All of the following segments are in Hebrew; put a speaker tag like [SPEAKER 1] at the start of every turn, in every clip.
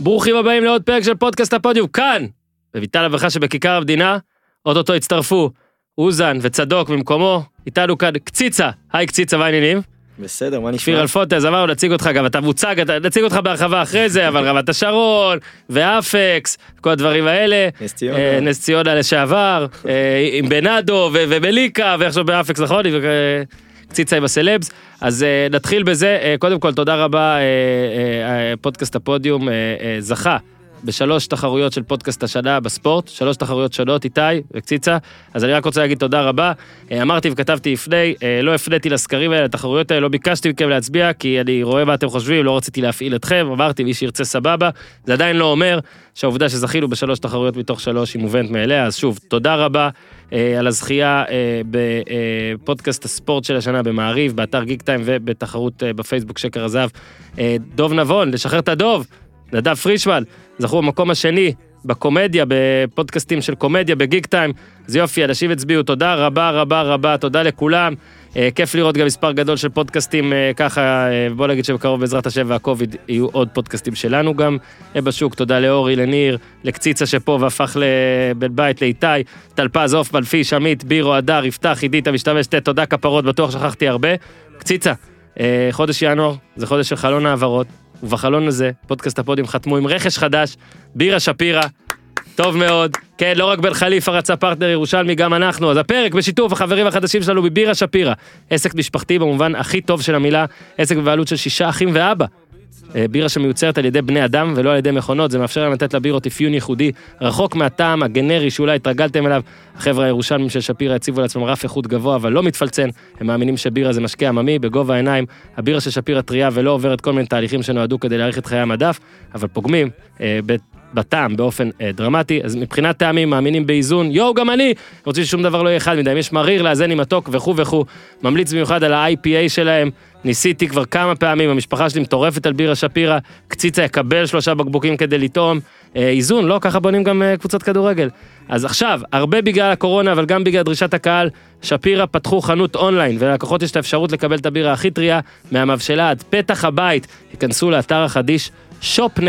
[SPEAKER 1] ברוכים הבאים לעוד פרק של פודקאסט הפודיום, כאן, בביטל הברכה שבכיכר המדינה, אוטוטו הצטרפו אוזן וצדוק במקומו, איתנו כאן קציצה, היי קציצה, מה העניינים?
[SPEAKER 2] בסדר, מה נשמע?
[SPEAKER 1] כפיר אלפונטז, אמרנו נציג אותך, גם אתה מוצג, אתה- נציג אותך בהרחבה אחרי זה, אבל רמת השרון, ואפקס, כל הדברים האלה.
[SPEAKER 2] נס
[SPEAKER 1] אה,
[SPEAKER 2] ציונה.
[SPEAKER 1] נס ציונה לשעבר, אה, עם בנאדו ו- ומליקה, ועכשיו באפקס, נכון? עם, אה, קציצה עם הסלבס. אז אה, נתחיל בזה. אה, קודם כל, תודה רבה, אה, אה, אה, פודקאסט הפודיום אה, אה, זכה. בשלוש תחרויות של פודקאסט השנה בספורט, שלוש תחרויות שונות, איתי וקציצה, אז אני רק רוצה להגיד תודה רבה. אה, אמרתי וכתבתי לפני, אה, לא הפניתי לסקרים האלה, לתחרויות האלה, לא ביקשתי מכם להצביע, כי אני רואה מה אתם חושבים, לא רציתי להפעיל אתכם, אמרתי, מי שירצה סבבה, זה עדיין לא אומר שהעובדה שזכינו בשלוש תחרויות מתוך שלוש היא מובנת מאליה, אז שוב, תודה רבה אה, על הזכייה אה, בפודקאסט הספורט של השנה במעריב, באתר גיק טיים ובתחרות אה, בפייסבוק שקר הזהב. אה, דוב נבון, לשחרר את הדוב, נדב פרישמן, זכו במקום השני בקומדיה, בפודקאסטים של קומדיה בגיק טיים. אז יופי, אנשים הצביעו, תודה רבה רבה רבה, תודה לכולם. אה, כיף לראות גם מספר גדול של פודקאסטים אה, ככה, אה, בוא נגיד שבקרוב בעזרת השם והקוביד יהיו עוד פודקאסטים שלנו גם אה, בשוק. תודה לאורי, לניר, לקציצה שפה והפך לבן בית, לאיתי, טלפז, הופמן, פיש, עמית, בירו, הדר, יפתח, עידית, המשתמש, תה, תודה כפרות, בטוח שכחתי הרבה. קציצה, אה, חודש ינואר, זה חודש של חלון העברות, ובחלון הזה, פודקאסט הפודיום חתמו עם רכש חדש, בירה שפירא, טוב מאוד. כן, לא רק בן חליפה רצה פרטנר ירושלמי, גם אנחנו. אז הפרק בשיתוף החברים החדשים שלנו בבירה שפירא. עסק משפחתי במובן הכי טוב של המילה, עסק בבעלות של שישה אחים ואבא. אה, בירה שמיוצרת על ידי בני אדם ולא על ידי מכונות, זה מאפשר להם לתת לבירות אפיון ייחודי, רחוק מהטעם הגנרי שאולי התרגלתם אליו. החבר'ה הירושלמים של שפירא הציבו לעצמם רף איכות גבוה, אבל לא מתפלצן. הם מאמינים שבירה זה משקה עממי, בגובה העיניים. הבירה של שפירא טריה ולא עוברת כל מיני תהליכים שנועדו כדי להאריך את חיי המדף, אבל פוגמים אה, ב- בטעם באופן אה, דרמטי, אז מבחינת טעמים מאמינים באיזון, יואו גם אני, רוצים ששום דבר לא יהיה אחד מדי, אם יש מריר לאזן עם מתוק וכו' וכו', ממליץ במיוחד על ה-IPA שלהם, ניסיתי כבר כמה פעמים, המשפחה שלי מטורפת על בירה שפירא, קציצה יקבל שלושה בקבוקים כדי לטעום, אה, איזון, לא, ככה בונים גם אה, קבוצות כדורגל. אז עכשיו, הרבה בגלל הקורונה, אבל גם בגלל דרישת הקהל, שפירא פתחו חנות אונליין, וללקוחות יש את האפשרות לקבל את הבירה הכי טריה, מהמבשלה עד פתח הבית, ייכנסו לאתר החדיש, shop.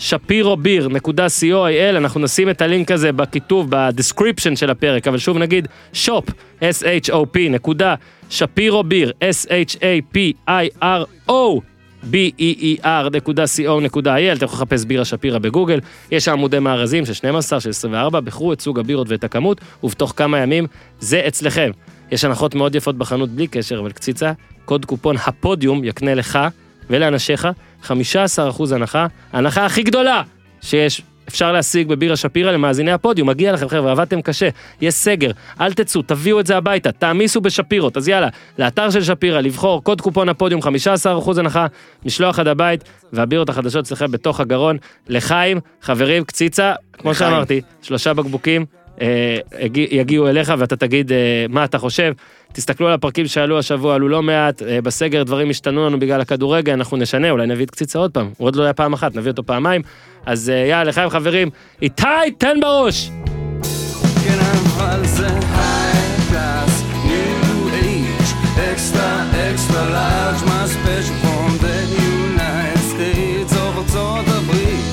[SPEAKER 1] שפירוביר.co.il, אנחנו נשים את הלינק הזה בכיתוב, בדסקריפשן של הפרק, אבל שוב נגיד, shop, s-h-o-p, נקודה, שפירוביר, s-h-a-p-i-r-o. E b-e-e-r.co.il, אתם יכולים לחפש בירה שפירא בגוגל, יש שם עמודי מארזים של 12, של 24, בחרו את סוג הבירות ואת הכמות, ובתוך כמה ימים זה אצלכם. יש הנחות מאוד יפות בחנות בלי קשר, אבל קציצה, קוד קופון הפודיום יקנה לך ולאנשיך 15% הנחה, ההנחה הכי גדולה שיש. אפשר להשיג בבירה שפירא למאזיני הפודיום, מגיע לכם חבר'ה, עבדתם קשה, יש סגר, אל תצאו, תביאו את זה הביתה, תעמיסו בשפירות, אז יאללה, לאתר של שפירא, לבחור קוד קופון הפודיום, 15% הנחה, משלוח עד הבית, והבירות החדשות אצלכם בתוך הגרון, לחיים, חברים, קציצה, כמו
[SPEAKER 2] לחיים.
[SPEAKER 1] שאמרתי, שלושה בקבוקים, אה, יגיע- יגיעו אליך ואתה תגיד אה, מה אתה חושב. תסתכלו על הפרקים שעלו השבוע, עלו לא מעט, אה, בסגר דברים השתנו לנו בגלל הכדורגל, אנחנו נשנה, אולי נביא את קציצה עוד פעם, הוא עוד לא היה פעם אחת, נביא אותו פעמיים. אז אה, יאללה, לחיים חברים, איתי, תן בראש!
[SPEAKER 3] כן, אבל זה high class, new age, extra, extra large, my special from the United States of ארצות הברית.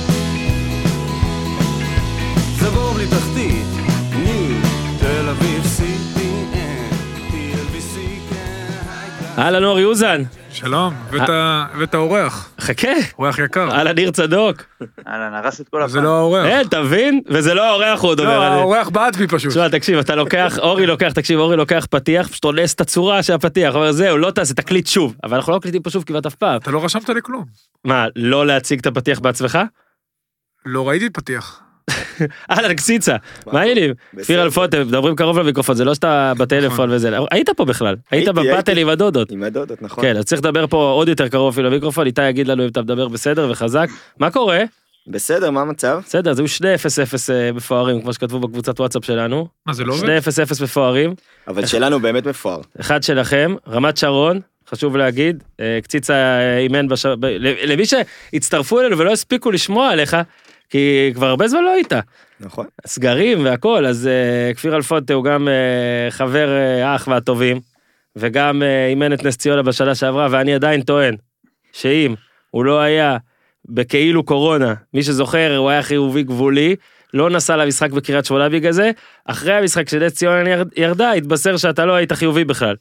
[SPEAKER 3] זה בור בלי תחתית, ניו, תל אביב, CPN, TLBC, כן, high class.
[SPEAKER 1] אהלן אורי אוזן,
[SPEAKER 4] שלום, הבאת- הבאת אורח,
[SPEAKER 1] חכה,
[SPEAKER 4] אורח יקר.
[SPEAKER 1] אהלן ניר צדוק.
[SPEAKER 5] אהלן, הרס את כל
[SPEAKER 1] אה,
[SPEAKER 5] הפעם.
[SPEAKER 4] זה לא האורח.
[SPEAKER 1] אין, תבין? וזה לא האורח הוא עוד
[SPEAKER 4] לא,
[SPEAKER 1] עובר עליהם.
[SPEAKER 4] האורח בעט בי פשוט.
[SPEAKER 1] תשמע, תקשיב, אתה לוקח, אורי לוקח, תקשיב, אורי לוקח פתיח, פשוט אונס את הצורה של הפתיח, אומר זהו, לא תעשה, תקליט שוב. אבל אנחנו לא מקליטים פה שוב כמעט אף פעם.
[SPEAKER 4] אתה לא רשמת לי כלום.
[SPEAKER 1] מה, לא להציג את הפתיח בעצמך?
[SPEAKER 4] לא ראיתי פתיח.
[SPEAKER 1] אהלן, קציצה, מה העניינים? כפיר
[SPEAKER 2] בסדר.
[SPEAKER 1] אלפוטם, מדברים קרוב למיקרופון, זה לא שאתה בטלפון וזה, היית פה בכלל, היית
[SPEAKER 2] הייתי,
[SPEAKER 1] בבטל
[SPEAKER 2] הייתי.
[SPEAKER 1] עם הדודות.
[SPEAKER 2] עם הדודות, נכון?
[SPEAKER 1] כן, אז צריך לדבר פה עוד יותר קרוב אפילו למיקרופון, איתי יגיד לנו אם אתה מדבר בסדר וחזק. מה קורה?
[SPEAKER 2] בסדר, מה המצב?
[SPEAKER 1] בסדר, אז היו שני 0-0 אה, מפוארים, כמו שכתבו בקבוצת וואטסאפ שלנו.
[SPEAKER 4] מה, זה לא עובד?
[SPEAKER 1] שני 0-0 מפוארים,
[SPEAKER 2] אבל שלנו באמת מפואר.
[SPEAKER 1] אחד שלכם, רמת שרון, חשוב להגיד, אה, קציצה אה, אימן בש... ב- למי שהצטרפו אלינו ולא הספיקו לשמוע עליך, כי כבר הרבה זמן לא היית.
[SPEAKER 2] נכון.
[SPEAKER 1] סגרים והכל, אז אה, כפיר אלפונטה הוא גם אה, חבר אה, האח והטובים, וגם אה, אימן את נס ציונה בשנה שעברה, ואני עדיין טוען שאם הוא לא היה בכאילו קורונה. מי שזוכר, הוא היה חיובי גבולי, לא נסע למשחק בקריית שמונה בגלל זה. אחרי המשחק כשנס ציונה ירד- ירדה, התבשר שאתה לא היית חיובי בכלל.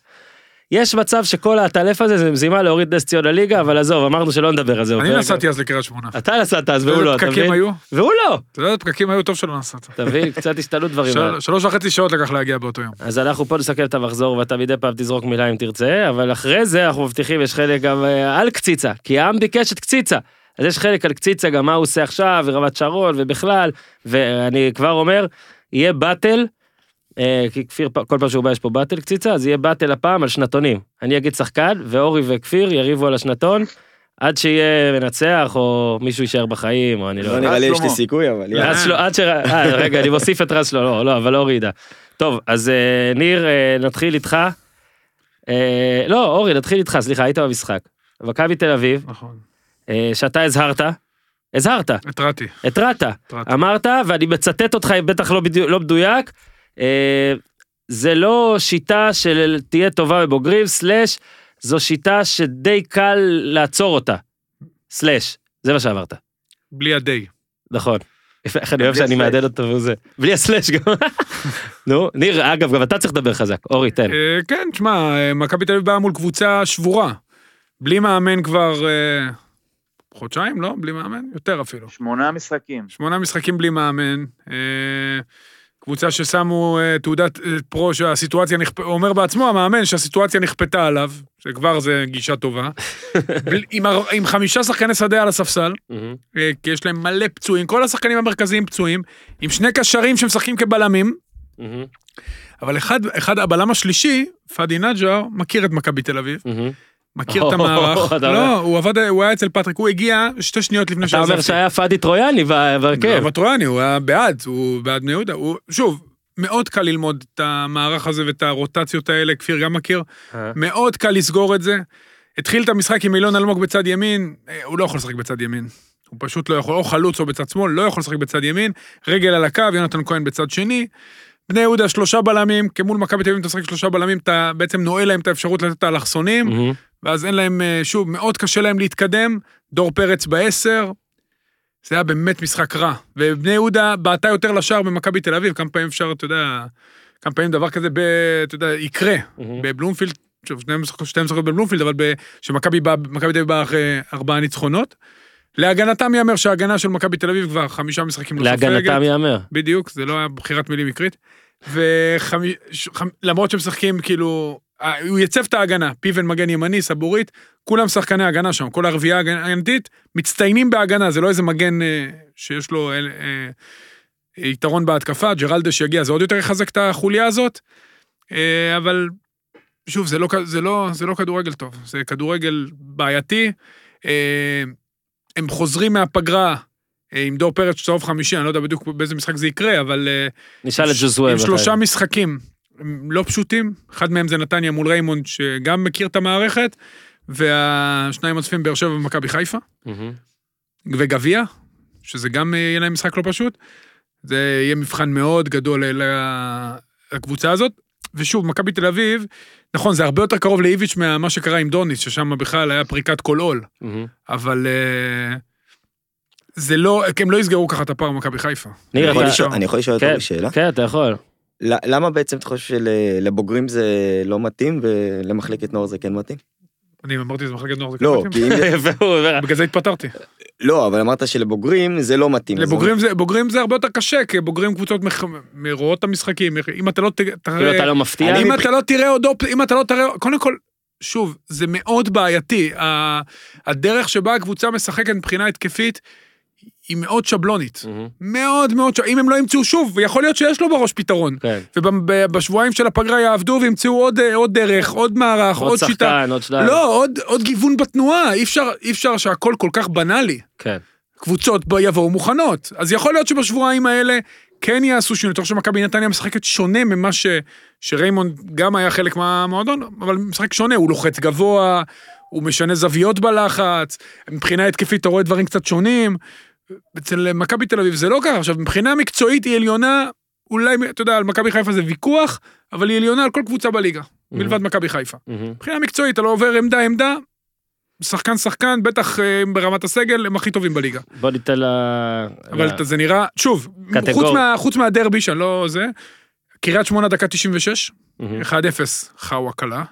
[SPEAKER 1] יש מצב שכל הטלף הזה זה מזימה להוריד נס ציונה ליגה, אבל עזוב, אמרנו שלא נדבר על זה.
[SPEAKER 4] אני
[SPEAKER 1] בפרק.
[SPEAKER 4] נסעתי אז לקריית שמונה. אתה
[SPEAKER 1] אתה נסעת אז והוא
[SPEAKER 4] יודע
[SPEAKER 1] לא,
[SPEAKER 4] איזה
[SPEAKER 1] אתה
[SPEAKER 4] פקקים
[SPEAKER 1] מבין?
[SPEAKER 4] היו?
[SPEAKER 1] והוא לא!
[SPEAKER 4] יודע, הפקקים היו טוב שלא נסעת.
[SPEAKER 1] אתה מבין? קצת השתנו דברים.
[SPEAKER 4] של- שלוש וחצי שעות לקח להגיע באותו יום.
[SPEAKER 1] אז אנחנו פה נסכם את המחזור ואתה מדי פעם תזרוק מילה אם תרצה, אבל אחרי זה אנחנו מבטיחים יש חלק גם אה, על קציצה, כי העם ביקש את קציצה. אז יש חלק על קציצה, גם מה הוא עושה עכשיו, ורמת שרון ובכלל, ואני כבר אומר, יהיה באטל, אה, כי כפיר פ- כל פעם שהוא בא יש פה באטל קציצה, אז יהיה באטל הפעם על שנתונים. אני אגיד שחקן, ואורי וכפיר יריבו על השנתון, עד שיהיה מנצח, או מישהו יישאר בחיים, או אני לא
[SPEAKER 2] לא
[SPEAKER 1] יודע.
[SPEAKER 2] נראה לי יש לי
[SPEAKER 4] אה, שלמה.
[SPEAKER 2] סיכוי, אבל... יאללה.
[SPEAKER 1] רז שלו, עד ש... אה, רגע, אני מוסיף את רז שלו, לא, לא, אבל לא הורידה. טוב, אז אה, ניר, אה, נתחיל איתך. אה, לא, אורי, נתחיל איתך, סליחה, היית במשחק. מכבי תל אביב,
[SPEAKER 4] נכון.
[SPEAKER 1] אה, שאתה הזהרת, הזהרת,
[SPEAKER 4] התרעתי.
[SPEAKER 1] התרעת,
[SPEAKER 4] התרעתי.
[SPEAKER 1] אמרת, ואני מצטט אותך, בטח לא בדיוק- לא מדויק, אה, זה לא שיטה של תהיה טובה בבוגרים, סלאש, זו שיטה שדי קל לעצור אותה, סלאש, זה מה שאמרת.
[SPEAKER 4] בלי הדי.
[SPEAKER 1] נכון. איך אני אוהב
[SPEAKER 2] בלי
[SPEAKER 1] שאני
[SPEAKER 2] הסלאש.
[SPEAKER 1] מעדן אותו והוא זה. בלי הסלאש גם. נו, ניר, אגב, גם אתה צריך לדבר חזק. אורי, תן.
[SPEAKER 4] אה, כן, תשמע, אה, מכבי תל אביב באה מול קבוצה שבורה. בלי מאמן כבר אה, חודשיים, לא? בלי מאמן? יותר אפילו.
[SPEAKER 5] שמונה משחקים.
[SPEAKER 4] שמונה משחקים בלי מאמן. אה, קבוצה ששמו אה, תעודת אה, פרו שהסיטואציה נכפ... אומר בעצמו המאמן שהסיטואציה נכפתה עליו, שכבר זה גישה טובה. בל- עם, הר- עם חמישה שחקני שדה על הספסל,
[SPEAKER 1] מהמם.
[SPEAKER 4] אה, כי יש להם מלא פצועים, כל השחקנים המרכזיים פצועים, עם שני קשרים שמשחקים כבלמים,
[SPEAKER 1] מהמם.
[SPEAKER 4] אבל אחד, אחד הבלם השלישי, פאדי נג'ואר, מכיר את מכבי תל אביב,
[SPEAKER 1] מהמם.
[SPEAKER 4] מכיר את המערך.
[SPEAKER 1] אתה אומר-
[SPEAKER 4] לא, הוא עבד, הוא היה אצל פטריק, הוא הגיע שתי שניות לפני
[SPEAKER 1] אתה
[SPEAKER 4] שעזבתי. לא,
[SPEAKER 1] אומר שהיה פאדי טרויאני ב- בהרכב.
[SPEAKER 4] אבל טרויאני, הוא היה בעד, הוא בעד בני יהודה. הוא, שוב, מאוד קל ללמוד את המערך הזה ואת הרוטציות האלה, כפיר גם מכיר.
[SPEAKER 1] אה.
[SPEAKER 4] מאוד קל לסגור את זה. התחיל את המשחק עם אילון אלמוג בצד ימין, אה, הוא לא יכול לשחק בצד ימין. הוא פשוט לא יכול, או חלוץ או בצד שמאל, לא יכול לשחק בצד ימין. רגל על הקו, יונתן כהן בצד שני. בני יהודה שלושה בלמים, כמול מכבי תל אביב אתה משחק שלושה בלמים, אתה בעצם נועל להם את האפשרות לתת את האלכסונים.
[SPEAKER 1] מהמם.
[SPEAKER 4] ואז אין להם, אה, שוב, מאוד קשה להם להתקדם, דור פרץ בעשר, זה היה באמת משחק רע. ובני יהודה בעטה יותר לשער במכבי תל אביב, כמה פעמים אפשר, אתה יודע, כמה פעמים דבר כזה, ב, אתה יודע, יקרה,
[SPEAKER 1] מהמם.
[SPEAKER 4] בבלומפילד, שוב, שניהם משחקו- שתיהם משחקות בבלומפילד, אבל ב- שמכבי באה- מכבי תל אביב באה אחרי ארבעה ניצחונות. להגנתם ייאמר שההגנה של מכבי תל אביב כבר חמישה משחקים לא
[SPEAKER 1] להגנתם ייאמר.
[SPEAKER 4] בדיוק, זה לא היה בחירת מילים מקרית. ולמרות שמשחקים כאילו, אה, הוא ייצב את ההגנה, פיבן מגן ימני, סבורית, כולם שחקני הגנה שם, כל הרביעייה ההגנתית, מצטיינים בהגנה, זה לא איזה מגן אה, שיש לו אה, אה, יתרון בהתקפה, ג'רלדה שיגיע, זה עוד יותר יחזק את החוליה הזאת, אה, אבל שוב, זה לא, כ- זה, לא, זה לא כדורגל טוב, זה כדורגל בעייתי. אה, הם חוזרים מהפגרה אה, עם דור פרץ צהוב חמישי, אני לא יודע בדיוק באיזה משחק זה יקרה, אבל אה,
[SPEAKER 1] נשאל את
[SPEAKER 4] ש-
[SPEAKER 1] ג'וזווה.
[SPEAKER 4] עם
[SPEAKER 1] לא מתי.
[SPEAKER 4] שלושה משחקים הם לא פשוטים, אחד מהם זה נתניה מול ריימונד, שגם מכיר את המערכת, והשניים עוצפים באר שבע ומכבי חיפה,
[SPEAKER 1] מהמם.
[SPEAKER 4] וגביע, שזה גם אה, יהיה להם משחק לא פשוט. זה יהיה מבחן מאוד גדול אה, ל- לקבוצה הזאת. ושוב, מכבי תל אביב, נכון, זה הרבה יותר קרוב לאיביץ' ממה שקרה עם דוניס, ששם בכלל היה פריקת כל עול.
[SPEAKER 1] מהמם.
[SPEAKER 4] אבל אה, זה לא, הם לא יסגרו ככה את הפער במכבי חיפה.
[SPEAKER 1] ניר,
[SPEAKER 2] אני יכול
[SPEAKER 1] אתה-
[SPEAKER 2] לשאול- אני יכול לשאול
[SPEAKER 1] כן.
[SPEAKER 2] אותך שאלה?
[SPEAKER 1] כן, אתה יכול.
[SPEAKER 2] ל- למה בעצם אתה חושב שלבוגרים זה לא מתאים ולמחלקת נוער זה כן מתאים?
[SPEAKER 4] אני אמרתי, זה מחלקת נוער, זה
[SPEAKER 2] לא,
[SPEAKER 4] קלטים?
[SPEAKER 2] כי אם זה...
[SPEAKER 1] והוא אומר,
[SPEAKER 4] בגלל זה התפטרתי.
[SPEAKER 2] לא, אבל אמרת שלבוגרים זה לא מתאים. אז
[SPEAKER 4] לבוגרים זה, בוגרים זה הרבה יותר קשה, כי בוגרים קבוצות מח... מ- רואות את המשחקים, מח- אם אתה לא תראה,
[SPEAKER 1] כאילו אתה לא מפתיע.
[SPEAKER 2] אני-
[SPEAKER 4] אם
[SPEAKER 2] מבח-
[SPEAKER 4] אתה לא תראה עוד אופציה, אם אתה לא תראה, קודם כל, שוב, זה מאוד בעייתי, ה- הדרך שבה הקבוצה משחקת מבחינה התקפית, היא מאוד שבלונית,
[SPEAKER 1] מהמם.
[SPEAKER 4] מאוד מאוד, ש- אם הם לא ימצאו שוב, ויכול להיות שיש לו בראש פתרון,
[SPEAKER 1] כן.
[SPEAKER 4] ובשבועיים של הפגרה יעבדו וימצאו עוד, אה, עוד דרך, עוד מערך, עוד,
[SPEAKER 1] עוד
[SPEAKER 4] שיטה.
[SPEAKER 1] שחקן, עוד שלב.
[SPEAKER 4] לא, עוד, עוד גיוון בתנועה, אי אפשר, אי אפשר שהכל כל כך בנאלי.
[SPEAKER 1] כן.
[SPEAKER 4] קבוצות ב- יבואו מוכנות. אז יכול להיות שבשבועיים האלה כן יעשו שינוי. אני חושב שמכבי נתניה משחקת שונה ממה ש... שריימונד גם היה חלק מהמועדון, אבל משחק שונה, הוא לוחץ גבוה, הוא משנה זוויות בלחץ, מבחינה התקפית אתה רואה דברים קצת שונים. אצל מכבי תל אביב זה לא ככה. עכשיו, מבחינה מקצועית היא עליונה, אולי, אתה יודע, על מכבי חיפה זה ויכוח, אבל היא עליונה על כל קבוצה בליגה, מלבד מכבי חיפה.
[SPEAKER 1] מהמם.
[SPEAKER 4] מבחינה מקצועית, אתה לא עובר עמדה-עמדה, שחקן שחקן, בטח אה, ברמת הסגל, הם הכי טובים בליגה.
[SPEAKER 1] בוא ניתן לה...
[SPEAKER 4] אבל
[SPEAKER 1] לה-
[SPEAKER 4] אתה- זה נראה, שוב,
[SPEAKER 1] קטגור.
[SPEAKER 4] חוץ, מה, חוץ מהדרבי שאני לא זה, קריית שמונה דקה 96, 1-0, חאווה קלה,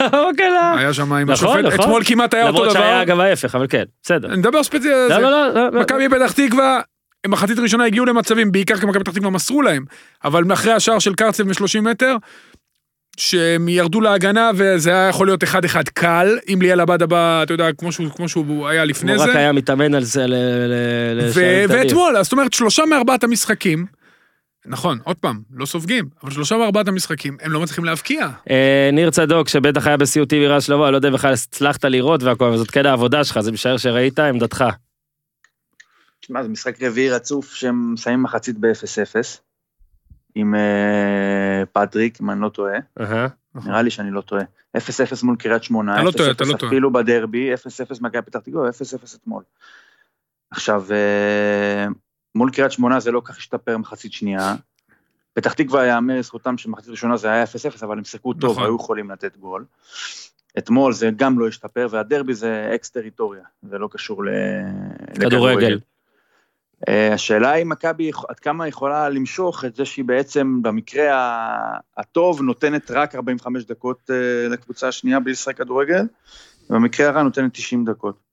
[SPEAKER 1] מה קרה?
[SPEAKER 4] היה שם עם
[SPEAKER 1] נכון,
[SPEAKER 4] השופט,
[SPEAKER 1] נכון.
[SPEAKER 4] אתמול כמעט אוקיי, לא. היה אותו
[SPEAKER 1] למרות שהיה
[SPEAKER 4] דבר,
[SPEAKER 1] אגב ההפך, אבל כן, בסדר.
[SPEAKER 4] אני מדבר ספציפית על
[SPEAKER 1] לא,
[SPEAKER 4] זה,
[SPEAKER 1] לא, לא, לא, לא.
[SPEAKER 4] מכבי פתח תקווה, מחצית ראשונה הגיעו למצבים, בעיקר כי מכבי פתח תקווה מסרו להם, אבל אחרי השער של קרצב מ-30 מטר, שהם ירדו להגנה וזה היה יכול להיות 1-1 קל, אם ליאל עבד הבא, אתה יודע, כמו שהוא, כמו שהוא היה לפני
[SPEAKER 1] הוא
[SPEAKER 4] זה.
[SPEAKER 1] רק היה מתאמן על זה ל... ל- ל-
[SPEAKER 4] ו-
[SPEAKER 1] לשערים קטנים.
[SPEAKER 4] ואתמול, אז זאת אומרת, שלושה מארבעת המשחקים, נכון, עוד פעם, לא סופגים, אבל שלושה מארבעת המשחקים, הם לא מצליחים להבקיע.
[SPEAKER 1] אה, ניר צדוק, שבטח היה בסיוט טבעי רע שלו, אני לא יודע אם בכלל הצלחת לראות והכל, אבל זאת כן העבודה שלך, זה משער שראית, עמדתך.
[SPEAKER 5] תשמע, זה משחק רביעי רצוף שהם שמים מחצית ב-0-0, עם אה, פטריק, אם אני לא טועה,
[SPEAKER 1] אהה.
[SPEAKER 5] נראה לי שאני לא טועה. 0-0 מול קריית שמונה,
[SPEAKER 4] אתה נכון. לא טועה, אתה לא
[SPEAKER 5] 0-0
[SPEAKER 4] טועה.
[SPEAKER 5] אפילו בדרבי, 0-0 מכבי פתח תקווה, 0-0 אתמול. עכשיו, אה, מול קריית שמונה זה לא כך השתפר מחצית שנייה. פתח תקווה יאמר לזכותם שמחצית ראשונה זה היה 0-0, אבל הם שיחקו טוב,
[SPEAKER 4] נכון.
[SPEAKER 5] היו יכולים לתת גול. אתמול זה גם לא השתפר, והדרבי זה אקס-טריטוריה, זה לא קשור ל-
[SPEAKER 1] כדורגל.
[SPEAKER 5] אה, השאלה היא מכבי, יכ- עד כמה היא יכולה למשוך את זה שהיא בעצם במקרה ה- הטוב נותנת רק 45 דקות אה, לקבוצה השנייה בלי לשחק כדורגל, ובמקרה הרע נותנת 90 דקות.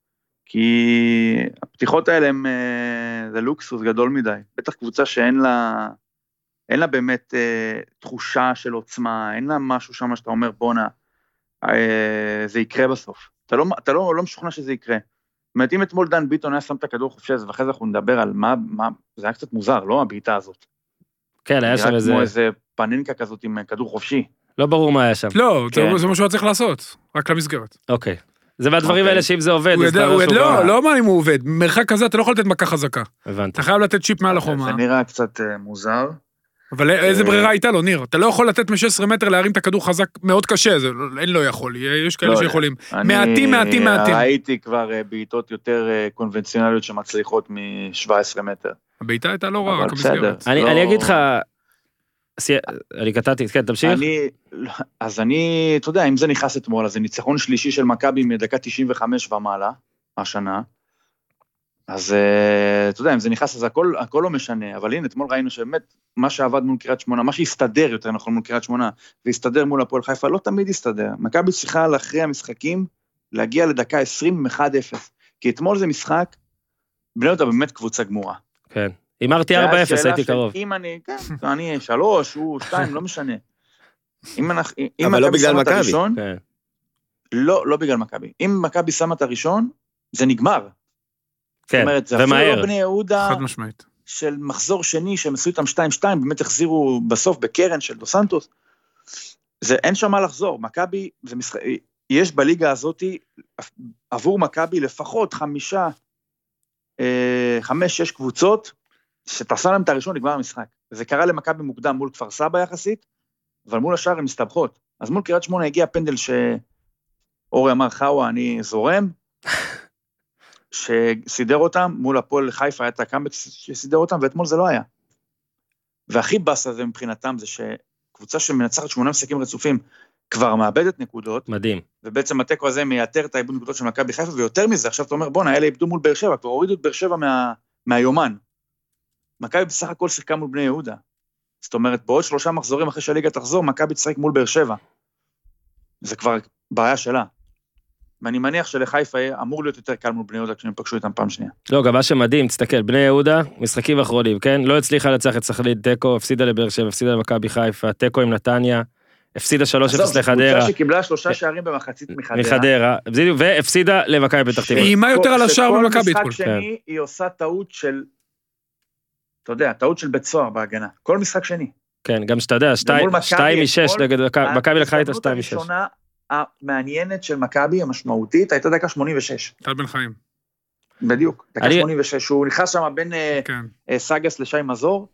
[SPEAKER 5] כי הפתיחות האלה הם, אה, זה לוקסוס גדול מדי, בטח קבוצה שאין לה, אין לה באמת אה, תחושה של עוצמה, אין לה משהו שם שאתה אומר בואנה, אה, זה יקרה בסוף. אתה לא, אתה לא, לא משוכנע שזה יקרה. זאת אומרת, אם אתמול דן ביטון היה שם את הכדור חופשי, אז ואחרי זה אנחנו נדבר על מה, מה, זה היה קצת מוזר, לא הבעיטה הזאת.
[SPEAKER 1] כן, היה שם
[SPEAKER 5] נראה
[SPEAKER 1] איזה...
[SPEAKER 5] כמו איזה פננקה כזאת עם כדור חופשי.
[SPEAKER 1] לא ברור מה היה שם.
[SPEAKER 4] לא, זה-
[SPEAKER 1] כן.
[SPEAKER 4] זה מה שהוא היה צריך לעשות, רק למסגרת.
[SPEAKER 1] אוקיי. זה מהדברים
[SPEAKER 5] אוקיי.
[SPEAKER 1] האלה שאם זה עובד,
[SPEAKER 4] הוא
[SPEAKER 1] אז
[SPEAKER 4] יודע,
[SPEAKER 1] אתה
[SPEAKER 4] הוא
[SPEAKER 1] שהוא
[SPEAKER 4] יודע,
[SPEAKER 1] ברע.
[SPEAKER 4] לא, לא מה אם הוא עובד, מרחק כזה אתה לא יכול לתת מכה חזקה,
[SPEAKER 1] הבנתי.
[SPEAKER 4] אתה חייב לתת צ'יפ מעל
[SPEAKER 5] זה
[SPEAKER 4] החומה,
[SPEAKER 5] נראה קצת אה, מוזר.
[SPEAKER 4] אבל איזה
[SPEAKER 1] אה,
[SPEAKER 4] ברירה הייתה לו, ניר? אתה לא יכול לתת מ-16 מטר להרים את הכדור חזק, מאוד קשה, זה לא- אין לא יכול, יש כאלה
[SPEAKER 5] לא,
[SPEAKER 4] שיכולים.
[SPEAKER 5] אני
[SPEAKER 4] מעטים, מעטים, מעטים.
[SPEAKER 5] ראיתי כבר אה, בעיטות יותר אה, קונבנציונליות שמצליחות מ-17 מטר.
[SPEAKER 4] הבעיטה הייתה לא רעה,
[SPEAKER 5] אבל
[SPEAKER 4] רק
[SPEAKER 5] בסדר.
[SPEAKER 4] המסגרת.
[SPEAKER 1] אני
[SPEAKER 5] לא-
[SPEAKER 1] אני אגיד לך... סי- אני קטעתי, כן, תמשיך.
[SPEAKER 5] אני, לא, אז אני, אתה יודע, אם זה נכנס אתמול, אז זה ניצחון שלישי של מכבי מדקה 95 ומעלה, השנה. אז אה, אתה יודע, אם זה נכנס, אז הכל, הכל לא משנה. אבל הנה, אתמול ראינו שבאמת, מה שעבד מול קריית שמונה, מה שהסתדר יותר נכון מול קריית שמונה, והסתדר מול הפועל חיפה, לא תמיד הסתדר. מכבי צריכה אחרי המשחקים להגיע לדקה 20 עם 1-0. כי אתמול זה משחק, בני יהודה באמת קבוצה גמורה.
[SPEAKER 1] כן. הימרתי 4-0,
[SPEAKER 5] זה היה שאלה
[SPEAKER 1] הייתי
[SPEAKER 5] של
[SPEAKER 1] קרוב.
[SPEAKER 5] אם אני, כן, אני שלוש, הוא שתיים, לא משנה. אם אנחנו, אם
[SPEAKER 2] אבל לא
[SPEAKER 5] מכבי
[SPEAKER 2] בגלל
[SPEAKER 5] שמה את
[SPEAKER 2] מכבי.
[SPEAKER 5] הראשון,
[SPEAKER 1] כן.
[SPEAKER 5] לא, לא בגלל מכבי. אם מכבי שמה את הראשון, זה נגמר.
[SPEAKER 1] כן,
[SPEAKER 5] זאת אומרת, זה אפילו
[SPEAKER 1] ומהר.
[SPEAKER 5] לא בני יהודה
[SPEAKER 4] חד משמעית.
[SPEAKER 5] של מחזור שני, שהם עשו איתם 2-2, באמת החזירו בסוף בקרן של דו סנטוס. זה, אין שם מה לחזור. מכבי, זה משחק, יש בליגה הזאת עבור מכבי לפחות חמישה, אה, חמש, שש קבוצות, שתעשה להם את הראשון, נגמר המשחק. זה קרה למכבי מוקדם מול כפר סבא יחסית, אבל מול השאר הן מסתבכות. אז מול קריית שמונה הגיע פנדל שאורי אמר חאווה, אני זורם, שסידר אותם, מול הפועל חיפה היה את הקאמבק שסידר אותם, ואתמול זה לא היה. והכי באסה זה מבחינתם זה שקבוצה שמנצחת שמונה משחקים רצופים כבר מאבדת נקודות,
[SPEAKER 1] מדהים.
[SPEAKER 5] ובעצם התיקו הזה מייתר את האיבוד נקודות של מכבי חיפה, ויותר מזה, עכשיו אתה אומר, בואנה, אלה איבדו מול באר שבע, כבר הורידו את באר שבע מה, מהיומן. מכבי בסך הכל שיחקה מול בני יהודה. זאת אומרת, בעוד שלושה מחזורים אחרי שהליגה תחזור, מכבי תשחק מול באר שבע. זה כבר בעיה שלה. ואני מניח שלחיפה יהיה- אמור להיות יותר קל מול בני יהודה כשהם יפגשו איתם פעם שנייה.
[SPEAKER 1] לא, גם מה שמדהים, תסתכל, בני יהודה, משחקים אחרונים, כן? לא הצליחה לנצח את סחלין, תיקו, הפסידה לבאר שבע, הפסידה למכבי חיפה, תיקו עם נתניה, הפסידה 3-0
[SPEAKER 5] עזוב, זו
[SPEAKER 1] לא לחדרה,
[SPEAKER 5] קבוצה שקיבלה שלושה שערים במחצית מחדרה.
[SPEAKER 1] מחדרה, בדיוק, והפסידה למכבי פתח תקווה. כן.
[SPEAKER 4] היא איימה יותר על השער במכבי
[SPEAKER 5] שכל
[SPEAKER 4] אתמול.
[SPEAKER 5] משחק שני היא עושה טעות של, אתה יודע, טעות של בית סוהר בהגנה. כל משחק שני.
[SPEAKER 1] כן, גם שאתה יודע, שתיים-
[SPEAKER 5] ומול
[SPEAKER 1] שתיים
[SPEAKER 5] מכבי
[SPEAKER 1] משש
[SPEAKER 5] אתמול,
[SPEAKER 1] נגד מכבי, אה, מכבי לקחה את השתיים משש.
[SPEAKER 5] ההזדמנות הראשונה המעניינת של מכבי, המשמעותית, הייתה דקה 86.
[SPEAKER 4] טל בן חיים,
[SPEAKER 5] בדיוק, דקה
[SPEAKER 1] אני- אוקיי.
[SPEAKER 5] 86, הוא נכנס שם בין אה,
[SPEAKER 4] כן.
[SPEAKER 5] אה, סגס לשי מזור,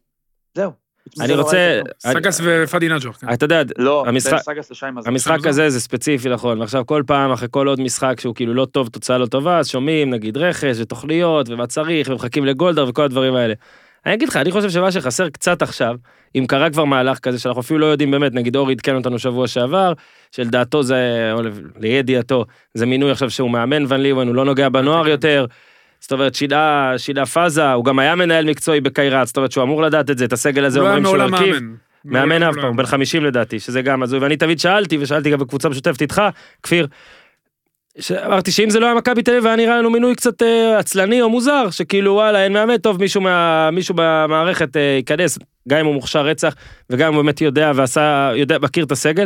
[SPEAKER 5] זהו. חוץ מזה
[SPEAKER 1] אני
[SPEAKER 5] לא
[SPEAKER 1] רוצה,
[SPEAKER 5] ראיתי
[SPEAKER 1] אני-
[SPEAKER 4] סגס ופאדי נג'ו. כן.
[SPEAKER 1] אה, אתה יודע,
[SPEAKER 5] כלום. לא, בין
[SPEAKER 1] המשחק-
[SPEAKER 5] סגס לשי מזור.
[SPEAKER 1] המשחק
[SPEAKER 4] מזור.
[SPEAKER 1] הזה זה ספציפי נכון, ועכשיו כל פעם אחרי כל עוד משחק שהוא כאילו לא טוב, תוצאה לא טובה, אז שומעים נגיד רכש ותוכניות ומה צריך ומחכים לגולדהר וכל הדברים האלה. אני אגיד לך, אני חושב שמה שחסר קצת עכשיו, אם קרה כבר מהלך כזה שאנחנו אפילו לא יודעים באמת, נגיד אורי עדכן אותנו שבוע שעבר, שלדעתו זה, או לידיעתו, זה מינוי עכשיו שהוא מאמן ון ליוון, הוא לא נוגע בנוער יותר. זאת אומרת, שינה, שינה פאזה, הוא גם היה מנהל מקצועי בקיירת, זאת אומרת שהוא אמור לדעת את זה, את הסגל הזה
[SPEAKER 4] הוא לא היה
[SPEAKER 1] אומרים שהוא
[SPEAKER 4] מעולם
[SPEAKER 1] הרכיב.
[SPEAKER 4] מאמן.
[SPEAKER 1] מאמן
[SPEAKER 4] מעולם.
[SPEAKER 1] אף פעם, הוא בן 50 לדעתי, שזה גם הזוי, ואני תמיד שאלתי, ושאלתי גם בקבוצה משותפת איתך, כפיר, אמרתי שאם זה לא היה מכבי תל אביב, היה נראה לנו מינוי קצת אה, עצלני או מוזר, שכאילו וואלה, אין מאמן טוב, מישהו, מה, מישהו במערכת אה, ייכנס, גם אם הוא מוכשר רצח, וגם אם הוא באמת יודע ועשה, יודע, מכיר את הסגל,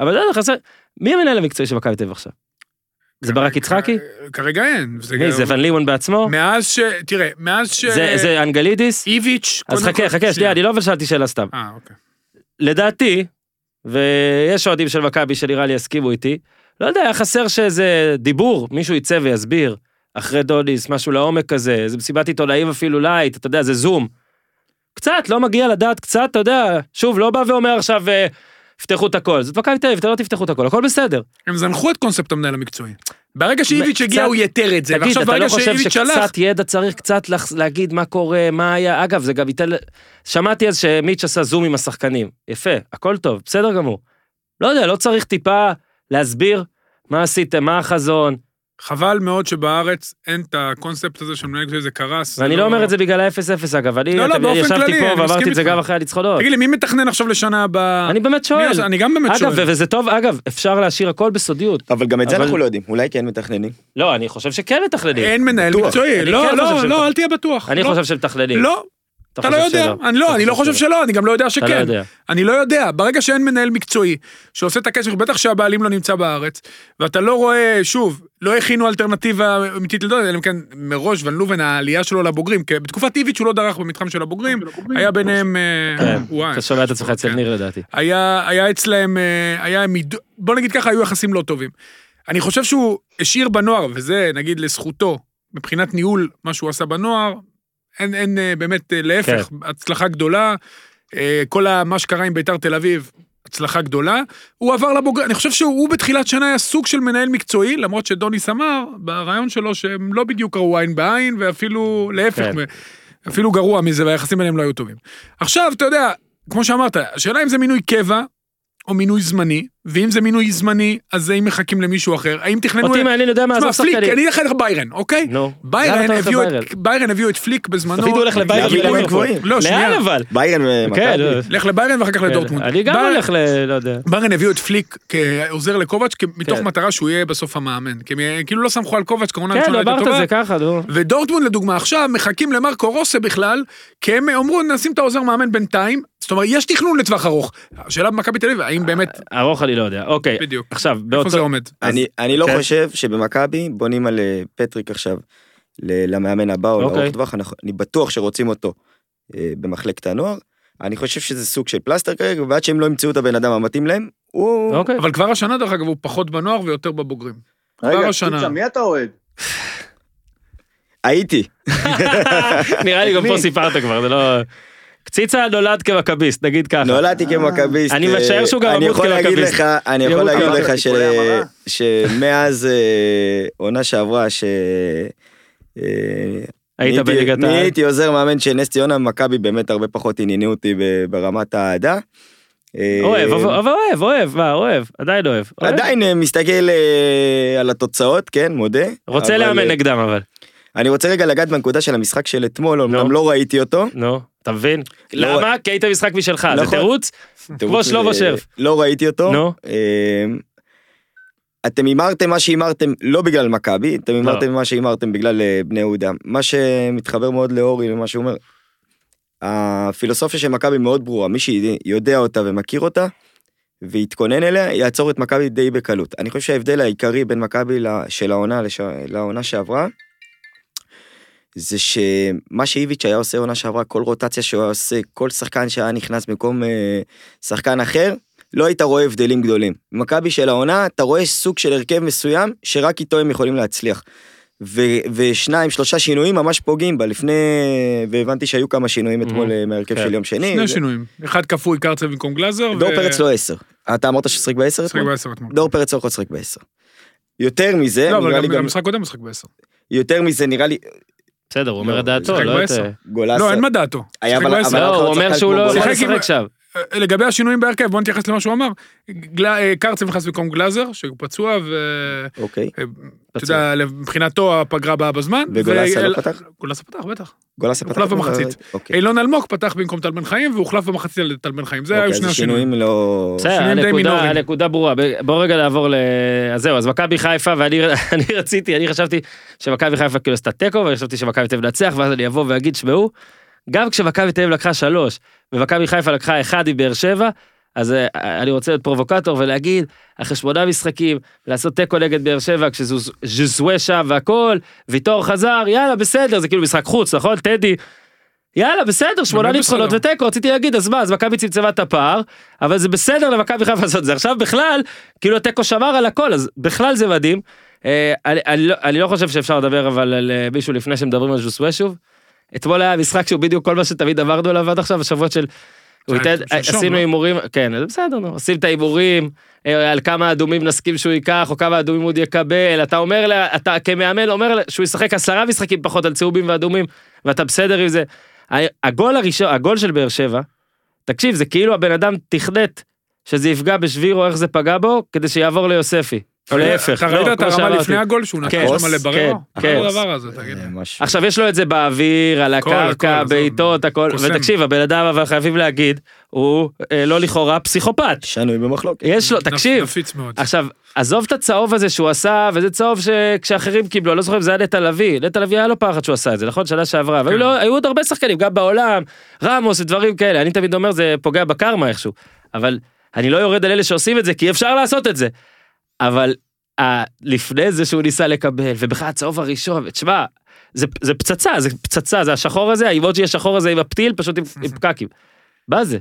[SPEAKER 1] אבל זה חסר, מי המנהל המקצועי של מכבי תל אביב עכשיו? זה
[SPEAKER 4] אה,
[SPEAKER 1] ברק יצחקי?
[SPEAKER 4] כרגע אין. וזה
[SPEAKER 1] מי,
[SPEAKER 4] גם-
[SPEAKER 1] זה ון לימון בעצמו?
[SPEAKER 4] מאז ש... תראה, מאז אה, ש... אה,
[SPEAKER 1] זה, זה אנגלידיס?
[SPEAKER 4] איביץ'...
[SPEAKER 1] אז
[SPEAKER 4] קודם
[SPEAKER 1] חכה,
[SPEAKER 4] כל-
[SPEAKER 1] חכה, שנייה, אני לא אבל שאלתי שאלה סתם.
[SPEAKER 4] אה, אוקיי.
[SPEAKER 1] לדעתי, ויש אוהדים של מכבי שנראה לי יסכימו איתי, לא יודע, היה חסר שאיזה דיבור, מישהו יצא ויסביר, אחרי דוניס, משהו לעומק כזה, איזה מסיבת עיתונאים אפילו לייט, אתה יודע, זה זום. קצת, לא מגיע לדעת קצת, אתה יודע, שוב, לא בא ואומר עכשיו, אה, פתחו את הכל. זאת מכבי תל אביב, אתם לא תפתחו את הכל, הכל בסדר.
[SPEAKER 4] הם זנחו את קונספט המנהל המקצועי. ברגע שאיביץ'
[SPEAKER 1] קצת-
[SPEAKER 4] הגיע הוא יתר את זה,
[SPEAKER 1] תגיד,
[SPEAKER 4] ועכשיו
[SPEAKER 1] אתה לא
[SPEAKER 4] ברגע
[SPEAKER 1] חושב
[SPEAKER 4] שאיביץ' הלך...
[SPEAKER 1] שקצת ידע צריך קצת לח- להגיד מה קורה, מה היה, אגב, זה גם ייתן... ל- שמעתי אז שמיץ' עשה זום עם השחקנים, יפה, הכל טוב, בסדר גמור. לא יודע, לא צריך טיפה להסביר מה עשיתם, מה החזון,
[SPEAKER 4] חבל מאוד שבארץ אין את הקונספט הזה של מנהל מקצועי, זה קרס. זה
[SPEAKER 1] ואני לא אומר את זה בגלל ה-0-0 אגב, אני
[SPEAKER 4] לא, לא,
[SPEAKER 1] אתה-
[SPEAKER 4] באופן
[SPEAKER 1] ישבתי
[SPEAKER 4] כללי, אני
[SPEAKER 1] פה
[SPEAKER 4] מסכים
[SPEAKER 1] ואמרתי את זה
[SPEAKER 4] איתך.
[SPEAKER 1] גם אחרי הניצחונות.
[SPEAKER 4] תגיד לי, מי מתכנן עכשיו לשנה הבאה?
[SPEAKER 1] אני באמת
[SPEAKER 4] מי
[SPEAKER 1] שואל.
[SPEAKER 4] עושה- אני גם באמת
[SPEAKER 1] אגב,
[SPEAKER 4] שואל.
[SPEAKER 1] ו- וזה טוב, אגב, אפשר להשאיר הכל בסודיות.
[SPEAKER 2] אבל גם את זה
[SPEAKER 1] אבל-
[SPEAKER 2] אנחנו לא יודעים, אולי כן מתכננים.
[SPEAKER 1] לא, אני חושב שכן מתכננים.
[SPEAKER 4] אין מנהל
[SPEAKER 2] בטוח.
[SPEAKER 4] מקצועי.
[SPEAKER 1] אני
[SPEAKER 4] לא,
[SPEAKER 1] כן חושב
[SPEAKER 4] לא,
[SPEAKER 1] שלא.
[SPEAKER 4] לא, אל תהיה בטוח.
[SPEAKER 1] אני
[SPEAKER 4] לא.
[SPEAKER 1] חושב שמתכננים.
[SPEAKER 4] לא, אתה לא
[SPEAKER 1] חושב
[SPEAKER 4] יודע.
[SPEAKER 1] שלא?
[SPEAKER 4] אני לא,
[SPEAKER 1] אתה
[SPEAKER 4] אני לא חושב שלא, אני גם לא יודע
[SPEAKER 1] אתה לא
[SPEAKER 4] שכן.
[SPEAKER 1] יודע.
[SPEAKER 4] אני לא יודע, ברגע שאין מנהל מקצועי שעושה את הקשר, בטח שהבעלים לא נמצא בארץ, ואתה לא רואה, שוב, לא הכינו אלטרנטיבה אמיתית לדון, אלא אם כן מראש ון לובן, העלייה שלו לבוגרים, כי בתקופת איביץ' הוא לא דרך במתחם של הבוגרים, היה ביניהם... אה,
[SPEAKER 1] כן,
[SPEAKER 4] וואי.
[SPEAKER 1] אתה שומע את עצמך אצל
[SPEAKER 4] כן.
[SPEAKER 1] ניר לדעתי.
[SPEAKER 4] היה, היה אצלהם, אה, היה, הם ידעו- בוא נגיד ככה, היו יחסים לא טובים. אני חושב שהוא השאיר בנוער, וזה נגיד לזכותו, מבחינת ניהול, מה שהוא עשה בנוער, אין, אין אה, באמת, אה, להפך, כן. הצלחה גדולה. אה, כל ה, מה שקרה עם ביתר תל אביב, הצלחה גדולה. הוא עבר לבוגר, אני חושב שהוא בתחילת שנה היה סוג של מנהל מקצועי, למרות שדוניס אמר ברעיון שלו שהם לא בדיוק ראו עין בעין, ואפילו להפך,
[SPEAKER 1] כן.
[SPEAKER 4] אפילו גרוע מזה, והיחסים ביניהם לא היו טובים. עכשיו, אתה יודע, כמו שאמרת, השאלה אם זה מינוי קבע או מינוי זמני, ואם זה מינוי זמני, אז אם מחכים למישהו אחר, האם תכננו...
[SPEAKER 1] אותי מעניין, יודע מה,
[SPEAKER 4] תשמע,
[SPEAKER 1] עזוב
[SPEAKER 4] פליק, אני
[SPEAKER 1] שחקנים.
[SPEAKER 4] אלך לך ביירן, אוקיי?
[SPEAKER 1] נו. למה
[SPEAKER 4] ביירן
[SPEAKER 1] אתה הולך
[SPEAKER 4] הביאו
[SPEAKER 1] לביירן?
[SPEAKER 4] את ביירן הביאו את פליק בזמנו.
[SPEAKER 1] תמיד הוא הולך לביירן
[SPEAKER 4] בגלל
[SPEAKER 2] ולאן
[SPEAKER 4] גילויים
[SPEAKER 2] הוא
[SPEAKER 4] גבוהים.
[SPEAKER 2] הולך?
[SPEAKER 4] לא,
[SPEAKER 1] לאן
[SPEAKER 4] שנייה.
[SPEAKER 1] אבל?
[SPEAKER 2] ביירן
[SPEAKER 1] כן,
[SPEAKER 2] ומכבי.
[SPEAKER 1] לא.
[SPEAKER 4] לך לביירן ואחר כך לדורטמונד.
[SPEAKER 1] אני גם
[SPEAKER 4] בייר-
[SPEAKER 1] הולך ל... לא יודע.
[SPEAKER 4] ברן הביאו את פליק כעוזר לקובץ' כ- מתוך
[SPEAKER 1] כן.
[SPEAKER 4] מטרה שהוא יהיה בסוף המאמן. כי הם כאילו לא סמכו על קובץ', כמובן
[SPEAKER 1] כן,
[SPEAKER 4] הראשונה הייתה
[SPEAKER 1] אמרת את
[SPEAKER 4] טובה.
[SPEAKER 1] זה ככה, נו.
[SPEAKER 4] ודורטמונד לדוגמה עכשיו מחכים למרקו רוסה בכלל, כי הם אה, אמרו נשים את העוזר מאמן בינתיים, זאת אומרת יש תכנון לטווח ארוך. השאלה במכבי תל אביב,
[SPEAKER 2] אה,
[SPEAKER 4] האם באמת,
[SPEAKER 1] ארוך אני לא יודע. אוקיי,
[SPEAKER 4] בדיוק,
[SPEAKER 1] עכשיו,
[SPEAKER 4] איפה זה
[SPEAKER 1] באותו...
[SPEAKER 4] עומד?
[SPEAKER 2] אני, אני לא
[SPEAKER 1] כן.
[SPEAKER 2] חושב שבמכבי בונים על אה, פטריק עכשיו ל- למאמן הבא או
[SPEAKER 1] אוקיי.
[SPEAKER 2] לאורך טווח, אנחנו- אני בטוח שרוצים אותו אה, במחלקת הנוער. אני חושב שזה סוג של פלסטר כרגע, ועד שהם לא ימצאו את הבן אדם המתאים להם, הוא...
[SPEAKER 1] אוקיי.
[SPEAKER 4] אבל כבר השנה דרך אגב הוא פחות בנוער ויותר בבוגרים. כבר
[SPEAKER 5] רגע,
[SPEAKER 4] השנה.
[SPEAKER 5] קיצ'ה, מי אתה אוהד?
[SPEAKER 2] הייתי.
[SPEAKER 1] נראה לי גם פה סיפרת כבר, זה לא... קציצה נולד כמכביסט, נגיד ככה.
[SPEAKER 2] נולדתי כמכביסט.
[SPEAKER 1] אה,
[SPEAKER 2] אה,
[SPEAKER 1] אני משער שהוא גם
[SPEAKER 2] אני
[SPEAKER 1] עמוד
[SPEAKER 2] יכול להגיד
[SPEAKER 1] כמכביסט.
[SPEAKER 2] לך, אני יכול
[SPEAKER 1] ימות
[SPEAKER 2] להגיד
[SPEAKER 1] כמכביסט.
[SPEAKER 2] לך ש-
[SPEAKER 5] טיפולי המרה.
[SPEAKER 2] שמאז אה, עונה שעברה, ש... אה,
[SPEAKER 1] היית
[SPEAKER 2] נהייתי-
[SPEAKER 1] בליגת העל.
[SPEAKER 2] נהייתי עוזר מאמן של נס ציונה, מכבי באמת הרבה פחות עניינו אותי ב- ברמת האהדה. אה,
[SPEAKER 1] אוהב, אבל אבל אוהב, אוהב, מה, אוהב, עדיין אוהב. אוהב.
[SPEAKER 2] עדיין אה, מסתכל אה, על התוצאות, כן, מודה.
[SPEAKER 1] רוצה
[SPEAKER 2] אבל,
[SPEAKER 1] לאמן
[SPEAKER 2] אה,
[SPEAKER 1] נגדם אבל.
[SPEAKER 2] אני רוצה רגע לגעת בנקודה של המשחק של אתמול,
[SPEAKER 1] נו.
[SPEAKER 2] אמנם לא ראיתי אותו.
[SPEAKER 1] נו, אתה מבין?
[SPEAKER 2] לא-
[SPEAKER 1] למה? כי היית משחק משלך, זה
[SPEAKER 2] נכון.
[SPEAKER 1] תירוץ? כמו שלמה
[SPEAKER 2] אה,
[SPEAKER 1] שרף.
[SPEAKER 2] לא ראיתי אותו.
[SPEAKER 1] נו.
[SPEAKER 2] אה, אתם הימרתם מה שהימרתם לא בגלל מכבי, אתם הימרתם מה שהימרתם בגלל אה, בני יהודה. מה שמתחבר מאוד לאורי למה שהוא אומר, הפילוסופיה של מכבי מאוד ברורה, מי שיודע אותה ומכיר אותה ויתכונן אליה, יעצור את מכבי די בקלות. אני חושב שההבדל העיקרי בין מכבי ל- של העונה לש- לעונה שעברה, זה שמה שאיביץ' היה עושה עונה שעברה, כל רוטציה שהוא היה עושה, כל שחקן שהיה נכנס במקום אה, שחקן אחר, לא היית רואה הבדלים גדולים. מכבי של העונה, אתה רואה סוג של הרכב מסוים, שרק איתו הם יכולים להצליח. ו- ושניים, שלושה שינויים ממש פוגעים בה. לפני... והבנתי שהיו כמה שינויים אתמול אה, מהרכב
[SPEAKER 1] כן.
[SPEAKER 2] של יום שני.
[SPEAKER 4] Mhm. שני
[SPEAKER 2] זה-
[SPEAKER 4] שינויים, אחד כפוי קרצב במקום גלאזר,
[SPEAKER 2] דור פרץ לא עשר. אתה אמרת שהוא שחק בעשר?
[SPEAKER 4] משחק
[SPEAKER 2] אתמול?
[SPEAKER 4] בעשר אתמול.
[SPEAKER 2] דור פרץ לא יכול לשחק בעשר. יותר מזה,
[SPEAKER 4] לא,
[SPEAKER 2] כן, נראה
[SPEAKER 4] אבל
[SPEAKER 2] לי
[SPEAKER 4] גם
[SPEAKER 2] גם...
[SPEAKER 4] המשחק הקודם הוא משחק בעשר.
[SPEAKER 2] יותר מזה, נראה לי...
[SPEAKER 1] בסדר, הוא אומר
[SPEAKER 2] לא,
[SPEAKER 1] את דעתו,
[SPEAKER 4] שיחק
[SPEAKER 1] לא את...
[SPEAKER 4] בעשר.
[SPEAKER 1] אה,
[SPEAKER 2] גולסה.
[SPEAKER 4] לא, אין מה דעתו.
[SPEAKER 2] היה,
[SPEAKER 4] שיחק
[SPEAKER 2] אבל-
[SPEAKER 4] בעשר.
[SPEAKER 2] אבל-
[SPEAKER 1] לא,
[SPEAKER 2] אנחנו
[SPEAKER 1] הוא
[SPEAKER 2] לא
[SPEAKER 1] אומר
[SPEAKER 2] צחקנו
[SPEAKER 1] שהוא לא
[SPEAKER 2] בו.
[SPEAKER 1] הוא לא
[SPEAKER 4] שיחק עם-
[SPEAKER 1] משחק שם.
[SPEAKER 4] אה, לגבי השינויים בהרכב, בוא נתייחס למה שהוא אמר. גלה- אה, קרצב נכנס במקום גלאזר, שהוא פצוע, ו...
[SPEAKER 2] אוקיי.
[SPEAKER 4] אה, אתה יודע, מבחינתו הפגרה באה בזמן.
[SPEAKER 2] וגולסה
[SPEAKER 4] ואל-
[SPEAKER 2] לא פתח?
[SPEAKER 4] גולסה פתח, בטח.
[SPEAKER 2] גולסה
[SPEAKER 4] הוא
[SPEAKER 2] פתח.
[SPEAKER 4] הוחלף במחצית.
[SPEAKER 2] אוקיי.
[SPEAKER 4] אילון אלמוג פתח במקום טל בן חיים, והוחלף במחצית על ידי טל בן חיים. זה
[SPEAKER 2] אוקיי,
[SPEAKER 4] היו
[SPEAKER 2] אז
[SPEAKER 4] שני השינויים.
[SPEAKER 2] השינויים לא...
[SPEAKER 1] בסדר,
[SPEAKER 4] שינויים די
[SPEAKER 1] הנקודה-
[SPEAKER 4] מינוריים.
[SPEAKER 1] הנקודה ברורה. ב- בואו רגע נעבור ל... אז זהו, אז מכבי חיפה, ואני אני רציתי, אני חשבתי שמכבי חיפה כאילו עשתה תיקו, וחשבתי שמכבי תל אביב נצח, ואז אני אבוא ואגיד, שמעו, גם כשמכבי תל אביב לקחה שלוש, ומכבי חיפה לקחה אחד עם באר שבע, אז אה, אני רוצה להיות פרובוקטור ולהגיד, אחרי שמונה משחקים, לעשות תיקו נגד באר שבע, כשז'זווה שם והכל, ויטור חזר, יאללה, בסדר, זה כאילו משחק חוץ, נכון, טדי? יאללה, בסדר, שמונה
[SPEAKER 4] באמת
[SPEAKER 1] ניצחונות
[SPEAKER 4] בסדר.
[SPEAKER 1] ותיקו, רציתי להגיד, אז מה, אז מכבי צמצמה את הפער, אבל זה בסדר למכבי חיפה לעשות את זה. עכשיו בכלל, כאילו התיקו שמר על הכל, אז בכלל זה מדהים. אה, אני, אני, לא, אני לא חושב שאפשר לדבר אבל על אה, מישהו לפני שמדברים על ז'וסווה שוב. אתמול היה משחק שהוא בדיוק כל מה שתמיד עברנו עליו עד עכשיו, השבועות של... הוא
[SPEAKER 4] זה היה
[SPEAKER 1] ייתן,
[SPEAKER 4] שלשום,
[SPEAKER 1] עשינו
[SPEAKER 4] לא?
[SPEAKER 1] הימורים, כן, אז בסדר, נו, עושים את ההימורים, אה, על כמה אדומים נסכים שהוא ייקח, או כמה אדומים הוא עוד יקבל, אתה אומר, לה, אתה כמאמן אומר לה שהוא ישחק עשרה משחקים פחות על צהובים ואדומים, ואתה בסדר עם זה. ה- הגול הראשון, הגול של באר שבע, תקשיב, זה כאילו הבן אדם תכנת שזה יפגע בשביר או איך זה פגע בו, כדי שיעבור ליוספי. או להפך,
[SPEAKER 4] אתה
[SPEAKER 1] לא,
[SPEAKER 4] ראית את
[SPEAKER 1] כמו
[SPEAKER 4] הרמה
[SPEAKER 1] שאמרתי.
[SPEAKER 4] לפני הגול שהוא
[SPEAKER 1] כן,
[SPEAKER 4] נתן שם לבררו?
[SPEAKER 1] כן,
[SPEAKER 4] מה
[SPEAKER 1] כן.
[SPEAKER 4] זה הדבר הזה, תגיד?
[SPEAKER 2] אה, משהו.
[SPEAKER 1] עכשיו יש לו את זה באוויר, על
[SPEAKER 4] הכל,
[SPEAKER 1] הקרקע,
[SPEAKER 4] הכל, עזוב.
[SPEAKER 1] בעיטות, הכל,
[SPEAKER 4] קוסם.
[SPEAKER 1] ותקשיב, הבן אדם, אבל חייבים להגיד, הוא אה, לא לכאורה פסיכופת.
[SPEAKER 2] שנוי במחלוקת.
[SPEAKER 1] יש לו, לא, תקשיב, אה,
[SPEAKER 4] נפיץ מאוד.
[SPEAKER 1] עכשיו, עזוב את הצהוב הזה שהוא עשה, וזה צהוב שכשאחרים קיבלו, אני לא זוכר אם זה היה נטע לביא, נטע לביא היה לו פעם אחת שהוא עשה את זה, נכון? שנה שעברה, והיו
[SPEAKER 4] כן.
[SPEAKER 1] לו- היו עוד הרבה שחקנים, גם בעולם, רמוס ודברים כאלה, אני תמיד אומר זה פוגע בקרמה איכשהו, אבל אני לא יורד על אלה שעושים את זה, כי אפשר לעשות את זה. אבל ה- לפני זה שהוא ניסה לקבל, ובכלל הצהוב הראשון, תשמע, זה, זה פצצה, זה פצצה, זה השחור הזה, האימוג'י השחור הזה עם הפתיל, פשוט עם, עם פקקים. מה זה?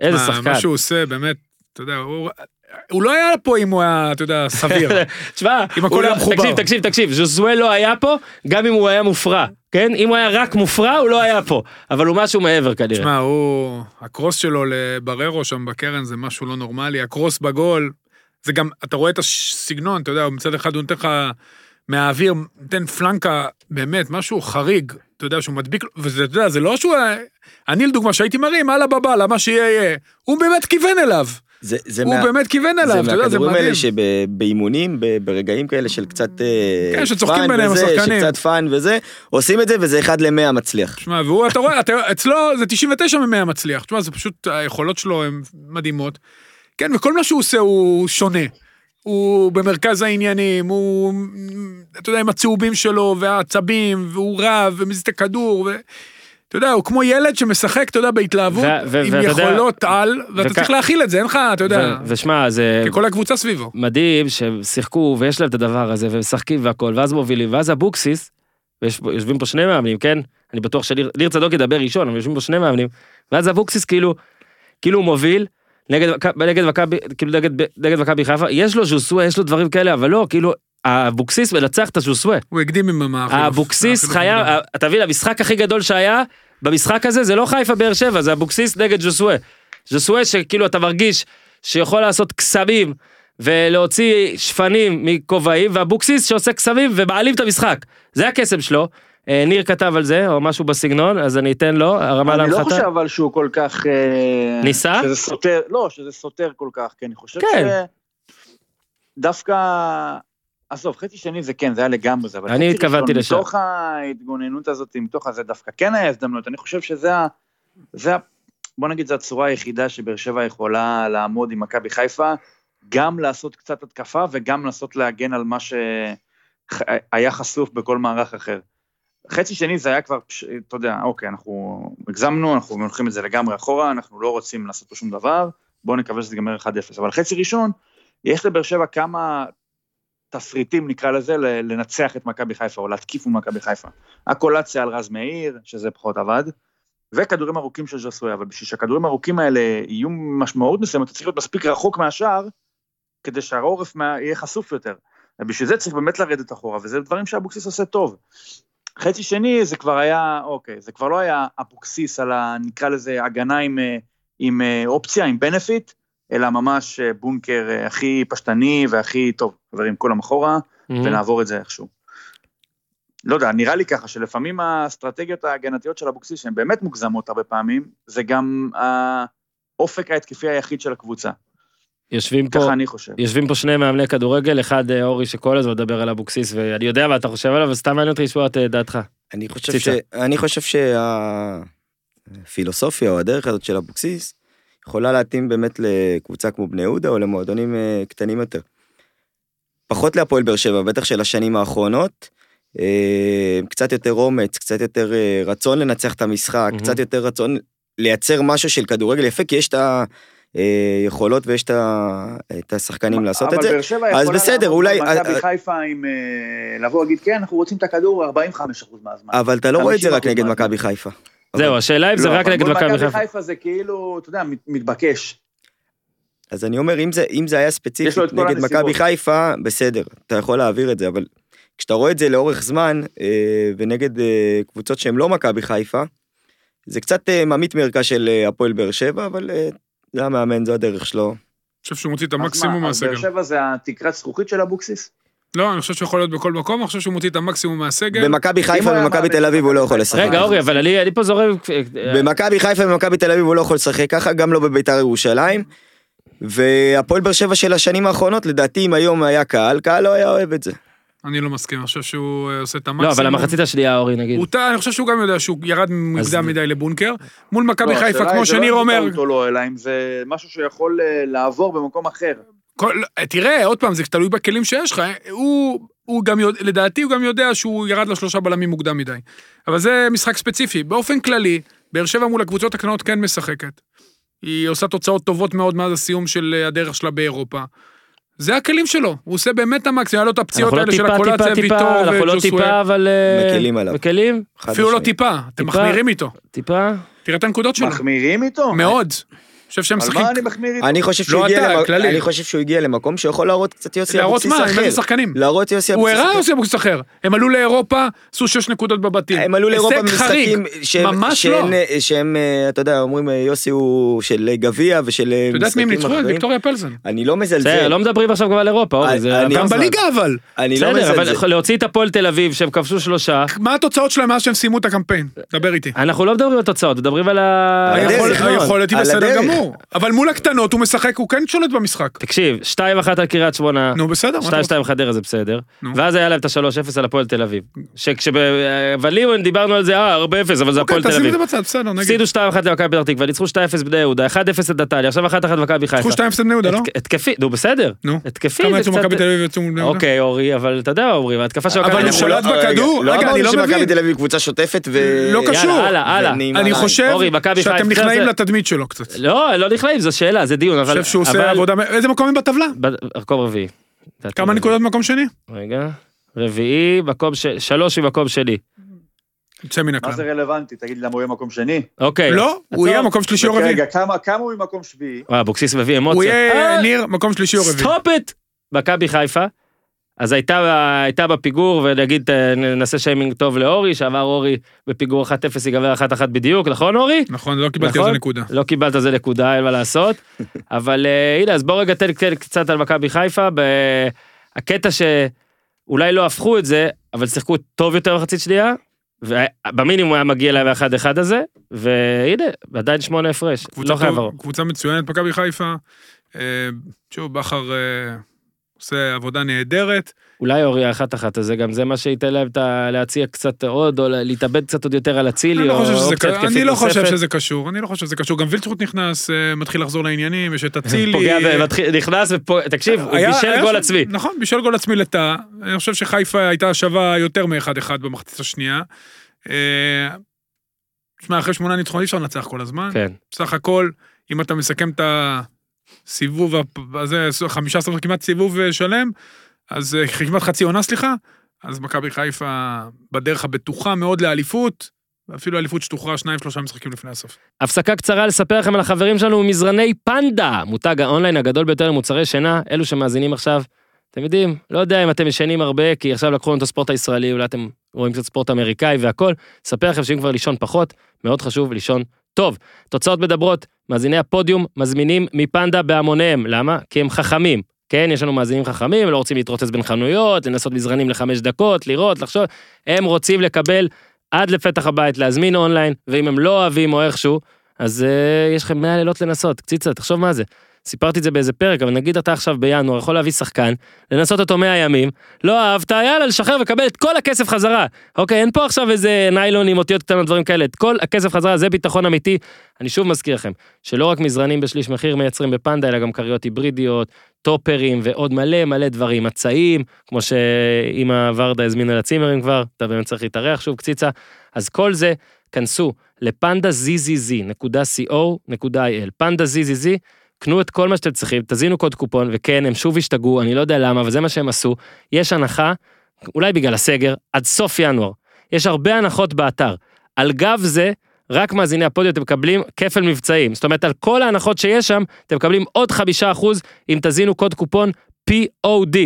[SPEAKER 1] איזה
[SPEAKER 4] מה-
[SPEAKER 1] שחקן.
[SPEAKER 4] מה שהוא עושה, באמת, אתה יודע, הוא- הוא לא היה פה אם הוא היה, אתה יודע, סביר.
[SPEAKER 1] תשמע,
[SPEAKER 4] אם הכל
[SPEAKER 1] הוא
[SPEAKER 4] היה
[SPEAKER 1] לא-
[SPEAKER 4] מחובר.
[SPEAKER 1] תקשיב, תקשיב, תקשיב, ז'וזווה לא היה פה, גם אם הוא היה מופרע, כן? אם הוא היה רק מופרע, הוא לא היה פה, אבל הוא משהו מעבר כנראה.
[SPEAKER 4] תשמע, הוא, הקרוס שלו לבררו שם בקרן זה משהו לא נורמלי, הקרוס בגול, זה גם, אתה רואה את הסגנון, אתה יודע, הוא מצד אחד הוא נותן לך מהאוויר, נותן פלנקה, באמת, משהו חריג, אתה יודע, שהוא מדביק, לו- וזה, אתה יודע, זה לא שהוא, היה- אני לדוגמה, שהייתי מרים, אללה בבאללה, מה שיהיה יהיה, הוא באמת כיוון אליו,
[SPEAKER 2] זה זה
[SPEAKER 4] הוא
[SPEAKER 2] מה-
[SPEAKER 4] באמת כיוון אליו, אתה יודע, זה
[SPEAKER 2] מהכדורים
[SPEAKER 4] מדהים.
[SPEAKER 2] האלה שבאימונים, ב- ברגעים כאלה של קצת... אה,
[SPEAKER 4] כן, שצוחקים
[SPEAKER 2] פאן
[SPEAKER 4] ביניהם
[SPEAKER 2] וזה,
[SPEAKER 4] השחקנים.
[SPEAKER 2] שקצת פאן וזה, עושים את זה וזה אחד למאה מצליח.
[SPEAKER 4] תשמע, והוא, אתה רואה, אתה, אצלו זה 99 מ-100 מצליח. תשמע, זה פשוט, היכולות שלו הן מדהימות. כן, וכל מה שהוא עושה הוא שונה. הוא במרכז העניינים, הוא, אתה יודע, עם הצהובים שלו, והעצבים, והוא רב, ומזיז את הכדור, ו... אתה יודע, הוא כמו ילד שמשחק, אתה יודע, בהתלהבות,
[SPEAKER 1] ו- ו-
[SPEAKER 4] עם
[SPEAKER 1] ואתה יודע-
[SPEAKER 4] יכולות על, ואתה
[SPEAKER 1] וכ-
[SPEAKER 4] צריך להכיל את זה, אין לך, אתה יודע,
[SPEAKER 1] ו- ושמע, זה
[SPEAKER 4] כי כל הקבוצה סביבו.
[SPEAKER 1] מדהים שהם שיחקו ויש להם את הדבר הזה, והם משחקים והכל, ואז מובילים, ואז אבוקסיס, ויושבים פה שני מאמנים, כן? אני בטוח שניר ניר צדוק ידבר ראשון, אבל יושבים פה שני מאמנים, ואז אבוקסיס כאילו, כאילו הוא מוביל. נגד מכבי- נגד מכבי כאילו נגד נגד מכבי חיפה יש לו ז'וסווה יש לו דברים כאלה אבל לא כאילו אבוקסיס מנצח את הז'וסווה
[SPEAKER 4] הוא הקדים עם המאחר.
[SPEAKER 1] אבוקסיס חייב, אתה מבין, המשחק הכי גדול שהיה במשחק הזה זה לא חיפה באר שבע, זה אבוקסיס נגד ז'וסווה. ז'וסווה שכאילו אתה מרגיש שיכול לעשות קסמים ולהוציא שפנים מכובעים, ואבוקסיס שעושה קסמים ומעלים את המשחק. זה הקסם שלו. אה, ניר כתב על זה, או משהו בסגנון, אז אני אתן לו, הרמה
[SPEAKER 5] אני לא
[SPEAKER 1] להנחתה.
[SPEAKER 5] חושב אבל שהוא כל כך... אה,
[SPEAKER 1] ניסה?
[SPEAKER 5] שזה סותר, לא, שזה סותר כל כך, כי אני חושב
[SPEAKER 1] כן.
[SPEAKER 5] שדווקא... עזוב, חצי שני זה כן, זה היה לגמרי זה, אבל
[SPEAKER 1] אני
[SPEAKER 5] חצי
[SPEAKER 1] התכוונתי
[SPEAKER 5] ראשון,
[SPEAKER 1] לשם.
[SPEAKER 5] מתוך ההתגוננות הזאת, מתוך הזה דווקא כן היה הזדמנות, אני חושב שזה ה... זה ה... בוא נגיד, זו הצורה היחידה שבאר שבע יכולה לעמוד עם מכבי חיפה, גם לעשות קצת התקפה וגם לנסות להגן על מה שהיה חשוף בכל מערך אחר. חצי שני זה היה כבר, פש- אתה יודע, אוקיי, אנחנו הגזמנו, אנחנו הולכים את זה לגמרי אחורה, אנחנו לא רוצים לעשות פה שום דבר, בואו נקווה שזה ייגמר 1-0. אבל חצי ראשון, יש לבאר שבע כמה תפריטים, נקרא לזה, ל- לנצח את מכבי חיפה, או להתקיף מול מכבי חיפה. הקולציה על רז מאיר, שזה פחות עבד, וכדורים ארוכים של ז'סוי, אבל בשביל שהכדורים הארוכים האלה יהיו משמעות מסוימת, אתה צריך להיות מספיק רחוק מהשער, כדי שהעורף מה- יהיה חשוף יותר. ובשביל זה צריך באמת לרדת אחורה, וזה דברים שאבוקסיס עושה טוב. חצי שני זה כבר היה, אוקיי, זה כבר לא היה אבוקסיס על ה... נקרא לזה הגנה עם, אה, עם אה, אופציה, עם בנפיט, אלא ממש אה, בונקר אה, הכי פשטני והכי טוב. חברים, כולם אחורה,
[SPEAKER 2] Mm-hmm.
[SPEAKER 1] Mhm.
[SPEAKER 5] ונעבור את זה איכשהו. לא יודע, נראה לי ככה, שלפעמים האסטרטגיות ההגנתיות של אבוקסיס, שהן באמת מוגזמות הרבה פעמים, זה גם האופק ההתקפי היחיד של הקבוצה.
[SPEAKER 1] יושבים פה,
[SPEAKER 5] ככה אני חושב.
[SPEAKER 1] יושבים פה שני מאמני כדורגל, אחד אה, אורי שכל הזמן מדבר על אבוקסיס, ואני יודע מה אתה חושב עליו, וסתם מעניין אותי לשמוע את אה, דעתך.
[SPEAKER 2] אני חושב, ש...
[SPEAKER 1] ציצה.
[SPEAKER 2] אני חושב שהפילוסופיה או הדרך הזאת של אבוקסיס יכולה להתאים באמת לקבוצה כמו בני יהודה או למועדונים אה, קטנים יותר. פחות להפועל באר שבע, בטח של השנים האחרונות. אה, קצת יותר אומץ, קצת יותר אה, רצון לנצח את המשחק,
[SPEAKER 1] מהמם.
[SPEAKER 2] קצת יותר רצון לייצר משהו של כדורגל יפה, כי יש את היכולות ויש את ה- את השחקנים לעשות את
[SPEAKER 5] אבל
[SPEAKER 2] זה.
[SPEAKER 5] באר שבע
[SPEAKER 2] אז
[SPEAKER 5] יכולה
[SPEAKER 2] בסדר,
[SPEAKER 5] לעמוד
[SPEAKER 2] אולי-
[SPEAKER 5] במכבי
[SPEAKER 2] אה,
[SPEAKER 5] חיפה עם... אה, לבוא להגיד, כן, אנחנו רוצים את הכדור 45% מהזמן.
[SPEAKER 2] אבל אתה לא רואה את זה רק
[SPEAKER 5] 50%
[SPEAKER 2] נגד
[SPEAKER 5] מה-
[SPEAKER 2] מכבי חיפה.
[SPEAKER 1] זהו, השאלה אם זה
[SPEAKER 5] לא,
[SPEAKER 1] רק
[SPEAKER 5] אבל
[SPEAKER 1] נגד
[SPEAKER 5] מול
[SPEAKER 1] מכבי חיפה.
[SPEAKER 5] חיפה זה כאילו, אתה יודע, מת- מתבקש.
[SPEAKER 2] אז אני אומר, אם זה, אם זה היה
[SPEAKER 5] יש לו את
[SPEAKER 2] ספציפית
[SPEAKER 5] כל
[SPEAKER 2] נגד
[SPEAKER 5] הנסיבות.
[SPEAKER 2] מכבי חיפה, בסדר, אתה יכול להעביר את זה, אבל כשאתה רואה את זה לאורך זמן, אה, ונגד אה, קבוצות שהן לא מכבי חיפה, זה קצת אה, ממית מערכה של אה, הפועל באר שבע, אבל אה, זה המאמן, זו הדרך שלו.
[SPEAKER 4] חושב שהוא מוציא את
[SPEAKER 5] אז מה,
[SPEAKER 4] המקסימום
[SPEAKER 5] אז באר
[SPEAKER 4] מהסגל.
[SPEAKER 5] שבע זה התקרת זכוכית של אבוקסיס?
[SPEAKER 4] לא, אני חושב שיכול להיות בכל מקום, אני חושב שהוא מוציא את המקסימום מהסגל.
[SPEAKER 2] במכבי
[SPEAKER 5] הוא
[SPEAKER 2] חיפה
[SPEAKER 5] היה
[SPEAKER 2] ומכבי
[SPEAKER 5] מאמן
[SPEAKER 2] תל אביב הוא לא
[SPEAKER 5] מכבי
[SPEAKER 2] יכול
[SPEAKER 5] חיפה.
[SPEAKER 2] לשחק.
[SPEAKER 1] כן. רגע, אורי, אבל אני אני פה זורק... אה,
[SPEAKER 2] במכבי חיפה ומכבי תל אביב הוא לא יכול לשחק ככה, גם לא בביתר ירושלים. והפועל באר שבע של השנים האחרונות, לדעתי אם היום היה קהל, קהל לא היה אוהב את זה.
[SPEAKER 4] אני לא מסכים, אני חושב שהוא אה, עושה את
[SPEAKER 1] לא,
[SPEAKER 4] המקסימום.
[SPEAKER 1] אבל המחצית השנייה, אורי, נגיד.
[SPEAKER 4] הוא טעה, אני חושב שהוא גם יודע שהוא ירד מוקדם מדי לבונקר. מול מכבי
[SPEAKER 5] לא,
[SPEAKER 4] חיפה, כמו
[SPEAKER 5] השאלה היא, זה לא
[SPEAKER 4] שניר
[SPEAKER 5] אם זה
[SPEAKER 4] אומר,
[SPEAKER 5] טעות או לא, אלא אם זה משהו שיכול אה, לעבור במקום אחר.
[SPEAKER 4] כל- לא, תראה, עוד פעם, זה תלוי בכלים שיש לך. אה, הוא, הוא גם, יודע- לדעתי, הוא גם יודע שהוא ירד לשלושה בלמים מוקדם מדי. אבל זה משחק ספציפי. באופן כללי, באר שבע מול הקבוצות הקטנות כן משחקת. היא עושה תוצאות טובות מאוד מאז הסיום של אה, הדרך שלה באירופה. זה הכלים שלו, הוא עושה באמת את המקסימום, היה לו את הפציעות
[SPEAKER 1] אנחנו לא
[SPEAKER 4] האלה של
[SPEAKER 1] טיפה,
[SPEAKER 4] הקולציה,
[SPEAKER 1] טיפה, טיפה,
[SPEAKER 4] ויטור
[SPEAKER 1] אנחנו לא
[SPEAKER 4] וג'וסווה.
[SPEAKER 1] טיפה, אבל... אה,
[SPEAKER 2] מקלים עליו.
[SPEAKER 1] מקלים?
[SPEAKER 2] חד
[SPEAKER 4] אפילו לא
[SPEAKER 2] משמעית.
[SPEAKER 4] טיפה, אתם
[SPEAKER 1] טיפה.
[SPEAKER 4] מחמירים איתו.
[SPEAKER 1] טיפה?
[SPEAKER 4] תראה את הנקודות שלו,
[SPEAKER 5] מחמירים איתו?
[SPEAKER 4] מאוד. אני חושב שהם
[SPEAKER 5] על
[SPEAKER 4] משחקים,
[SPEAKER 5] מה אני מחמיר איתו?
[SPEAKER 2] אני חושב שהוא
[SPEAKER 4] לא
[SPEAKER 2] הגיע
[SPEAKER 4] אתה,
[SPEAKER 2] למק-
[SPEAKER 4] כללי.
[SPEAKER 2] אני חושב שהוא הגיע למקום שיכול להראות קצת יוסי
[SPEAKER 4] להראות
[SPEAKER 2] אבוקסיס
[SPEAKER 4] מה, הם
[SPEAKER 2] אחר.
[SPEAKER 4] איזה שחקנים.
[SPEAKER 2] להראות יוסי
[SPEAKER 4] הוא
[SPEAKER 2] אבוקסיס
[SPEAKER 4] הראה
[SPEAKER 2] אחר.
[SPEAKER 4] יוסי אבוקסיס אחר. הם עלו לאירופה, עשו שש נקודות בבתים.
[SPEAKER 2] הם עלו לאירופה
[SPEAKER 4] הישג חריג.
[SPEAKER 2] במשחקים שהם,
[SPEAKER 4] ממש
[SPEAKER 2] שהם,
[SPEAKER 4] לא.
[SPEAKER 2] שהם, אה, אתה יודע, אומרים אה, יוסי הוא של אה, גביע ושל אה,
[SPEAKER 4] אתה יודעת מי
[SPEAKER 2] משחקים
[SPEAKER 4] הם ניצחו? את
[SPEAKER 2] אחרים.
[SPEAKER 4] ויקטוריה פלזן.
[SPEAKER 2] אני לא
[SPEAKER 1] בסדר,
[SPEAKER 2] מזלזל,
[SPEAKER 1] לא מדברים עכשיו כבר על אירופה, אורי,
[SPEAKER 2] אני-
[SPEAKER 1] זה... עבר
[SPEAKER 2] אני-
[SPEAKER 4] גם
[SPEAKER 1] זמן.
[SPEAKER 4] בליגה אבל.
[SPEAKER 2] אני לא
[SPEAKER 1] בסדר,
[SPEAKER 2] מזלזל.
[SPEAKER 1] אבל להוציא את הפועל תל אביב, שהם כבשו שלושה,
[SPEAKER 4] מה התוצאות שלהם מאז שהם סיימו את הקמפיין? דבר איתי.
[SPEAKER 1] אנחנו לא מדברים על תוצאות, מדברים על לא, ה...
[SPEAKER 2] על
[SPEAKER 4] היכול-
[SPEAKER 2] הדרך,
[SPEAKER 1] הסגנון.
[SPEAKER 4] היכולת היא
[SPEAKER 2] על
[SPEAKER 4] בסדר
[SPEAKER 2] הדרך.
[SPEAKER 4] גמור. אבל מול הקטנות הוא משחק, הוא כן שולט במשחק.
[SPEAKER 1] תקשיב, 2-1 על קריית שמונה,
[SPEAKER 4] נו בסדר, מה אתה רוצה?
[SPEAKER 1] 2-2 חדרה זה בסדר,
[SPEAKER 4] נו.
[SPEAKER 1] ואז היה להם את ה-3-0 על הפועל תל אביב. שכשבליון דיברנו על זה, אה, 4-0, אבל זה
[SPEAKER 4] אוקיי,
[SPEAKER 1] הפועל תל
[SPEAKER 4] תשים את
[SPEAKER 1] אביב.
[SPEAKER 4] זה בצד, בסדר, נגיד.
[SPEAKER 1] הפסידו 2-1 למכבי פתח תקווה, ניצחו 2-0 בני יהודה, 1-0 לנתניה, עכשיו 1-1 מכבי חיפה.
[SPEAKER 4] קחו 2 הפסד בני יהודה, לא?
[SPEAKER 1] התק- התקפי, נו בסדר.
[SPEAKER 4] נו.
[SPEAKER 1] התקפי
[SPEAKER 4] כמה
[SPEAKER 1] זה
[SPEAKER 4] יצאו
[SPEAKER 1] קצת-
[SPEAKER 4] מכבי תל אביב ויצאו מול בני יהודה?
[SPEAKER 1] אוקיי, אורי, אבל אתה יודע, אורי, ההתקפה של מכבי
[SPEAKER 4] אבל הוא
[SPEAKER 1] אנחנו
[SPEAKER 2] אנחנו
[SPEAKER 4] שלט
[SPEAKER 2] לא- רגע,
[SPEAKER 4] בכדור? רגע, אני לא
[SPEAKER 2] לא אמרנו
[SPEAKER 4] מבין.
[SPEAKER 2] שמכבי תל אביב היא קבוצה שוטפת ו... אה,
[SPEAKER 4] לא
[SPEAKER 1] יאללה,
[SPEAKER 4] קשור.
[SPEAKER 1] הלאה, הלאה.
[SPEAKER 2] ונעימה
[SPEAKER 4] אני
[SPEAKER 2] לעין.
[SPEAKER 4] חושב
[SPEAKER 1] אורי, מכבי
[SPEAKER 4] שאתם
[SPEAKER 1] חיפה זה-
[SPEAKER 4] נכנעים לתדמית שלו קצת. אני
[SPEAKER 1] לא, לא נכלאים, זו שאלה, זה דיון, אבל...
[SPEAKER 4] חושב שהוא
[SPEAKER 1] אבל-
[SPEAKER 4] עושה עבודה... איזה מקום הם בטבלה?
[SPEAKER 1] ב- מקום רביעי. לדעתי.
[SPEAKER 4] כמה נקודות במקום שני?
[SPEAKER 1] רגע. רביעי, מקום ש... שלוש ממקום שני.
[SPEAKER 4] יוצא מן
[SPEAKER 5] מה זה
[SPEAKER 4] הכלל.
[SPEAKER 5] רלוונטי? תגיד למה הוא יהיה מקום שני?
[SPEAKER 1] אוקיי.
[SPEAKER 4] לא, הוא יהיה
[SPEAKER 1] עצור. אוקיי,
[SPEAKER 4] מקום שלישי או רביעי.
[SPEAKER 5] רגע, כמה כמה הוא ממקום שביעי?
[SPEAKER 1] אה, אבוקסיס מביא אמוציות.
[SPEAKER 4] הוא יהיה
[SPEAKER 1] אה,
[SPEAKER 4] ניר מקום שלישי או רביעי.
[SPEAKER 1] סטופ את! מכבי חיפה. אז הייתה, הייתה בפיגור, ונגיד, אה, נעשה שיימינג טוב לאורי, שעבר אורי בפיגור 1-0, ייגמר 1-1 בדיוק, נכון אורי?
[SPEAKER 4] נכון, לא קיבלתי על
[SPEAKER 1] נכון?
[SPEAKER 4] זה נקודה.
[SPEAKER 1] לא קיבלת על זה נקודה, אין מה לעשות. אבל אה, הנה, אז בוא רגע תן תן קצת על מכבי חיפה. ב- הקטע שאולי לא הפכו את זה, אבל שיחקו טוב יותר במחצית שנייה, ובמינימום היה מגיע להם האחד אחד הזה, והנה, עדיין שמונה הפרש,
[SPEAKER 4] קבוצה
[SPEAKER 1] לא חייב
[SPEAKER 4] טוב-
[SPEAKER 1] ארוך.
[SPEAKER 4] קבוצה מצוינת, מכבי חיפה. אה, שוב, בכר אה, עושה עבודה נהדרת.
[SPEAKER 1] אולי אורי האחת אחת הזה, גם זה מה שייתן להם את ה- להציע קצת עוד, או להתאבד קצת עוד יותר על
[SPEAKER 4] אני
[SPEAKER 1] אצילי,
[SPEAKER 4] לא
[SPEAKER 1] או
[SPEAKER 4] חושב שזה
[SPEAKER 1] אופציה
[SPEAKER 4] ק-
[SPEAKER 1] התקפית
[SPEAKER 4] אני לא חושב
[SPEAKER 1] נוספת.
[SPEAKER 4] שזה קשור, אני לא חושב שזה קשור. גם וילצחוט נכנס, אה, מתחיל לחזור לעניינים, יש את אצילי. אה,
[SPEAKER 1] פוגע, ב- מתחיל- נכנס, ופו- תקשיב, הוא
[SPEAKER 4] היה-
[SPEAKER 1] בישל
[SPEAKER 4] היה
[SPEAKER 1] גול
[SPEAKER 4] שם-
[SPEAKER 1] עצמי.
[SPEAKER 4] נכון, בישל גול עצמי לטאה. אני חושב שחיפה הייתה שווה יותר מאחד-אחד במחצית השנייה. אה, תשמע, אחרי שמונה ניצחונות אי אפשר לנצח כל הזמן.
[SPEAKER 1] כן.
[SPEAKER 4] בסך הכל, אם אתה מסכם את הסיבוב הפ- הזה, 15 כמעט סיבוב אה, שלם, אז אה, כמעט חצי עונה, סליחה, אז מכבי חיפה בדרך הבטוחה מאוד לאליפות, ואפילו אליפות שתוכרע שניים, שלושה משחקים לפני הסוף.
[SPEAKER 1] הפסקה קצרה לספר לכם על החברים שלנו מזרני פנדה, מותג האונליין הגדול ביותר למוצרי שינה, אלו שמאזינים עכשיו. אתם יודעים, לא יודע אם אתם ישנים הרבה, כי עכשיו לקחו לנו את הספורט הישראלי, אולי אתם רואים קצת ספורט אמריקאי והכל. אספר לכם שאם כבר לישון פחות, מאוד חשוב לישון טוב. תוצאות מדברות, מאזיני הפודיום מזמינים מפנדה בהמוניהם. למה? כי הם חכמים. כן, יש לנו מאזינים חכמים, הם לא רוצים להתרוצץ בין חנויות, לנסות מזרנים לחמש דקות, לראות, לחשוב, הם רוצים לקבל עד לפתח הבית, להזמין אונליין, ואם הם לא אוהבים או איכשהו, אז uh, יש לכם 100 לילות לנסות, קציצה, תחשוב מה זה. סיפרתי את זה באיזה פרק, אבל נגיד אתה עכשיו בינואר יכול להביא שחקן, לנסות אותו 100 ימים, לא אהבת, יאללה, לשחרר וקבל את כל הכסף חזרה. אוקיי, אין פה עכשיו איזה ניילון עם אותיות קטנות, דברים כאלה, את כל הכסף חזרה, זה ביטחון אמיתי. אני שוב מזכיר לכם, שלא רק מזרנים בשליש מחיר מייצרים בפנדה, אלא גם כריות היברידיות, טופרים ועוד מלא מלא דברים, מצעים, כמו שאימא ורדה הזמינה לצימרים כבר, אתה באמת צריך להתארח שוב קציצה, אז כל זה, כנסו לפנדazz.co.il, פנדazz, קנו את כל מה שאתם צריכים, תזינו קוד קופון, וכן, הם שוב השתגעו, אני לא יודע למה, אבל זה מה שהם עשו. יש הנחה, אולי בגלל הסגר, עד סוף ינואר. יש הרבה הנחות באתר. על גב זה, רק מאזיני הפודיו אתם מקבלים כפל מבצעים. זאת אומרת, על כל ההנחות שיש שם, אתם מקבלים עוד חמישה אחוז אם תזינו קוד קופון POD.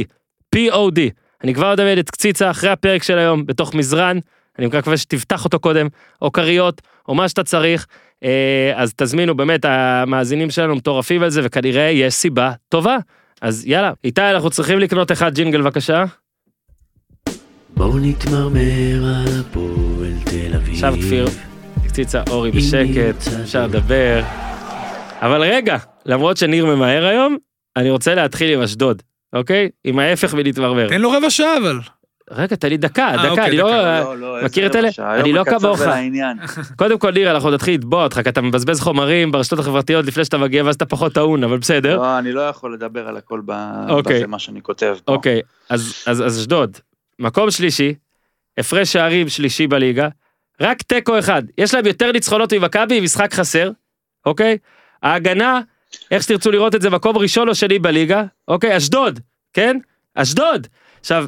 [SPEAKER 1] POD. אני כבר אדמיין את קציצה אחרי הפרק של היום, בתוך מזרן, אני מקווה שתפתח אותו קודם, או כריות, או מה שאתה צריך. אה, אז תזמינו, באמת, המאזינים שלנו מטורפים על זה, וכנראה יש סיבה טובה. אז יאללה, איתי, אנחנו צריכים לקנות אחד ג'ינגל בבקשה.
[SPEAKER 6] בואו נתמרמר על הפועל תל אביב.
[SPEAKER 1] עכשיו כפיר, קציצה אורי בשקט, אפשר לדבר. אבל רגע, למרות שניר ממהר היום, אני רוצה להתחיל עם אשדוד, אוקיי? עם ההפך מלהתמרמר.
[SPEAKER 4] תן לו רבע שעה אבל.
[SPEAKER 1] רגע, תן לי דקה,
[SPEAKER 4] אה,
[SPEAKER 1] דקה,
[SPEAKER 4] אוקיי,
[SPEAKER 1] אני לא...
[SPEAKER 4] דקה,
[SPEAKER 5] לא, לא,
[SPEAKER 1] מכיר את
[SPEAKER 5] איזה
[SPEAKER 1] אלה?
[SPEAKER 5] רבע שעה,
[SPEAKER 1] אני
[SPEAKER 5] היום
[SPEAKER 1] לא אה?
[SPEAKER 5] הקצר
[SPEAKER 1] כמוך.
[SPEAKER 5] ולעניין.
[SPEAKER 1] קודם כל, ניר, אנחנו נתחיל לתבוע אותך, כי אתה מבזבז חומרים ברשתות החברתיות לפני שאתה מגיע, ואז אתה פחות טעון, אבל בסדר.
[SPEAKER 5] לא, אני לא יכול לדבר על הכל ב-
[SPEAKER 1] אוקיי.
[SPEAKER 5] בזה, מה שאני כותב. פה.
[SPEAKER 1] אוקיי, אז אז- אז אשדוד, מקום שלישי, הפרש שערים שלישי בליגה, רק תיקו אחד, יש להם יותר ניצחונות ממכבי, משחק חסר, אוקיי? ההגנה, איך שתרצו לראות את זה, מקום ראשון או שני בליגה, אוקיי? אשדוד, כן? אשדוד! עכשיו,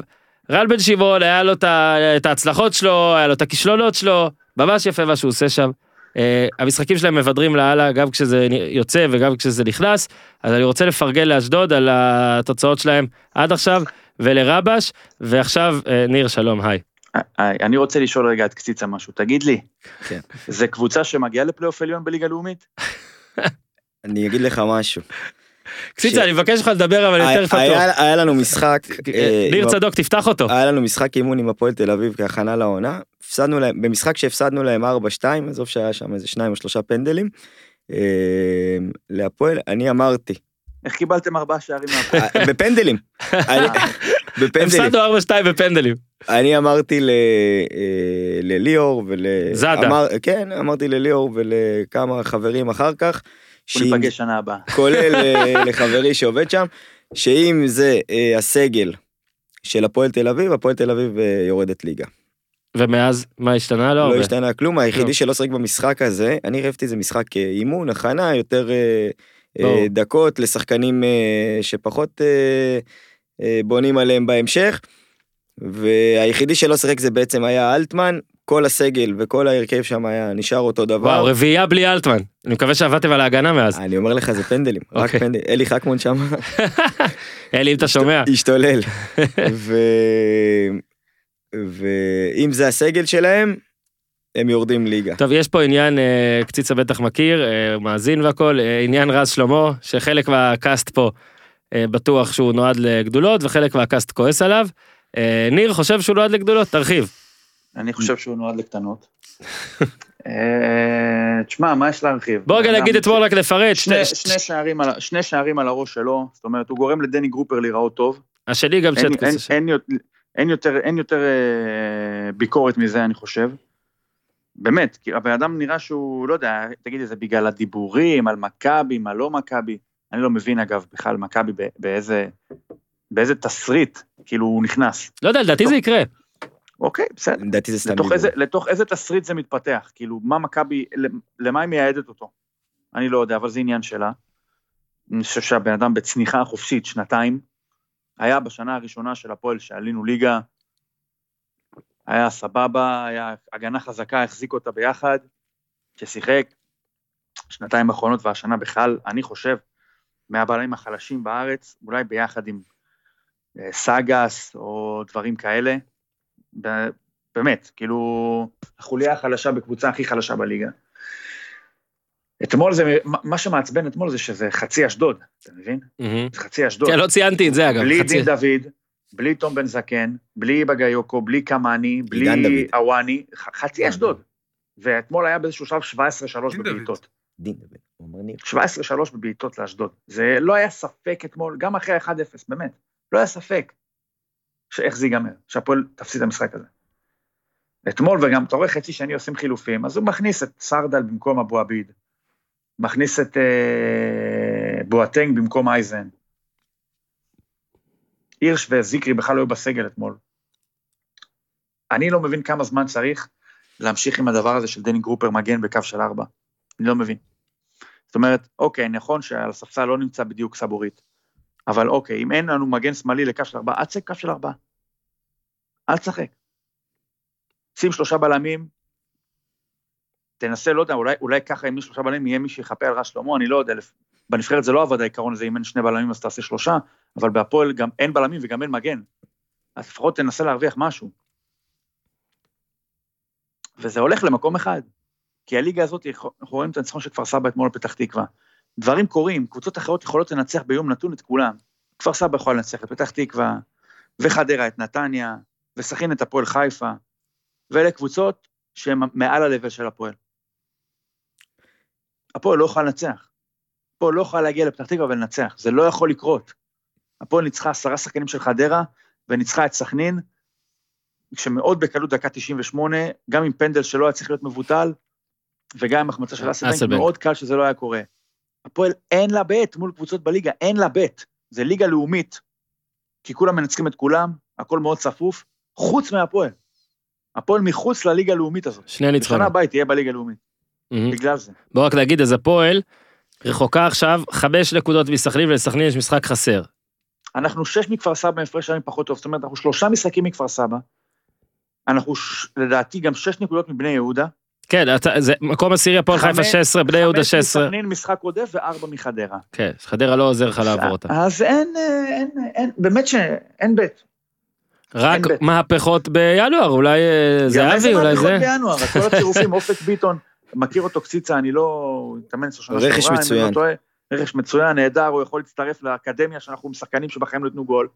[SPEAKER 1] רן בן שמעון, היה לו את ה- את ההצלחות שלו, היה לו את הכישלונות שלו, ממש יפה מה שהוא עושה שם. אה, המשחקים שלהם מבדרים לאללה, גם כשזה יוצא וגם כשזה נכנס, אז אני רוצה לפרגן לאשדוד על התוצאות שלהם עד עכשיו, ולרבש, ועכשיו אה, ניר שלום, היי.
[SPEAKER 5] אה, אה, אני רוצה לשאול רגע את קציצה משהו, תגיד לי,
[SPEAKER 2] כן.
[SPEAKER 5] זה קבוצה שמגיעה לפלייאוף עליון בליגה לאומית?
[SPEAKER 2] אני אגיד לך משהו.
[SPEAKER 1] קציצה, אני מבקש ממך לדבר, אבל יותר פתוח.
[SPEAKER 2] היה היה לנו משחק, אה,
[SPEAKER 1] ניר
[SPEAKER 2] עם
[SPEAKER 1] צדוק, תפתח אותו.
[SPEAKER 2] היה לנו משחק אימון עם הפועל תל אביב כהכנה לעונה, הפסדנו להם, במשחק שהפסדנו להם 4-2, עזוב שהיה שם איזה שניים או שלושה פנדלים, אה, להפועל, אני אמרתי,
[SPEAKER 5] איך קיבלתם ארבעה שערים מהפועל?
[SPEAKER 2] אה, בפנדלים, אני- בפנדלים,
[SPEAKER 1] הפסדנו 4-2 בפנדלים.
[SPEAKER 2] אני אמרתי ל- אה, לליאור ול...
[SPEAKER 1] זאדה.
[SPEAKER 2] אמר- כן, אמרתי לליאור ולכמה חברים אחר כך,
[SPEAKER 5] אנחנו
[SPEAKER 2] שאם-
[SPEAKER 5] ניפגש שנה הבאה.
[SPEAKER 2] כולל אה, לחברי שעובד שם, שאם זה אה, הסגל של הפועל תל אביב, הפועל תל אביב אה, יורדת ליגה.
[SPEAKER 1] ומאז, מה השתנה? לא
[SPEAKER 2] לא
[SPEAKER 1] הרבה.
[SPEAKER 2] השתנה כלום,
[SPEAKER 1] לא.
[SPEAKER 2] היחידי שלא שחק במשחק הזה, אני ראיתי איזה משחק אה, אימון, הכנה, יותר אה, אה,
[SPEAKER 1] ברור.
[SPEAKER 2] דקות לשחקנים אה, שפחות אה, אה, בונים עליהם בהמשך. והיחידי שלא שיחק זה בעצם היה אלטמן, כל הסגל וכל ההרכב שם היה נשאר אותו
[SPEAKER 1] וואו,
[SPEAKER 2] דבר.
[SPEAKER 1] רביעייה בלי אלטמן. אני מקווה שעבדתם על ההגנה מאז.
[SPEAKER 2] אני אומר לך זה פנדלים, רק
[SPEAKER 1] אוקיי.
[SPEAKER 2] פנדלים, אלי חכמון שם אה,
[SPEAKER 1] אלי, אם אתה שומע.
[SPEAKER 2] השתולל. ו... ואם זה הסגל שלהם, הם יורדים ליגה.
[SPEAKER 1] טוב, יש פה עניין, אה, קציצה בטח מכיר, אה, מאזין והכל, אה, עניין רז שלמה, שחלק מהקאסט פה אה, בטוח שהוא נועד לגדולות, וחלק מהקאסט כועס עליו. אה, ניר חושב שהוא נועד לגדולות, תרחיב.
[SPEAKER 5] אני חושב שהוא נועד לקטנות. אה, תשמע, מה יש להרחיב?
[SPEAKER 1] בוא רגע
[SPEAKER 2] אה,
[SPEAKER 5] אדם-
[SPEAKER 1] נגיד אתמול רק לפרט,
[SPEAKER 5] שני,
[SPEAKER 1] שתי-
[SPEAKER 5] שני, שערים על, ה- שני שערים על הראש שלו, זאת אומט, הוא גורם לדני גרופר להיראות טוב.
[SPEAKER 1] השני גם
[SPEAKER 5] אין, אין,
[SPEAKER 1] שטקוס.
[SPEAKER 5] אין, יות- אין יותר, אין יותר אה, ביקורת מזה, אני חושב. באמת, כי הבן אדם נראה שהוא, לא יודע, תגיד לי, זה בגלל הדיבורים על מכבי, מה לא מכבי? אני לא מבין, אגב, בכלל, מכבי ב- באיזה, באיזה תסריט, כאילו, הוא נכנס.
[SPEAKER 1] לא יודע, לדעתי זה יקרה.
[SPEAKER 5] אוקיי, בסדר.
[SPEAKER 2] לדעתי זה סתם
[SPEAKER 5] לתוך
[SPEAKER 2] דיבור.
[SPEAKER 5] איזה, לתוך איזה תסריט זה מתפתח, כאילו, מה מכבי, למה היא מייעדת אותו? אני לא יודע, אבל זה עניין שלה. אני חושב שהבן אדם בצניחה חופשית שנתיים, היה בשנה הראשונה של הפועל שעלינו ליגה, היה סבבה, היה הגנה חזקה, החזיק אותה ביחד, ששיחק שנתיים האחרונות והשנה בכלל, אני חושב, מהבלמים החלשים בארץ, אולי ביחד עם אה, סאגס או דברים כאלה. ב- באמת, כאילו, החוליה החלשה בקבוצה הכי חלשה בליגה. אתמול זה, מה- מה שמעצבן אתמול זה שזה חצי אשדוד, אתה מבין?
[SPEAKER 1] מהמם.
[SPEAKER 5] זה חצי אשדוד.
[SPEAKER 1] כן, לא ציינתי את זה אגב.
[SPEAKER 5] בלי
[SPEAKER 1] חצי-
[SPEAKER 5] דין דוד, בלי תום בן זקן, בלי בגיוקו, בלי קמאני,
[SPEAKER 2] עידן
[SPEAKER 5] בלי
[SPEAKER 2] דוד.
[SPEAKER 5] עוואני, ח-
[SPEAKER 1] אה,
[SPEAKER 5] חצי אשדוד. ואתמול היה באיזשהו שלב 17-3
[SPEAKER 4] דין דוד.
[SPEAKER 5] בבעיטות.
[SPEAKER 2] דין דוד, הוא אומר ניר.
[SPEAKER 5] 17-3 בבעיטות לאשדוד. זה לא היה ספק אתמול, גם אחרי 1-0, באמת. לא היה ספק שאיך זה ייגמר, שהפועל תפסיד את המשחק הזה. אתמול, וגם אתה רואה חצי שני עושים חילופים, אז הוא מכניס את סרדל במקום אבו עביד, מכניס את אה, בואטנג במקום אייזן. הירש וזיקרי בכלל לא היו בסגל אתמול. אני לא מבין כמה זמן צריך להמשיך עם הדבר הזה של דני גרופר מגן בקו של ארבע. אני לא מבין. זאת אומרת, אוקיי, נכון שעל הספסל לא נמצא בדיוק סבורית, אבל אוקיי, אם אין לנו מגן שמאלי לקו של ארבעה, אל תשחק קו של ארבעה. אל תשחק. שים שלושה בלמים, תנסה, לא יודע, אולי, אולי ככה אם יש שלושה בלמים יהיה מי שיחפה על רע שלמה, אני לא יודע. לפ- בנבחרת זה לא עבד העיקרון הזה, אם אין שני בלמים אז תעשה שלושה, אבל בהפועל גם אין בלמים וגם אין מגן. אז לפחות תנסה להרוויח משהו. וזה הולך למקום אחד. כי הליגה הזאת, אנחנו רואים את הניצחון של כפר סבא אתמול בפתח תקווה. דברים קורים, קבוצות אחרות יכולות לנצח ביום נתון את כולם. כפר סבא יכולה לנצח את פתח תקווה, וחדרה את נתניה, וסכין את הפועל חיפה, ואלה קבוצות שהן מעל ה-level של הפועל. הפועל לא יכולה לנצח. הפועל לא יכולה להגיע לפתח תקווה ולנצח, זה לא יכול לקרות. הפועל ניצחה עשרה שחקנים של חדרה, וניצחה את סכנין, כשמאוד בקלות דקה 98, גם עם פנדל שלא היה צריך להיות מבוטל, וגם עם החמצה של אסלבנק,
[SPEAKER 1] אסלבנק.
[SPEAKER 5] מאוד קל שזה לא היה קורה. הפועל אין לה בית מול קבוצות בליגה, אין לה בית. זה ליגה לאומית, כי כולם מנצחים את כולם, הכל מאוד צפוף, חוץ מהפועל. הפועל מחוץ לליגה הלאומית הזאת.
[SPEAKER 1] שני
[SPEAKER 5] בשנה
[SPEAKER 1] ניצחונות.
[SPEAKER 5] הבאה היא תהיה בליגה הלאומית,
[SPEAKER 1] מהמם.
[SPEAKER 5] בגלל זה.
[SPEAKER 1] בוא רק נגיד, אז הפועל רחוקה עכשיו חמש נקודות מסכנין, ולסכנין יש משחק חסר.
[SPEAKER 5] אנחנו שש מכפר סבא, הפרש שערים פחות טוב, זאת אומרת, אנחנו שלושה משחקים מכפר סבא, אנחנו ש... לדעתי גם שש נקודות מבני יהודה,
[SPEAKER 1] כן, אתה- זה מקום עשירי, הפועל
[SPEAKER 5] חמש-
[SPEAKER 1] חיפה 16, בני יהודה 16.
[SPEAKER 5] חמש מסכנין משחק עודף וארבע מחדרה.
[SPEAKER 1] כן, חדרה לא עוזר לך לעבור אותה.
[SPEAKER 5] אז אין, אה, אין, אין, באמת שאין בית.
[SPEAKER 1] רק
[SPEAKER 5] בית.
[SPEAKER 1] מהפכות בינואר, אולי אה,
[SPEAKER 5] כן, גם
[SPEAKER 1] זהבי,
[SPEAKER 5] איזה
[SPEAKER 1] אולי
[SPEAKER 5] מהפכות
[SPEAKER 1] זה.
[SPEAKER 5] בינואר, אז כל הצירופים, אופק ביטון, מכיר אותו קציצה, אני לא... הוא התאמן אצלו שנה
[SPEAKER 2] רכש
[SPEAKER 5] שעברה, אם אני
[SPEAKER 2] מצוין.
[SPEAKER 5] לא טועה. רכש מצוין, נהדר, הוא יכול להצטרף לאקדמיה שאנחנו עם שחקנים שבחיים לא נתנו גול.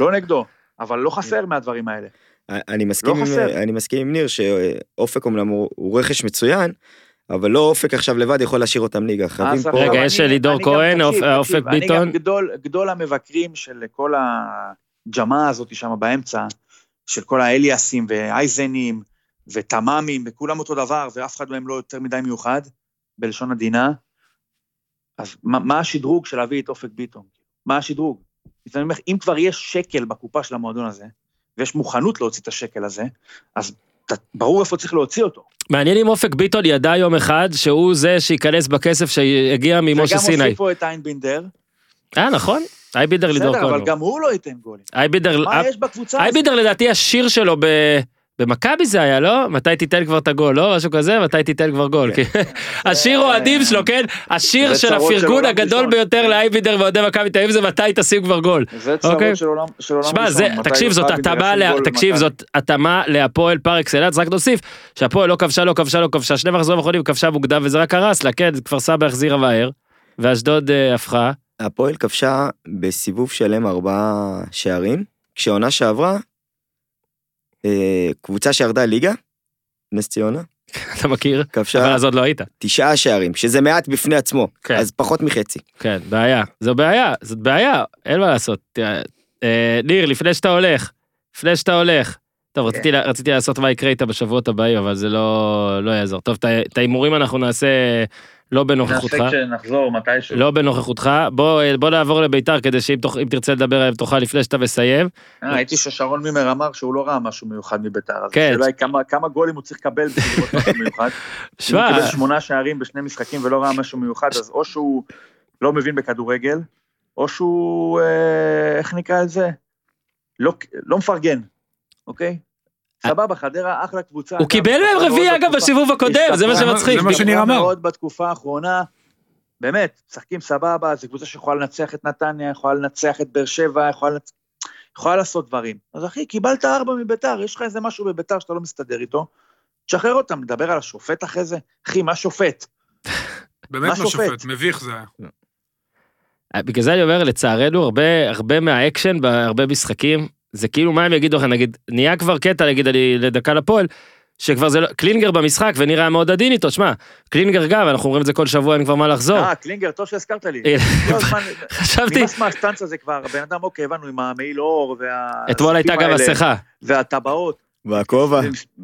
[SPEAKER 5] לא נגדו, אבל לא חסר מהדברים האלה.
[SPEAKER 2] אני מסכים, עם,
[SPEAKER 5] חסר.
[SPEAKER 2] אני מסכים עם ניר שאופק אומנם הוא, הוא רכש מצוין, אבל לא אופק עכשיו לבד יכול להשאיר אותם ליגה, חייבים
[SPEAKER 5] אז
[SPEAKER 2] פה...
[SPEAKER 5] עכשיו
[SPEAKER 1] רגע,
[SPEAKER 5] אני-
[SPEAKER 1] יש לידור
[SPEAKER 5] אני גם-
[SPEAKER 1] כהן,
[SPEAKER 5] תקשיב,
[SPEAKER 1] אופ-
[SPEAKER 5] תקשיב,
[SPEAKER 1] אופק ביטון.
[SPEAKER 5] אני גם גדול- גדול המבקרים של כל הג'מה הזאת שם באמצע, של כל האליאסים ואייזנים ותמ"מים, וכולם אותו דבר, ואף אחד מהם לא יותר מדי מיוחד, בלשון עדינה. אז מה, מה השדרוג של להביא את אופק ביטון? מה השדרוג? אז אני אומר, אם כבר יש שקל בקופה של המועדון הזה, ויש מוכנות להוציא את השקל הזה, אז ת- ברור איפה צריך להוציא אותו.
[SPEAKER 1] מעניין אם אופק ביטון ידע יום אחד שהוא זה שייכנס בכסף שהגיע ממשה
[SPEAKER 5] וגם
[SPEAKER 1] סיני.
[SPEAKER 5] הוסיפו את איינבינדר,
[SPEAKER 1] אה, נכון? אייבידר לידור אה,
[SPEAKER 5] בסדר,
[SPEAKER 1] כהן.
[SPEAKER 5] אבל גם הוא לא ייתן גולים.
[SPEAKER 1] אייבידר,
[SPEAKER 5] מה יש בקבוצה הזאת?
[SPEAKER 1] אייבידר לדעתי השיר שלו ב... במכבי זה היה, לא? מתי תיתן כבר את הגול, לא? משהו כזה, מתי תיתן כבר גול. כי- השיר אוהדים שלו, כן? השיר
[SPEAKER 5] כן. אה, זה
[SPEAKER 1] של
[SPEAKER 5] צרות של
[SPEAKER 1] הפרגון
[SPEAKER 5] עולם
[SPEAKER 1] הגדול
[SPEAKER 5] ראשון. כן.
[SPEAKER 1] ביותר לאייבידר ואוהדי מכבי תל אביב זה מתי תשים כבר גול.
[SPEAKER 5] זה
[SPEAKER 1] אוקיי.
[SPEAKER 5] צרות של עולם של עולם
[SPEAKER 1] שמע,
[SPEAKER 5] ראשון.
[SPEAKER 1] זה,
[SPEAKER 5] מתי
[SPEAKER 1] תקשיב, זאת
[SPEAKER 5] מכבי
[SPEAKER 1] התאמה,
[SPEAKER 5] תשים
[SPEAKER 1] לה-
[SPEAKER 5] גול
[SPEAKER 1] תקשיב,
[SPEAKER 5] למכבי?
[SPEAKER 1] זאת התאמה להפועל פר אקסלנס, רק נוסיף שהפועל לא כבשה, לא כבשה, לא כבשה, שני מחזורים אחרונים כבשה מוקדם וזה רק הרס לה, כן, כפר סבא החזירה מהר, ואשדוד אה, הפכה,
[SPEAKER 2] הפועל כבשה בסיבוב שלם ארבעה שערים, כשעונה שעברה, אה, קבוצה שירדה ליגה, נס ציונה,
[SPEAKER 1] אתה מכיר? אבל
[SPEAKER 5] אה,
[SPEAKER 2] כבשה
[SPEAKER 1] אז עוד לא היית.
[SPEAKER 2] תשעה שערים, שזה מעט בפני עצמו,
[SPEAKER 1] כן.
[SPEAKER 2] אז פחות מחצי.
[SPEAKER 1] כן, בעיה. זו בעיה, זאת בעיה, אין מה לעשות. תראה, אה, ניר, לפני שאתה הולך, לפני שאתה הולך. טוב,
[SPEAKER 5] כן.
[SPEAKER 1] רציתי, לה- רציתי לעשות מה יקרה איתה בשבועות הבאים, אבל זה לא, לא יעזור. טוב, את ה- את ההימורים אנחנו נעשה לא בנוכחותך.
[SPEAKER 5] נעשה כשנחזור מתישהו.
[SPEAKER 1] לא בנוכחותך. בוא, אה, בוא נעבור לביתר כדי שאם תוכ- אם תרצה לדבר עליהם תוכל לפני שאתה מסיים.
[SPEAKER 5] אה, ראיתי ששרון מימר אמר שהוא לא ראה משהו מיוחד מביתר. אז
[SPEAKER 1] כן.
[SPEAKER 5] השאלה היא כמה- כמה גולים הוא צריך לקבל בשביל לראות משהו מיוחד. אם הוא
[SPEAKER 1] שמע,
[SPEAKER 5] קיבל שמונה שערים בשני משחקים ולא ראה משהו מיוחד, אז או שהוא לא מבין בכדורגל, או שהוא, אה, איך נקרא לזה? לא- לא מפרגן, אוקיי? סבבה, חדרה אחלה קבוצה.
[SPEAKER 1] אה-
[SPEAKER 5] לא-
[SPEAKER 1] הוא
[SPEAKER 5] גם
[SPEAKER 1] קיבל
[SPEAKER 5] משחק
[SPEAKER 1] מהם
[SPEAKER 5] מאוד
[SPEAKER 1] רביעי אגב
[SPEAKER 5] בתקופה.
[SPEAKER 1] בסיבוב הקודם, זה מה
[SPEAKER 5] השתפרה.
[SPEAKER 1] שמצחיק.
[SPEAKER 4] זה מה ש- שניר
[SPEAKER 5] השתפרה
[SPEAKER 4] אמר.
[SPEAKER 5] מאוד בתקופה האחרונה, באמת, משחקים סבבה, זו קבוצה שיכולה לנצח את נתניה, יכולה לנצח את באר שבע, יכולה, לנצ... יכולה לעשות דברים. אז אחי, קיבלת ארבע מביתר, יש לך איזה משהו בביתר שאתה לא מסתדר איתו, תשחרר אותם, נדבר על השופט אחרי זה. אחי, מה שופט?
[SPEAKER 4] באמת
[SPEAKER 5] מה
[SPEAKER 4] לא שופט,
[SPEAKER 5] שופט?
[SPEAKER 4] מביך זה היה.
[SPEAKER 1] אה, בגלל זה אני אומר, לצערנו, הרבה, הרבה מהאקשן בהרבה משחקים, זה כאילו מה הם יגידו לך, נגיד, נהיה כבר קטע, נגיד, אני לדקה לפועל, שכבר זה לא, קלינגר במשחק, וניר היה מאוד עדין איתו, שמע, קלינגר גם, אנחנו אומרים את זה כל שבוע, אין כבר מה לחזור.
[SPEAKER 5] אה, קלינגר, טוב שהזכרת לי.
[SPEAKER 1] לא. אה,
[SPEAKER 5] כל הזמן,
[SPEAKER 1] חשבתי,
[SPEAKER 5] נמאס מהשטנץ הזה כבר, הבן אדם, אוקיי, הבנו, עם המעיל אור, וה...
[SPEAKER 1] אתמול הייתה גם
[SPEAKER 5] האלה,
[SPEAKER 1] מסכה.
[SPEAKER 5] והטבעות,
[SPEAKER 2] והכובע.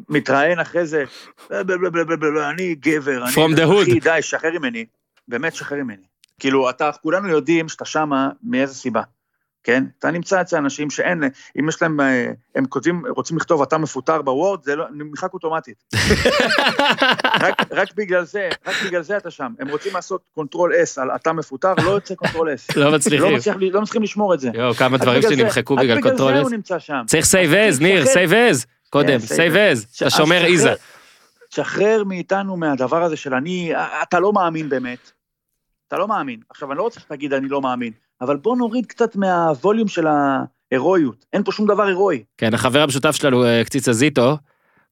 [SPEAKER 5] מתראיין אחרי זה, "בל, בל, בל, בל, בל, אני גבר, אני...
[SPEAKER 1] From the hood.
[SPEAKER 5] אחי, די, שחרר ממני. באמת, שחרר ממני. כאילו, אתה, כולנו יודעים שאתה שמה, מאיזה סיבה, כן? אתה נמצא אצל אנשים שאין, אם יש להם, אה, הם כותבים, רוצים לכתוב, אתה מפוטר בוורד, זה לא, נמחק אוטומטית. רק, רק בגלל זה, רק בגלל זה אתה שם. הם רוצים לעשות קונטרול S על אתה מפוטר, לא יוצא קונטרול S.
[SPEAKER 1] לא
[SPEAKER 5] לא
[SPEAKER 1] מצליחים.
[SPEAKER 5] מצליח- לא מצליחים לשמור את זה.
[SPEAKER 1] יואו, כמה דברים
[SPEAKER 5] רק בגלל
[SPEAKER 1] שנמחקו
[SPEAKER 5] זה-
[SPEAKER 1] בגלל
[SPEAKER 5] רק בגלל זה
[SPEAKER 1] קונטרולס.
[SPEAKER 5] הוא נמצא שם.
[SPEAKER 1] צריך סייב אז, ניר,
[SPEAKER 5] תשחרר.
[SPEAKER 1] סייב אז. קודם,
[SPEAKER 5] כן, save
[SPEAKER 1] סייב אז. אתה
[SPEAKER 5] אז
[SPEAKER 1] שומר
[SPEAKER 5] שחרר-
[SPEAKER 1] איזה.
[SPEAKER 5] שחרר מאיתנו מהדבר הזה של אני, אתה לא מאמין באמת. אתה לא מאמין. עכשיו, אני לא רוצה שתגיד אני לא מאמין, אבל בוא נוריד קצת מהווליום של ההירואיות. אין פה שום דבר הירואי.
[SPEAKER 1] כן, החבר המשותף שלנו, אה, קציצה זיטו,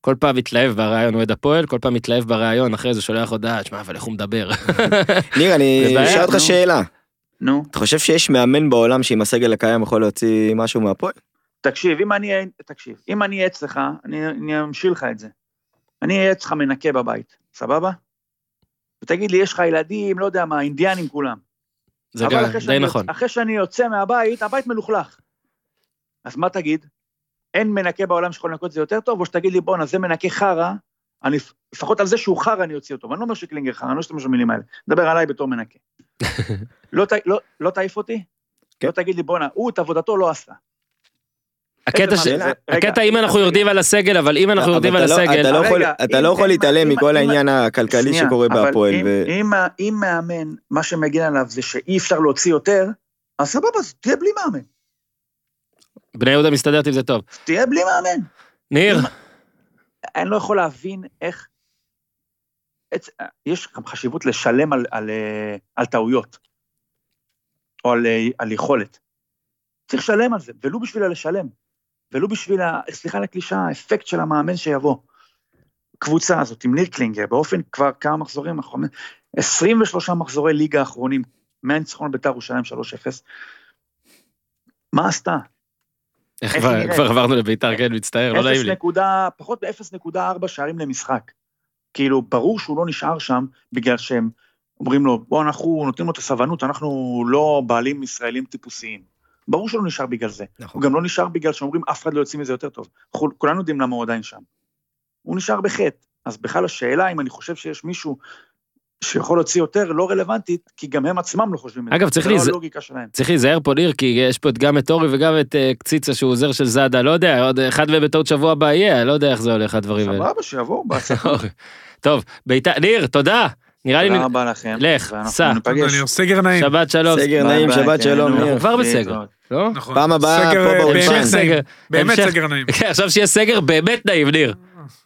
[SPEAKER 1] כל פעם מתלהב בריאיון אוהד הפועל, כל פעם מתלהב בריאיון, אחרי זה שולח הודעה, שמע, אבל איך הוא מדבר.
[SPEAKER 2] ניר, אני
[SPEAKER 1] זה בעיה,
[SPEAKER 2] אשאל אותך
[SPEAKER 5] נו.
[SPEAKER 2] שאלה.
[SPEAKER 5] נו.
[SPEAKER 2] אתה חושב שיש מאמן בעולם שעם הסגל הקיים יכול להוציא משהו מהפועל?
[SPEAKER 5] תקשיב, אם אני, תקשיב, אם אני אהיה אצלך, אני, אני אמשיל לך את זה. אני אהיה אצלך מנקה בבית, סבבה? ותגיד לי, יש לך ילדים, לא יודע מה, אינדיאנים כולם.
[SPEAKER 1] זה
[SPEAKER 5] אבל
[SPEAKER 1] גם
[SPEAKER 5] אחרי
[SPEAKER 1] די
[SPEAKER 5] שאני
[SPEAKER 1] נכון.
[SPEAKER 5] יוצא- אחרי שאני יוצא מהבית, הבית מלוכלך. אז מה תגיד? אין מנקה בעולם שיכול לנקות את זה יותר טוב, או שתגיד לי, בואנה, זה מנקה חרא, אני, לפחות על זה שהוא חרא אני אוציא אותו. ואני לא אומר שקלינגר חרא, אני לא אשתמש במילים האלה. מדבר עליי בתור מנקה. לא, ת- לא, לא תעיף אותי?
[SPEAKER 2] כן.
[SPEAKER 5] לא תגיד לי, בואנה, הוא את עבודתו לא עשה.
[SPEAKER 1] הקטע, ש...
[SPEAKER 5] זה- רגע,
[SPEAKER 1] הקטע אם אנחנו יורדים על הסגל, אבל אם אנחנו
[SPEAKER 2] אבל
[SPEAKER 1] יורדים
[SPEAKER 2] אתה
[SPEAKER 1] על
[SPEAKER 2] לא-
[SPEAKER 1] הסגל,
[SPEAKER 2] אתה לא
[SPEAKER 5] רגע,
[SPEAKER 2] יכול- אתה
[SPEAKER 5] אם-
[SPEAKER 2] לא יכול
[SPEAKER 5] אם-
[SPEAKER 2] להתעלם
[SPEAKER 5] אם-
[SPEAKER 2] מכל
[SPEAKER 5] אם-
[SPEAKER 2] העניין הכלכלי
[SPEAKER 5] שנייה,
[SPEAKER 2] שקורה
[SPEAKER 5] אבל
[SPEAKER 2] בהפועל.
[SPEAKER 5] אם,
[SPEAKER 2] ו-
[SPEAKER 5] אם, ה- אם מאמן, מה שמגן עליו זה שאי אפשר להוציא יותר, אז סבבה, אז תהיה בלי מאמן.
[SPEAKER 1] בני יהודה מסתדרת עם זה טוב.
[SPEAKER 5] תהיה בלי מאמן.
[SPEAKER 1] ניר,
[SPEAKER 5] לא, אני לא יכול להבין איך... עצ... יש גם חשיבות לשלם על, על, אה, על טעויות, או על, אה, על יכולת. צריך לשלם על זה, ולו בשביל הלשלם, ולו בשביל, ה... סליחה על הקלישאה, האפקט של המאמן שיבוא. קבוצה הזאת עם ניר קלינגר, באופן כבר כמה מחזורים האחרונים, 23 מחזורי ליגה האחרונים, מהניצחון על בית"ר ירושלים 3-0, מה עשתה?
[SPEAKER 1] איך
[SPEAKER 5] איך
[SPEAKER 1] כבר-
[SPEAKER 5] נראה?
[SPEAKER 1] כבר עברנו לביתר, כן, מצטער, לא נעים
[SPEAKER 5] אפס
[SPEAKER 1] לי.
[SPEAKER 5] נקודה, פחות מ-0.4 שערים למשחק. כאילו, ברור שהוא לא נשאר שם בגלל שהם אומרים לו, בוא, אנחנו נותנים לו את הסבלנות, אנחנו לא בעלים ישראלים טיפוסיים. ברור שהוא לא נשאר בגלל זה.
[SPEAKER 2] נכון.
[SPEAKER 5] הוא גם לא נשאר בגלל שאומרים, אף אחד לא יוצא מזה יותר טוב. כול- כולנו יודעים למה הוא עדיין שם. הוא נשאר בחטא. אז בכלל השאלה אם אני חושב שיש מישהו שיכול להוציא יותר, לא רלוונטית, כי גם הם עצמם לא חושבים את זה.
[SPEAKER 1] אגב, צריך
[SPEAKER 5] זה
[SPEAKER 1] להיז-
[SPEAKER 5] לא הלוגיקה שלהם.
[SPEAKER 1] צריך להיזהר פה ניר, כי יש פה את- גם את אורי וגם את אה, קציצה שהוא עוזר של זאדה, לא יודע, עוד אחד מהם בטעות שבוע הבא יהיה, לא יודע איך זה הולך הדברים האלה.
[SPEAKER 5] סבבה, שיבואו, בהצלחה.
[SPEAKER 1] אורי. טוב, ביתר, ניר, תודה. נראה לי,
[SPEAKER 5] תודה רבה לכם.
[SPEAKER 1] לך,
[SPEAKER 5] ואנחנו
[SPEAKER 1] סע.
[SPEAKER 5] ניפגש.
[SPEAKER 4] אני סגר נעים.
[SPEAKER 1] שבת שלום.
[SPEAKER 2] סגר
[SPEAKER 5] ביי
[SPEAKER 2] נעים,
[SPEAKER 5] ביי,
[SPEAKER 2] שבת
[SPEAKER 5] תהנו.
[SPEAKER 2] שלום. ניר.
[SPEAKER 1] אנחנו כבר בסגר.
[SPEAKER 5] להתראות.
[SPEAKER 1] לא?
[SPEAKER 4] נכון.
[SPEAKER 2] פעם הבאה
[SPEAKER 4] סגר,
[SPEAKER 2] פה
[SPEAKER 4] אה,
[SPEAKER 2] באולפן.
[SPEAKER 4] באמת סגר, באמת
[SPEAKER 1] המשך.
[SPEAKER 4] סגר נעים.
[SPEAKER 1] כן, עכשיו שיהיה סגר באמת נעים, ניר.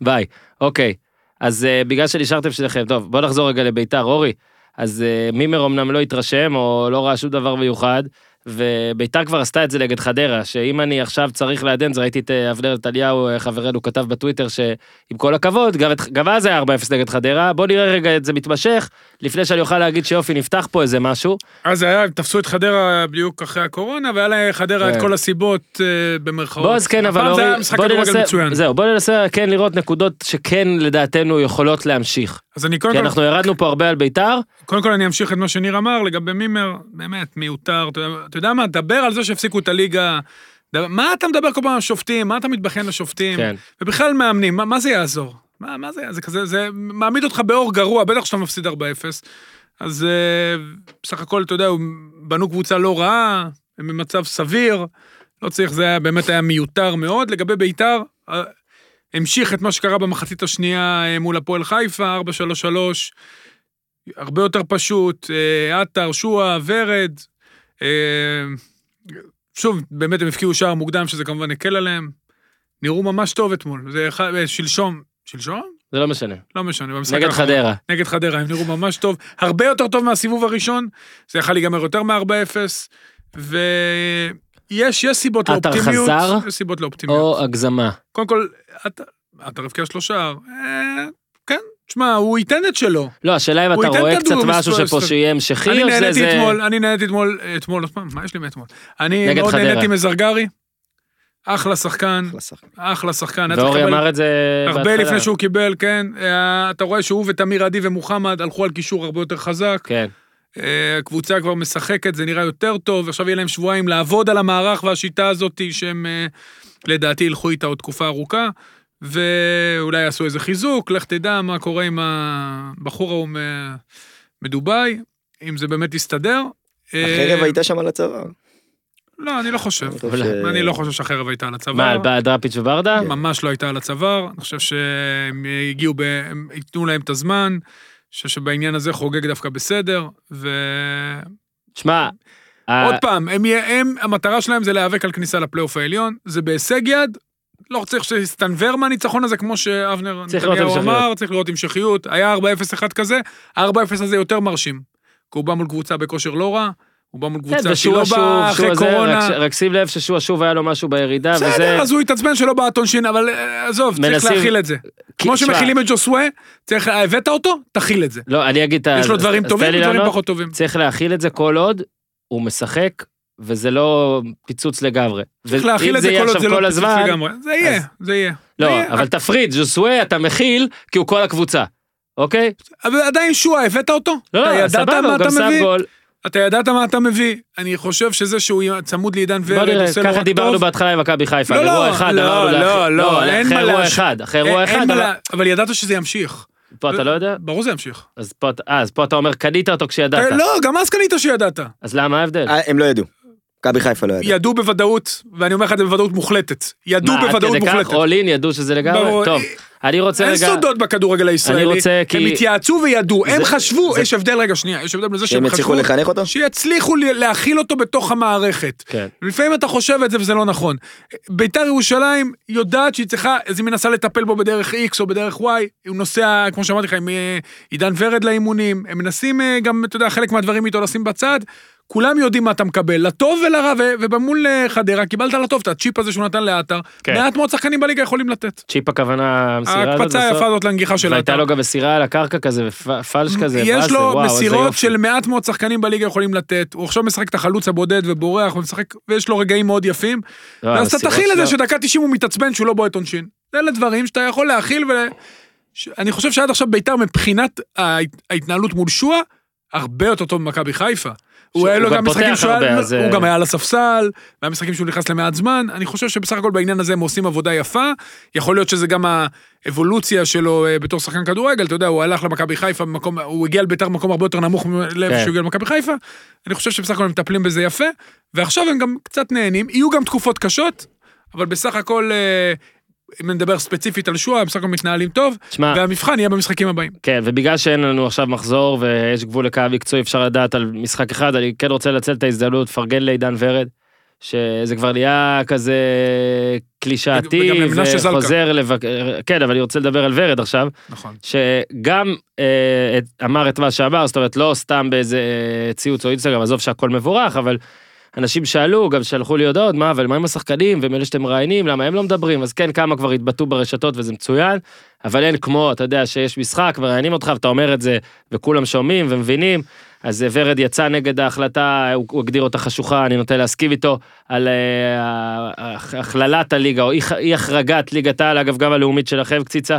[SPEAKER 1] ביי. אוקיי, אז אה, בגלל שנשארתם שלכם, טוב, בוא נחזור רגע לביתר, אורי. אז אה, מימר אמנם לא התרשם, או לא ראה שום דבר מיוחד, וביתר כבר עשתה את זה נגד חדרה, שאם אני עכשיו צריך לעדן, זה ראיתי את אה, אבנר נתניהו, אה, חברנו, כתב בטוויטר, שעם כל הכבוד, גם, את, גם אז היה 4-0 נגד חדרה, בוא נראה רגע את זה מתמשך, לפני שאני אוכל להגיד שיופי, נפתח פה איזה משהו.
[SPEAKER 4] אז היה, הם תפסו את חדרה בדיוק אחרי הקורונה, והיה לחדרה
[SPEAKER 1] כן.
[SPEAKER 4] את כל הסיבות אה, במרכאות.
[SPEAKER 1] בועז כן, אבל
[SPEAKER 4] הפעם זה
[SPEAKER 1] אורי,
[SPEAKER 4] היה משחק
[SPEAKER 1] בוא
[SPEAKER 4] כדורגל
[SPEAKER 1] ננסה,
[SPEAKER 4] מצוין.
[SPEAKER 1] זהו, בוא ננסה כן לראות נקודות שכן לדעתנו יכולות להמשיך.
[SPEAKER 4] אז אני קודם
[SPEAKER 1] כי
[SPEAKER 4] כל,
[SPEAKER 1] אנחנו ירדנו פה הרבה על ביתר,
[SPEAKER 4] קודם כל אני אמשיך את מה שניר אמר לגבי מימר, באמת, מיותר, אתה יודע- אתה יודע מה, דבר על זה שהפסיקו את הליגה. דבר- מה אתה מדבר כל פעם על שופטים? מה אתה מתבכיין לשופטים?
[SPEAKER 1] כן.
[SPEAKER 4] ובכלל מאמנים, מה, מה זה יעזור? מה, מה זה, זה כזה, זה מעמיד אותך באור גרוע, בטח שאתה מפסיד 4-0. אז אה, בסך הכל, אתה יודע, הם בנו קבוצה לא רעה, הם במצב סביר, לא צריך, זה היה, באמת היה מיותר מאוד. לגבי ביתר, אה, המשיך את מה שקרה במחצית השנייה אה, מול הפועל חיפה, 4-3-3, הרבה יותר פשוט, אה, עטר, שועה, ורד. אה, שוב, באמת הם הפקיעו שער מוקדם, שזה כמובן הקל עליהם. נראו ממש טוב אתמול, זה אחד- אה, שלשום, שלשום?
[SPEAKER 1] זה לא משנה.
[SPEAKER 4] לא משנה, במשחק
[SPEAKER 1] נגד
[SPEAKER 4] האחרון.
[SPEAKER 1] חדרה.
[SPEAKER 4] נגד חדרה, הם נראו ממש טוב, הרבה יותר טוב מהסיבוב הראשון, זה יכול להיגמר יותר מ-4-0, ויש יש סיבות
[SPEAKER 1] עטר
[SPEAKER 4] לאופטימיות,
[SPEAKER 1] חזר?
[SPEAKER 4] יש סיבות לאופטימיות.
[SPEAKER 1] או הגזמה.
[SPEAKER 4] קודם כל, אתה- אתה רבקי השלושה, אה, כן, תשמע, הוא ייתן את שלו.
[SPEAKER 1] לא, השאלה אם
[SPEAKER 4] הוא
[SPEAKER 1] אתה
[SPEAKER 4] ייתן
[SPEAKER 1] רואה
[SPEAKER 4] כדור
[SPEAKER 1] קצת משהו
[SPEAKER 4] מסתובב,
[SPEAKER 1] שפה
[SPEAKER 4] מסתובב.
[SPEAKER 1] שיהיה המשכי,
[SPEAKER 4] אני
[SPEAKER 1] או שזה...
[SPEAKER 4] נהניתי
[SPEAKER 1] זה-
[SPEAKER 4] אתמול, אני נהניתי אתמול, אתמול, עוד פעם, מה יש לי מאתמול? אני
[SPEAKER 1] נגד
[SPEAKER 4] מאוד
[SPEAKER 1] חדרה.
[SPEAKER 4] נהניתי מזרגרי, אחלה שחקן,
[SPEAKER 2] אחלה שחקן.
[SPEAKER 4] אחלה שחקן. היה צריך
[SPEAKER 1] ואורי
[SPEAKER 4] לקבל
[SPEAKER 1] אמר את זה
[SPEAKER 4] הרבה
[SPEAKER 1] בהתחלה.
[SPEAKER 4] לפני שהוא קיבל, כן. אה, אתה רואה שהוא ותמיר עדי ומוחמד הלכו על קישור הרבה יותר חזק.
[SPEAKER 1] כן.
[SPEAKER 4] אה, הקבוצה כבר משחקת, זה נראה יותר טוב, עכשיו יהיה להם שבועיים לעבוד על המערך והשיטה הזאת, שהם אה, לדעתי ילכו איתה עוד תקופה ארוכה, ואולי יעשו איזה חיזוק, לך תדע מה קורה עם הבחור ההוא מ- מדובאי, אם זה באמת יסתדר. אה,
[SPEAKER 2] החרב הייתה אה, שם על הצוואר.
[SPEAKER 4] לא, אני לא חושב.
[SPEAKER 2] אני חושב
[SPEAKER 1] אולי.
[SPEAKER 2] ש-
[SPEAKER 4] אני לא חושב שהחרב הייתה על הצוואר.
[SPEAKER 1] מה, על ב- דראפיץ' וברדה?
[SPEAKER 4] ממש לא הייתה על הצוואר, אני חושב שהם הגיעו, ב... הם ייתנו להם את הזמן, אני חושב שבעניין הזה חוגג דווקא בסדר, ו...
[SPEAKER 1] שמע, ה-
[SPEAKER 4] עוד פעם, הם, יה- הם, המטרה שלהם זה להיאבק על כניסה לפלייאוף העליון, זה בהישג יד, לא צריך שיסתנוור מהניצחון הזה, כמו שאבנר
[SPEAKER 1] צריך לראות
[SPEAKER 4] נתניהו
[SPEAKER 1] המשכיות.
[SPEAKER 4] אמר, צריך לראות המשכיות, היה 4-0 אחד כזה, ה-4-0 הזה יותר מרשים, כי הוא בא מול קבוצה בכושר לא רע, הוא בא מול
[SPEAKER 1] כן,
[SPEAKER 4] קבוצה
[SPEAKER 1] ושוע
[SPEAKER 4] שלא
[SPEAKER 1] שוב,
[SPEAKER 4] באה
[SPEAKER 1] שוע
[SPEAKER 4] אחרי
[SPEAKER 1] זה, רק
[SPEAKER 4] קורונה.
[SPEAKER 1] ש- רק שים לב ששוע שוב היה לו משהו בירידה, וזה...
[SPEAKER 4] בסדר, אז הוא התעצבן שלא בעט עונשין, אבל אה, עזוב, צריך
[SPEAKER 1] מנסים-
[SPEAKER 4] להכיל את זה.
[SPEAKER 1] כי-
[SPEAKER 4] כמו
[SPEAKER 1] תשמע,
[SPEAKER 4] שמכילים את ג'וסווה, צריך, הבאת אותו, תכיל את זה.
[SPEAKER 1] לא, אני אגיד את ה...
[SPEAKER 4] יש לו דברים
[SPEAKER 1] אז תן
[SPEAKER 4] טובים
[SPEAKER 1] לי
[SPEAKER 4] ודברים
[SPEAKER 1] לענות.
[SPEAKER 4] פחות טובים.
[SPEAKER 1] צריך להכיל את זה כל עוד הוא משחק, וזה לא פיצוץ לגמרי.
[SPEAKER 4] צריך להכיל את זה כל עוד זה לא פיצוץ לגמרי. אה, זה יהיה,
[SPEAKER 1] אז-
[SPEAKER 4] זה יהיה. זה
[SPEAKER 1] לא,
[SPEAKER 4] יהיה.
[SPEAKER 1] אבל תפריד, ז'וסווה אתה מכיל, כי הוא כל הקבוצה, אוקיי?
[SPEAKER 4] אבל עדיין שועה, הבאת אותו?
[SPEAKER 1] לא,
[SPEAKER 4] אתה
[SPEAKER 1] לא,
[SPEAKER 4] ידעת
[SPEAKER 1] סבבה,
[SPEAKER 4] מה
[SPEAKER 1] הוא
[SPEAKER 4] אתה
[SPEAKER 1] גם שם
[SPEAKER 4] מביא?
[SPEAKER 1] גול.
[SPEAKER 4] אתה ידעת מה אתה מביא. אני חושב שזה שהוא יהיה צמוד לעידן
[SPEAKER 1] בוא
[SPEAKER 4] ורד
[SPEAKER 1] נראה,
[SPEAKER 4] עושה לו
[SPEAKER 1] ככה
[SPEAKER 4] לא רק
[SPEAKER 1] דיברנו
[SPEAKER 4] טוב.
[SPEAKER 1] בהתחלה עם מכבי חיפה,
[SPEAKER 4] לא,
[SPEAKER 1] על אירוע
[SPEAKER 4] לא,
[SPEAKER 1] אחד
[SPEAKER 4] לא,
[SPEAKER 1] אמרנו
[SPEAKER 4] לא,
[SPEAKER 1] לאחר-
[SPEAKER 4] לא, אין
[SPEAKER 1] אחרי
[SPEAKER 4] מה
[SPEAKER 1] אירוע
[SPEAKER 4] להש-
[SPEAKER 1] אחד, אחרי
[SPEAKER 4] אין-
[SPEAKER 1] אירוע
[SPEAKER 4] אה, אין
[SPEAKER 1] אחד,
[SPEAKER 4] מה
[SPEAKER 1] אבל-
[SPEAKER 4] לה- אבל ידעת שזה ימשיך.
[SPEAKER 1] פה אתה לא יודע?
[SPEAKER 4] ברור זה ימשיך.
[SPEAKER 1] אז פה אתה- אה, אז פה אתה אומר, קנית אותו כשידעת.
[SPEAKER 4] אה, לא, גם אז קנית שידעת.
[SPEAKER 1] אז למה ההבדל?
[SPEAKER 2] אה, הם לא ידעו. מכבי חיפה לא ידעה.
[SPEAKER 4] ידעו בוודאות, ואני אומר לך את זה בוודאות מוחלטת. ידעו
[SPEAKER 1] מה, עד
[SPEAKER 4] בוודאות
[SPEAKER 1] כדי כך?
[SPEAKER 4] מוחלטת.
[SPEAKER 1] All in ידעו שזה לגמרי?
[SPEAKER 4] ברור. אה,
[SPEAKER 1] טוב, אני רוצה רגע...
[SPEAKER 4] אין סודות בכדורגל הישראלי.
[SPEAKER 1] אני רוצה כי-
[SPEAKER 4] הם התייעצו וידעו, הם
[SPEAKER 1] זה-
[SPEAKER 4] חשבו,
[SPEAKER 1] זה-
[SPEAKER 4] יש הבדל, רגע, שנייה, יש הבדל בזה
[SPEAKER 2] שהם
[SPEAKER 4] שהם
[SPEAKER 2] יצליחו
[SPEAKER 4] חשבו,
[SPEAKER 2] לחנך אותו?
[SPEAKER 4] שיצליחו ל- להכיל אותו בתוך המערכת.
[SPEAKER 1] כן.
[SPEAKER 4] לפעמים אתה חושב את זה וזה לא נכון. ביתר ירושלים יודעת שהיא צריכה, אז היא מנסה לטפל בו בדרך X או בדרך Y, הוא נוסע, כמו שאמרתי לך, עם אה, עידן ורד לאימונים, הם מנסים אה, גם, אתה יודע, חלק מהדברים איתו לשים בצד. כולם יודעים מה אתה מקבל, לטוב ולרע, ו- ובמול אה, חדרה קיבלת לטוב את הצ'יפ הזה שהוא נתן לעטר.
[SPEAKER 1] כן.
[SPEAKER 4] מעט מאוד שחקנים בליגה יכולים לתת.
[SPEAKER 1] צ'יפ הכוונה, המסירה הזאת
[SPEAKER 4] ההקפצה היפה הזאת לנגיחה של
[SPEAKER 1] והייתה
[SPEAKER 4] עטר.
[SPEAKER 1] לו גם מסירה על הקרקע כזה, ופלש כזה, מה
[SPEAKER 4] יש
[SPEAKER 1] זה?
[SPEAKER 4] לו
[SPEAKER 1] וואו, איזה
[SPEAKER 4] מסירות
[SPEAKER 1] יופי.
[SPEAKER 4] של מעט מאוד שחקנים בליגה יכולים לתת, הוא עכשיו משחק את החלוץ הבודד ובורח, ומשחק, ויש לו רגעים מאוד יפים,
[SPEAKER 1] לא,
[SPEAKER 4] ואז אתה
[SPEAKER 1] המסירות
[SPEAKER 4] תכיל את זה
[SPEAKER 1] שלו-
[SPEAKER 4] שדקה 90 הוא מתעצבן שהוא לא בועט עונשין. אלה דברים שאתה יכול להכיל, ואני חושב שעד עכשיו בית"ר מבחינת ההת- ההתנהלות מול שועה, הרבה יותר טוב ממכבי חיפה. הוא
[SPEAKER 1] שהוא
[SPEAKER 4] היה לו
[SPEAKER 1] גם
[SPEAKER 4] גם משחקים
[SPEAKER 1] פותח
[SPEAKER 4] שהוא היה-
[SPEAKER 1] הרבה, אז,
[SPEAKER 4] הוא
[SPEAKER 1] אה,
[SPEAKER 4] גם היה על הספסל, והיה משחקים שהוא נכנס למעט זמן. אני חושב שבסך הכל בעניין הזה הם עושים עבודה יפה. יכול להיות שזה גם האבולוציה שלו אה, בתור שחקן כדורגל, אתה יודע, הוא הלך למכבי חיפה, במקום- הוא הגיע לביתר במקום הרבה יותר נמוך מלב
[SPEAKER 1] כן.
[SPEAKER 4] שהוא הגיע למכבי חיפה. אני חושב שבסך הכל הם מטפלים בזה יפה, ועכשיו הם גם קצת נהנים, יהיו גם תקופות קשות, אבל בסך הכל, אה, אם נדבר ספציפית על שועה, הם בסך הכל מתנהלים טוב,
[SPEAKER 1] תשמע,
[SPEAKER 4] והמבחן יהיה במשחקים הבאים.
[SPEAKER 1] כן, ובגלל שאין לנו עכשיו מחזור ויש גבול לקו מקצועי, אפשר לדעת על משחק אחד, אני כן רוצה לנצל את ההזדמנות, לפרגן לעידן ורד, שזה כבר נהיה כזה קלישאתי,
[SPEAKER 4] וגם למנשה זלקה.
[SPEAKER 1] וחוזר לבקר, כן, אבל אני רוצה לדבר על ורד עכשיו.
[SPEAKER 4] נכון.
[SPEAKER 1] שגם אה, את- אמר את מה שאמר, זאת אומרת, לא סתם באיזה אה, ציוץ או אינסטגרם, עזוב שהכל מבורך, אבל אנשים שאלו, גם שלחו לי הודעות, מה, אבל מה עם השחקנים, והם אלה שאתם מראיינים, למה הם לא מדברים? אז כן, כמה כבר התבטאו ברשתות וזה מצוין, אבל אין כמו, אתה יודע, שיש משחק, מראיינים אותך ואתה אומר את זה, וכולם שומעים ומבינים. אז אה, ורד יצא נגד ההחלטה, הוא הוא הגדיר אותה חשוכה, אני נוטה להסכים איתו, על אה, ה- הכללת הליגה, או אי- אי החרגת ליגת העל, אגב, גם הלאומית שלכם, קציצה,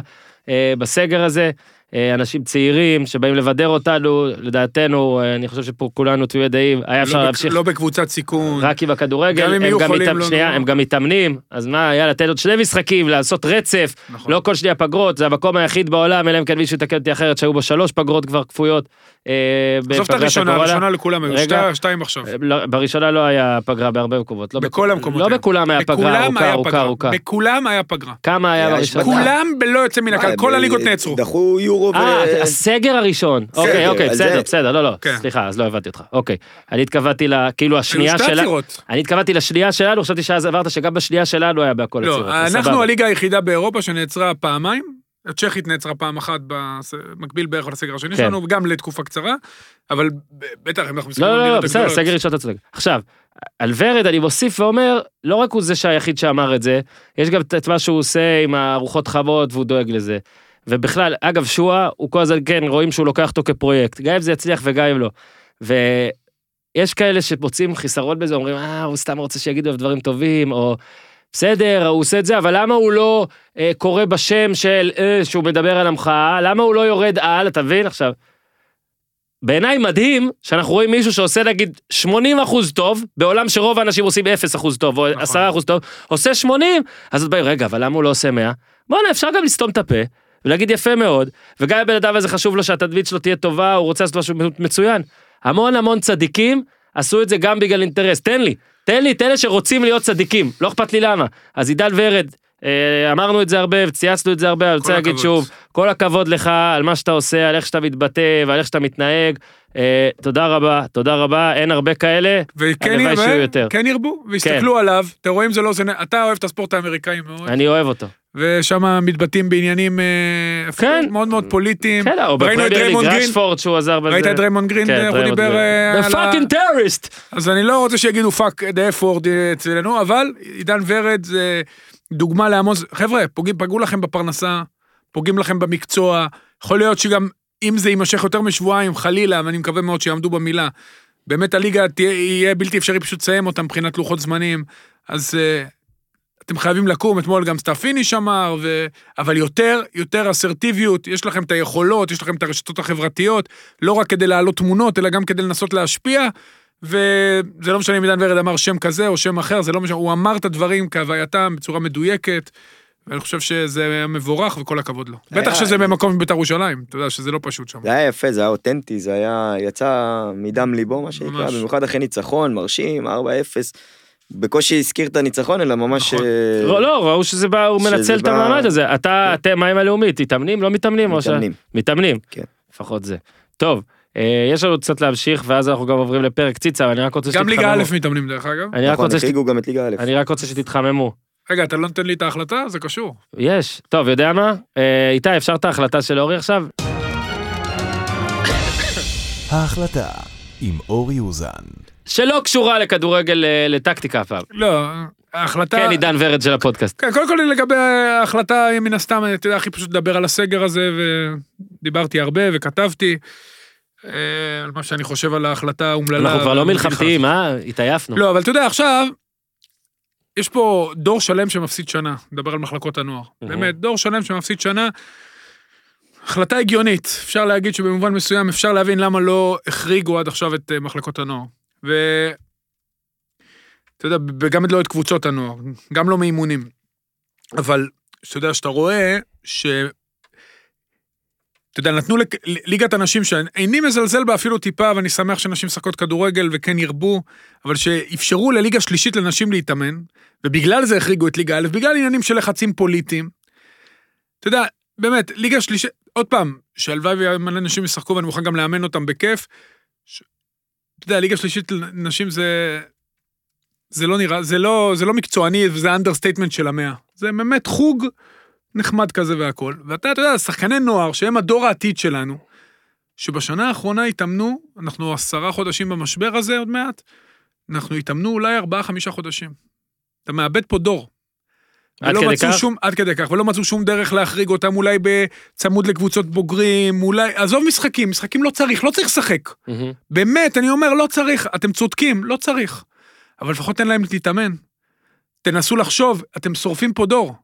[SPEAKER 1] אה, בסגר הזה. אה, אנשים צעירים שבאים לבדר אותנו, לדעתנו, אה, אני חושב שפה כולנו תמימי דעים, היה אפשר
[SPEAKER 4] לא בק-
[SPEAKER 1] להמשיך
[SPEAKER 4] לא בקבוצת סיכון.
[SPEAKER 1] רק עם הכדורגל,
[SPEAKER 4] גם אם
[SPEAKER 1] הם,
[SPEAKER 4] יהיו
[SPEAKER 1] גם
[SPEAKER 4] חולים,
[SPEAKER 1] מתאמ...
[SPEAKER 4] לא
[SPEAKER 1] שנייה,
[SPEAKER 4] נורא.
[SPEAKER 1] הם גם מתאמנים, אז מה, יאללה, תן עוד שני משחקים, לעשות רצף,
[SPEAKER 4] נכון.
[SPEAKER 1] לא כל שנייה פגרות, זה המקום היחיד בעולם, אלא אם כן מישהו יתקן אותי אחרת, שהיו בו שלוש פגרות כבר כפויות. אה,
[SPEAKER 4] עזוב את
[SPEAKER 1] בפגרת
[SPEAKER 4] הראשונה,
[SPEAKER 1] הקורונה.
[SPEAKER 4] הראשונה לכולם היו,
[SPEAKER 1] רגע.
[SPEAKER 4] שתי- שתיים עכשיו.
[SPEAKER 1] אה, לא, בראשונה לא היה פגרה בהרבה מקומות. לא
[SPEAKER 4] בכל
[SPEAKER 1] בכ-
[SPEAKER 4] המקומות
[SPEAKER 1] לא
[SPEAKER 4] היה.
[SPEAKER 1] בכולם היה פגרה
[SPEAKER 4] בכולם
[SPEAKER 1] ארוכה,
[SPEAKER 4] היה
[SPEAKER 1] ארוכה,
[SPEAKER 4] פגרה.
[SPEAKER 1] ארוכה.
[SPEAKER 4] בכולם היה פגרה.
[SPEAKER 1] כמה היה
[SPEAKER 2] היה
[SPEAKER 1] בראשונה?
[SPEAKER 2] השבתה.
[SPEAKER 4] כולם בלא יוצא מן הכלל, כל
[SPEAKER 2] אה,
[SPEAKER 4] הליגות
[SPEAKER 2] ב-
[SPEAKER 4] נעצרו.
[SPEAKER 2] דחו יורו ו...
[SPEAKER 1] אה, הסגר הראשון. אוקיי, אוקיי,
[SPEAKER 2] על
[SPEAKER 1] בסדר,
[SPEAKER 2] זה.
[SPEAKER 1] בסדר, לא, לא,
[SPEAKER 4] כן.
[SPEAKER 1] סליחה, אז לא הבנתי אותך. אוקיי. אני התכוונתי ל... כאילו
[SPEAKER 4] היו
[SPEAKER 1] השנייה
[SPEAKER 4] שתי
[SPEAKER 1] שלה...
[SPEAKER 4] עצירות.
[SPEAKER 1] אני התכוונתי לשנייה שלנו, חשבתי שאז אמרת שגם בשנייה שלנו היה בהכל עצירות.
[SPEAKER 4] לא,
[SPEAKER 1] אז
[SPEAKER 4] אנחנו
[SPEAKER 1] סבבה.
[SPEAKER 4] הליגה היחידה באירופה שנעצרה פעמיים. הצ'כית נעצרה פעם אחת במקביל בערך לסגר השני
[SPEAKER 1] כן.
[SPEAKER 4] שלנו, גם לתקופה קצרה, אבל ב- בטח אם אנחנו מסתכלים
[SPEAKER 1] לא,
[SPEAKER 4] על
[SPEAKER 1] לא, לא,
[SPEAKER 4] המדינות
[SPEAKER 1] בסדר,
[SPEAKER 4] הגדולות.
[SPEAKER 1] סגר ראשון אתה צודק. עכשיו, על ורד אני מוסיף ואומר, לא רק הוא זה שהיחיד שאמר את זה, יש גם את- את מה שהוא עושה עם הרוחות חמות והוא דואג לזה. ובכלל, אגב, שואה, הוא כל הזמן, כן, רואים שהוא לוקח אותו כפרויקט. גם אם זה יצליח וגם אם לא. ויש כאלה שמוצאים חיסרון בזה, אומרים, אה, הוא סתם רוצה שיגידו עליו דברים טובים, או... בסדר, הוא עושה את זה, אבל למה הוא לא אה, קורא בשם של, אה, שהוא מדבר על המחאה? למה הוא לא יורד על, אתה מבין עכשיו? בעיניי מדהים שאנחנו רואים מישהו שעושה נגיד 80 אחוז טוב, בעולם שרוב האנשים עושים 0 אחוז טוב, או 10 אחוז טוב, עושה 80, אז עוד באים, רגע, אבל למה הוא לא עושה 100? בואנה, אפשר גם לסתום את הפה, ולהגיד יפה מאוד, וגם הבן אדם הזה חשוב לו שהתדמית שלו תהיה טובה, הוא רוצה לעשות משהו מצוין. המון המון צדיקים עשו את זה גם בגלל אינטרס, תן לי, תן לי את אלה שרוצים להיות צדיקים, לא אכפת לי למה. אז עידן ורד, אה, אמרנו את זה הרבה, וצייצנו את זה הרבה, אני רוצה להגיד
[SPEAKER 4] הכבוד.
[SPEAKER 1] שוב, כל הכבוד לך על מה שאתה עושה, על איך שאתה מתבטא ועל איך שאתה מתנהג. אה, תודה רבה, תודה רבה, אין הרבה כאלה.
[SPEAKER 4] וכן
[SPEAKER 1] הלוואי שיהיו יותר.
[SPEAKER 4] ירבה, כן ירבו, ויסתכלו עליו, אתה רואה אם זה לא עושה, נ- אתה אוהב את הספורט האמריקאי מאוד,
[SPEAKER 1] אני אוהב אותו.
[SPEAKER 4] ושם מתבטאים בעניינים אה, אפילו
[SPEAKER 1] כן.
[SPEAKER 4] מאוד מאוד פוליטיים.
[SPEAKER 1] כן, או
[SPEAKER 4] ראינו את
[SPEAKER 1] בפרמייר ליג,
[SPEAKER 4] ריימונד גרין,
[SPEAKER 1] רשפורד שהוא עזר בזה.
[SPEAKER 4] ראית את ריימונד גרין,
[SPEAKER 1] כן,
[SPEAKER 4] איך הוא
[SPEAKER 1] ריימונד
[SPEAKER 4] דיבר
[SPEAKER 1] גרין.
[SPEAKER 4] אה,
[SPEAKER 1] The
[SPEAKER 4] על ה...
[SPEAKER 1] fucking terrorist!
[SPEAKER 4] אז אני לא רוצה שיגידו פאק דה אפורד אה, אצלנו, אבל עידן ורד זה דוגמה להמון, חבר'ה, פוגעים, פגעו לכם בפרנסה, פוגעים לכם במקצוע, יכול להיות שגם אם זה יימשך יותר משבועיים, חלילה, ואני מקווה מאוד שיעמדו במילה, באמת הליגה תהיה, יהיה בלתי אפשרי פשוט לסיים אותה מבחינת לוחות זמנים, אז אה, אתם חייבים לקום, אתמול גם סטאפיניש אמר, ו... אבל יותר, יותר אסרטיביות, יש לכם את היכולות, יש לכם את הרשתות החברתיות, לא רק כדי להעלות תמונות, אלא גם כדי לנסות להשפיע, וזה לא משנה אם עידן ורד אמר שם כזה או שם אחר, זה לא משנה, הוא אמר את הדברים כהווייתם בצורה מדויקת, ואני חושב שזה היה מבורך וכל הכבוד לו. בטח שזה במקום בית"ר ירושלים, אתה יודע שזה לא פשוט שם.
[SPEAKER 2] זה היה יפה, זה היה אותנטי, זה היה, יצא מדם ליבו, מה שנקרא,
[SPEAKER 4] ממש.
[SPEAKER 2] במיוחד אחרי ניצחון, מרשים, 4-0. בקושי הזכיר את הניצחון, אלא ממש...
[SPEAKER 4] נכון.
[SPEAKER 2] אה,
[SPEAKER 1] לא, לא, ראו שזה בא, הוא
[SPEAKER 2] שזה
[SPEAKER 1] מנצל את
[SPEAKER 2] בא- כן.
[SPEAKER 1] המעמד הזה. אתה, אתם, מה עם הלאומית? מתאמנים? לא מתאמנים? או ש-
[SPEAKER 2] מתאמנים.
[SPEAKER 1] מתאמנים.
[SPEAKER 2] כן.
[SPEAKER 1] לפחות זה. טוב, אה, יש לנו קצת להמשיך, ואז אנחנו גם עוברים לפרק ציצה, אבל אני רק רוצה
[SPEAKER 4] גם
[SPEAKER 1] שתתחממו.
[SPEAKER 4] ליגה א' מתאמנים דרך אגב.
[SPEAKER 1] אני רק
[SPEAKER 2] נכון,
[SPEAKER 1] רוצה שת-
[SPEAKER 2] החריגו גם את ליגה א'.
[SPEAKER 1] אני רק רוצה שתתחממו.
[SPEAKER 4] רגע, אתה לא נותן לי את ההחלטה? זה קשור.
[SPEAKER 1] יש. טוב, יודע מה? אה, איתי, אפשר את ההחלטה של אורי עכשיו?
[SPEAKER 7] ההחלטה עם אורי אוזן.
[SPEAKER 1] שלא קשורה לכדורגל, אה, לטקטיקה הפעם.
[SPEAKER 4] לא, ההחלטה...
[SPEAKER 1] כן, עידן ורד של הפודקאסט.
[SPEAKER 4] כן, קודם כל לגבי ההחלטה, מן הסתם, אתה יודע, הכי פשוט לדבר על הסגר הזה, ודיברתי הרבה וכתבתי אה, על מה שאני חושב על ההחלטה האומללה.
[SPEAKER 1] אנחנו כבר לא
[SPEAKER 4] והמביכה.
[SPEAKER 1] מלחמתיים, אה? התעייפנו.
[SPEAKER 4] לא, אבל אתה יודע, עכשיו, יש פה דור שלם שמפסיד שנה, נדבר על מחלקות הנוער. באמת, דור שלם שמפסיד שנה. החלטה הגיונית, אפשר להגיד שבמובן מסוים אפשר להבין למה לא החריגו עד עכשיו את אה, מחלקות הנוער. ו... אתה יודע, וגם לא את קבוצות הנוער, גם לא מאימונים. אבל, אתה יודע, שאתה רואה ש... אתה יודע, נתנו לק- ליגת הנשים, שאיני מזלזל בה אפילו טיפה, ואני שמח שנשים משחקות כדורגל וכן ירבו, אבל שאפשרו לליגה שלישית לנשים להתאמן, ובגלל זה החריגו את ליגה א', בגלל עניינים של לחצים פוליטיים. אתה יודע, באמת, ליגה שלישית, עוד פעם, שהלוואי ומלא נשים ישחקו ואני מוכן גם לאמן אותם בכיף. ש... אתה יודע, ליגה שלישית לנשים זה... זה לא נראה, זה לא, זה לא מקצועני, וזה אנדרסטייטמנט של המאה. זה באמת חוג נחמד כזה והכל. ואתה, אתה יודע, שחקני נוער, שהם הדור העתיד שלנו, שבשנה האחרונה התאמנו, אנחנו עשרה חודשים במשבר הזה עוד מעט, אנחנו התאמנו אולי ארבעה, חמישה חודשים. אתה מאבד פה דור.
[SPEAKER 1] עד
[SPEAKER 4] ולא
[SPEAKER 1] כדי
[SPEAKER 4] מצאו
[SPEAKER 1] כך?
[SPEAKER 4] שום, עד כדי כך, ולא מצאו שום דרך להחריג אותם, אולי בצמוד לקבוצות בוגרים, אולי... עזוב משחקים, משחקים לא צריך, לא צריך לשחק.
[SPEAKER 1] מהמם.
[SPEAKER 4] באמת, אני אומר, לא צריך, אתם צודקים, לא צריך. אבל לפחות תן להם להתאמן. תנסו לחשוב, אתם שורפים פה דור.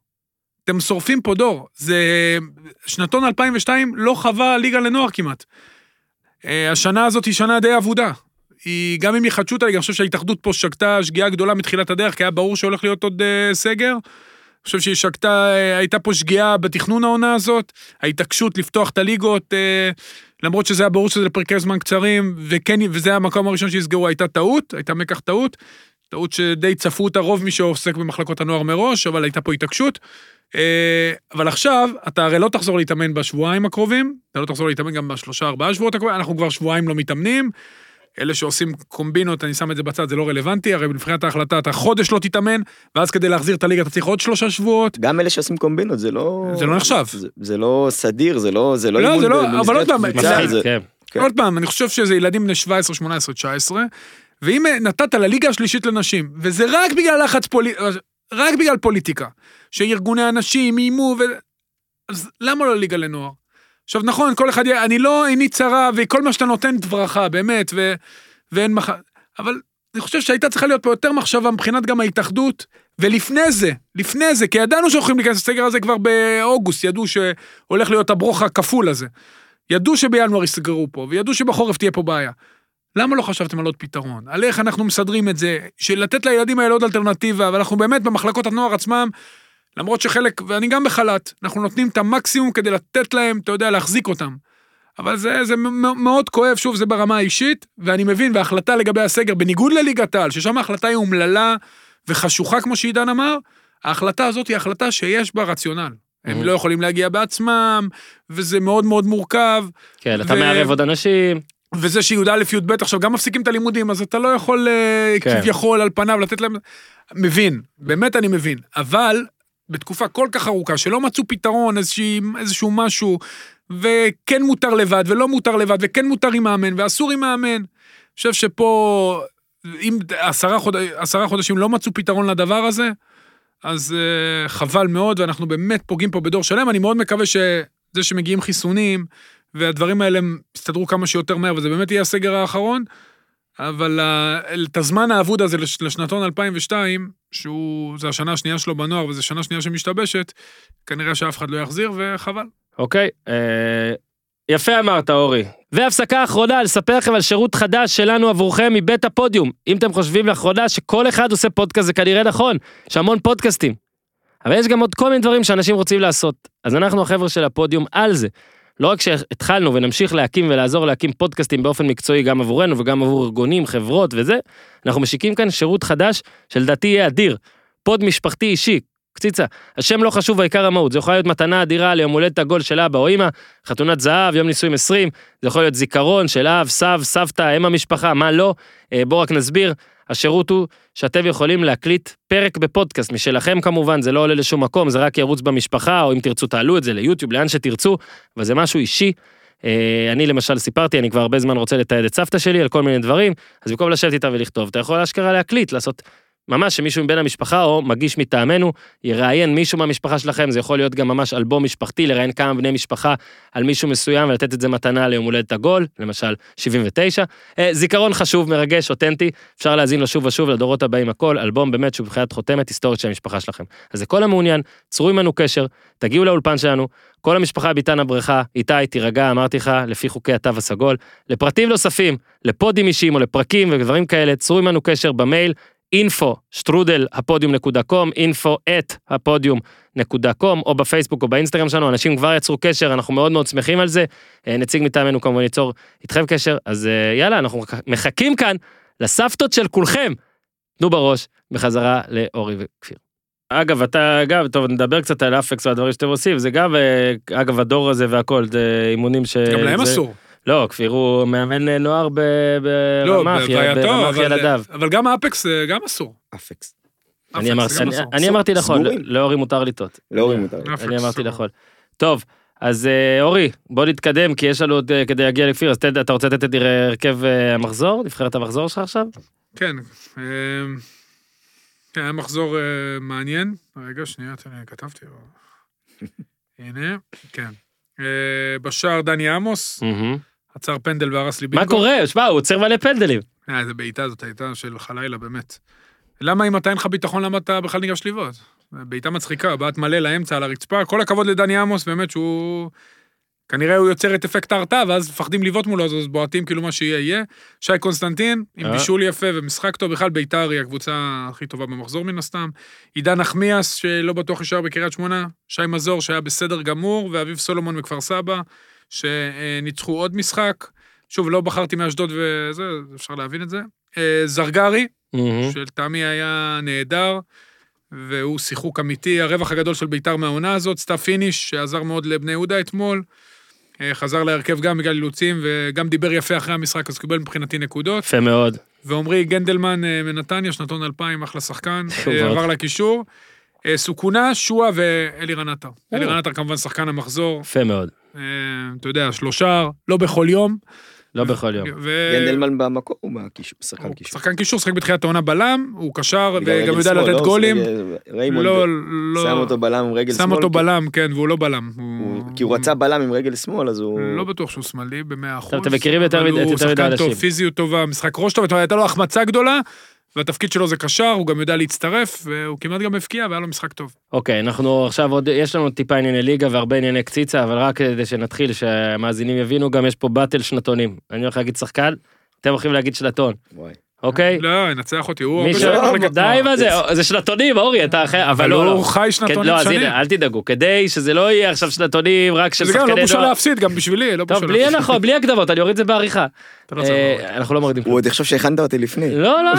[SPEAKER 4] אתם שורפים פה דור. זה... שנתון 2002 לא חווה ליגה לנוער כמעט. אה, השנה הזאת היא שנה די אבודה. היא, גם אם יחדשו אותה, אני גם חושב שההתאחדות פה שגתה שגיאה גדולה מתחילת הדרך, כי היה ברור שהולך להיות עוד אה, סגר. אני חושב שהיא שגתה, אה, הייתה פה שגיאה בתכנון העונה הזאת, ההתעקשות לפתוח את הליגות, אה, למרות שזה היה ברור שזה לפרקי זמן קצרים, וכן, וזה המקום הראשון שיסגרו, הייתה טעות, הייתה מקח טעות, טעות שדי צפו אותה רוב מי שעוסק במחלקות הנוער מראש, אבל הייתה פה התעקשות. אה, אבל עכשיו, אתה הרי לא תחזור להתאמן בשבועיים הקרובים, אתה לא תחזור להתאמן גם בשלושה, ארבעה שבועות הקרובים, אנחנו כבר שבועיים לא מתאמנים. אלה שעושים קומבינות, אני שם את זה בצד, זה לא רלוונטי, הרי מבחינת ההחלטה אתה חודש לא תתאמן, ואז כדי להחזיר את הליגה אתה צריך עוד שלושה שבועות.
[SPEAKER 2] גם אלה שעושים קומבינות, זה לא...
[SPEAKER 4] זה לא נחשב.
[SPEAKER 2] זה- זה לא סדיר, זה לא... זה לא
[SPEAKER 4] לא,
[SPEAKER 2] אימון
[SPEAKER 4] זה לא-
[SPEAKER 2] במסגרת
[SPEAKER 4] אבל עוד פעם,
[SPEAKER 2] קבוצה,
[SPEAKER 1] מפחיד,
[SPEAKER 2] זה-
[SPEAKER 1] כן.
[SPEAKER 2] כן.
[SPEAKER 4] עוד פעם, אני חושב שזה ילדים בני 17, 18, 19, ואם אה, נתת לליגה השלישית לנשים, וזה רק אה, בגלל לחץ פוליטי, רק בגלל פוליטיקה, שארגוני הנשים איימו ו... אז למה לא ליגה לנוער? עכשיו נכון, כל אחד, יהיה- אני לא עיני צרה, וכל מה שאתה נותן ברכה, באמת, ו, ואין מח... אבל אני חושב שהייתה צריכה להיות פה יותר מחשבה מבחינת גם ההתאחדות, ולפני זה, לפני זה, כי ידענו שהולכים להיכנס לסגר הזה כבר באוגוסט, ידעו שהולך להיות הברוך הכפול הזה. ידעו שבינואר יסגרו פה, וידעו שבחורף תהיה פה בעיה. למה לא חשבתם על עוד פתרון? על איך אנחנו מסדרים את זה, של לתת לילדים האלה עוד אלטרנטיבה, ואנחנו באמת במחלקות הנוער עצמם, למרות שחלק, ואני גם בחל"ת, אנחנו נותנים את המקסימום כדי לתת להם, אתה יודע, להחזיק אותם. אבל זה, זה מ- מאוד כואב, שוב, זה ברמה האישית, ואני מבין, וההחלטה לגבי הסגר, בניגוד לליגת העל, ששם ההחלטה היא אומללה וחשוכה, כמו שעידן אמר, ההחלטה הזאת היא החלטה שיש בה רציונל. הם
[SPEAKER 1] Mhm.
[SPEAKER 4] לא יכולים להגיע בעצמם, וזה מאוד מאוד מורכב,
[SPEAKER 1] כן, אתה
[SPEAKER 4] ו-
[SPEAKER 1] מערב עוד אנשים.
[SPEAKER 4] וזה שי"א-י"ב עכשיו גם מפסיקים את הלימודים, אז אתה לא יכול אה,
[SPEAKER 1] כן.
[SPEAKER 4] כביכול על פניו לתת להם... מבין, באמת אני מבין, אבל בתקופה כל כך ארוכה שלא מצאו פתרון, איזושהי, איזשהו משהו, וכן מותר לבד ולא מותר לבד, וכן מותר עם מאמן ואסור עם מאמן. אני חושב שפה, אם עשרה, חוד... עשרה חודשים לא מצאו פתרון לדבר הזה, אז אה, חבל מאוד, ואנחנו באמת פוגעים פה בדור שלם. אני מאוד מקווה שזה שמגיעים חיסונים, והדברים האלה הם יסתדרו כמה שיותר מהר, וזה באמת יהיה הסגר האחרון, אבל אה, את הזמן האבוד הזה לש- לשנתון 2002, שהוא, זה השנה השנייה שלו בנוער, וזו שנה שנייה שמשתבשת, כנראה שאף אחד לא יחזיר, וחבל.
[SPEAKER 1] אוקיי, אה, יפה אמרת אורי. והפסקה אחרונה, לספר לכם על שירות חדש שלנו עבורכם מבית הפודיום. אם אתם חושבים לאחרונה שכל אחד עושה פודקאסט זה כנראה נכון, יש המון פודקאסטים. אבל יש גם עוד כל מיני דברים שאנשים רוצים לעשות. אז אנחנו החבר'ה של הפודיום על זה. לא רק שהתחלנו ונמשיך להקים ולעזור להקים פודקאסטים באופן מקצועי גם עבורנו וגם עבור ארגונים, חברות וזה, אנחנו משיקים כאן שירות חדש שלדעתי יהיה אדיר. פוד משפחתי אישי, קציצה. השם לא חשוב, העיקר המהות. זה יכול להיות מתנה אדירה ליום הולדת עגול של אבא או אמא, חתונת זהב, יום נישואים 20, זה יכול להיות זיכרון של אב, סב, סבתא, אם המשפחה, מה לא. אה, בואו רק נסביר, השירות הוא שאתם יכולים להקליט פרק בפודקאסט, משלכם כמובן, זה לא עולה לשום מקום, זה רק ירוץ במשפחה, או אם תרצו תעלו את זה ליוטיוב, לאן שתרצו, אבל זה משהו אישי. אה, אני למשל סיפרתי, אני כבר הרבה זמן רוצה לתעד את סבתא שלי על כל מיני דברים, אז במקום לשבת איתה ולכתוב, אתה יכול אשכרה להקליט, לעשות ממש שמישהו מבין המשפחה או מגיש מטעמנו, יראיין מישהו מהמשפחה שלכם, זה יכול להיות גם ממש אלבום משפחתי, לראיין כמה בני משפחה על מישהו מסוים ולתת את זה מתנה ליום הולדת עגול, למשל 79. אה, זיכרון חשוב, מרגש, אותנטי, אפשר להאזין לו שוב ושוב לדורות הבאים הכל, אלבום באמת שהוא בחיית חותמת היסטורית של המשפחה שלכם. אז לכל המעוניין, צרו עמנו קשר, תגיעו לאולפן שלנו, כל המשפחה ביתן הבריכה, איתי, תירגע, אמרתי לך, לפי חוקי התו הסגול. לפרטים נוספים, לפודים אישיים או לפרקים ודברים כאלה, צרו עמנו קשר במייל info שטרודל הפודיום.com, info at הפודיום.com, או בפייסבוק או באינסטגרם שלנו, אנשים כבר יצרו קשר, אנחנו מאוד מאוד שמחים על זה. אה, נציג מטעמנו כמובן ייצור איתכם קשר, אז אה, יאללה, אנחנו מחכים כאן לסבתות של כולכם. תנו בראש, בחזרה לאורי וכפיר. אגב, אתה, אגב, טוב, נדבר קצת על אפקס והדברים שאתם עושים, זה גם, אה, אגב, הדור הזה והכל, זה אימונים ש...
[SPEAKER 4] גם להם
[SPEAKER 1] אה, זה-
[SPEAKER 4] אסור.
[SPEAKER 1] לא, כפיר הוא מאמן אה, נוער ב-
[SPEAKER 4] לא,
[SPEAKER 1] ברמ"ח, י-
[SPEAKER 4] בבעייתו,
[SPEAKER 1] ברמ"ח
[SPEAKER 4] אבל-
[SPEAKER 1] ילדיו.
[SPEAKER 4] אבל גם האפקס אה, גם אסור.
[SPEAKER 2] אפקס.
[SPEAKER 1] אני אמרתי,
[SPEAKER 4] אפקס גם
[SPEAKER 1] אני,
[SPEAKER 4] אסור.
[SPEAKER 1] אני
[SPEAKER 2] אסור.
[SPEAKER 1] אמרתי נכון,
[SPEAKER 2] סגורים.
[SPEAKER 1] לאורי מותר לטעות.
[SPEAKER 2] להורים מותר.
[SPEAKER 4] אפקס
[SPEAKER 1] אני אמרתי
[SPEAKER 4] אסור.
[SPEAKER 1] נכון. טוב, אז אה, אורי, בוא נתקדם, כי יש לנו עוד, אה, כדי להגיע לכפיר, אז תן- אתה רוצה לתת את הרכב אה, המחזור, נבחרת המחזור שלך עכשיו?
[SPEAKER 4] כן, אה, כן, היה מחזור אה, מעניין. רגע, שנייה, תן לי, כתבתי. לו. הנה, כן. אה, בשער דני עמוס, עצר פנדל והרס לי בינגו.
[SPEAKER 1] מה קורה? שמע, הוא עוצר מלא פנדלים.
[SPEAKER 4] אה, איזה בעיטה זאת הייתה של חלילה, באמת. למה אם אתה אין לך ביטחון, למה אתה בכלל ניגש לבעוט? בעיטה מצחיקה, בעט מלא לאמצע, על הרצפה. כל הכבוד לדני עמוס, באמת שהוא... כנראה הוא יוצר את אפקט ההרתעה, ואז מפחדים לבעוט מולו, אז אז בועטים כאילו מה שיהיה יהיה. שי קונסטנטין, עם
[SPEAKER 1] אה.
[SPEAKER 4] בישול יפה ומשחק טוב, בכלל ביתר היא הקבוצה הכי טובה במחזור מן הסתם. עידן נחמיאס, שלא בטוח יישאר בקריית שמונה. שי מזור, שהיה בסדר גמור, ואביב סולומון מכפר סבא, שניצחו עוד משחק. שוב, לא בחרתי מאשדוד וזה, אפשר להבין את זה. אה, זרגרי,
[SPEAKER 1] Mm-hmm.
[SPEAKER 4] שלטעמי היה נהדר, והוא שיחוק אמיתי. הרווח הגדול של ביתר מהעונה הזאת, סתיו פיניש, שעזר מאוד לבני יהודה אתמול, אה, חזר להרכב גם בגלל אילוצים, וגם דיבר יפה אחרי המשחק, אז קיבל מבחינתי נקודות.
[SPEAKER 1] יפה מאוד.
[SPEAKER 4] ועמרי גנדלמן אה, מנתניה, שנתון 2000, אחלה שחקן,
[SPEAKER 1] שוב
[SPEAKER 4] אה,
[SPEAKER 1] מאוד.
[SPEAKER 4] עבר לקישור. אה, סוכונה, שועה ואלירן עטר. אלירן עטר כמובן שחקן המחזור,
[SPEAKER 1] יפה מאוד.
[SPEAKER 4] אה, אתה יודע, שלושה, לא בכל יום,
[SPEAKER 1] לא בכל יום.
[SPEAKER 4] ו-
[SPEAKER 2] גנדלמן במקור הוא מהקישור, שחקן
[SPEAKER 4] הוא
[SPEAKER 2] קישור.
[SPEAKER 4] שחקן קישור, שחק בתחילת העונה בלם, הוא קשר
[SPEAKER 2] בגלל
[SPEAKER 4] וגם
[SPEAKER 2] רגל
[SPEAKER 4] יודע
[SPEAKER 2] שמאל,
[SPEAKER 4] לתת
[SPEAKER 2] לא?
[SPEAKER 4] גולים.
[SPEAKER 2] רגל- ריימונד
[SPEAKER 4] לא,
[SPEAKER 2] שם
[SPEAKER 4] לא,
[SPEAKER 2] אותו בלם עם רגל שמאל.
[SPEAKER 4] שם אותו
[SPEAKER 2] כי-
[SPEAKER 4] בלם, כן, והוא לא בלם.
[SPEAKER 2] הוא- כי הוא רצה בלם עם רגל שמאל, אז הוא...
[SPEAKER 4] לא בטוח שהוא שמאלי במאה אחוז.
[SPEAKER 1] טוב, אתם מכירים יותר
[SPEAKER 4] אבל
[SPEAKER 1] מדי-
[SPEAKER 4] הוא
[SPEAKER 1] יותר מדי
[SPEAKER 4] שחקן טוב,
[SPEAKER 1] אנשים.
[SPEAKER 4] פיזיות טובה, משחק ראש טוב, זאת אומרת, הייתה לו החמצה גדולה, והתפקיד שלו זה קשר, הוא גם יודע להצטרף, והוא כמעט גם הבקיע, והיה לו משחק טוב.
[SPEAKER 1] אוקיי, אנחנו עכשיו עוד, יש לנו טיפה ענייני ליגה והרבה ענייני קציצה, אבל רק כדי שנתחיל, שהמאזינים יבינו, גם יש פה באטל שנתונים. אני הולך להגיד שחקן, אתם הולכים להגיד שנתון,
[SPEAKER 2] וואי.
[SPEAKER 1] אוקיי?
[SPEAKER 4] לא, ינצח אותי, הוא...
[SPEAKER 1] מי
[SPEAKER 4] הרבה
[SPEAKER 1] ש-
[SPEAKER 4] שנים במחלקת
[SPEAKER 1] די
[SPEAKER 4] נוער.
[SPEAKER 1] מה זה, זה שנתונים, אורי, אתה אחר, אבל
[SPEAKER 4] אבל
[SPEAKER 1] לא,
[SPEAKER 4] הוא
[SPEAKER 1] לא.
[SPEAKER 4] חי
[SPEAKER 1] כן,
[SPEAKER 4] שנתונים
[SPEAKER 1] לא, אז
[SPEAKER 4] שנים.
[SPEAKER 1] הנה, אל תדאגו, כדי שזה לא יהיה עכשיו שנתונים רק של
[SPEAKER 4] זה גם
[SPEAKER 1] שחקני
[SPEAKER 4] לא בושה
[SPEAKER 1] נוער.
[SPEAKER 4] להפסיד, גם בשבילי, לא בושה
[SPEAKER 1] טוב,
[SPEAKER 4] להפסיד.
[SPEAKER 1] בלי הנחות, בלי הקדמות, אני אוריד את זה בעריכה.
[SPEAKER 4] אתה לא צריך
[SPEAKER 1] אה,
[SPEAKER 4] להוריד.
[SPEAKER 1] אנחנו לא מורידים
[SPEAKER 2] הוא
[SPEAKER 1] כלום.
[SPEAKER 2] עוד יחשוב שהכנת אותי לפני.
[SPEAKER 1] לא, לא,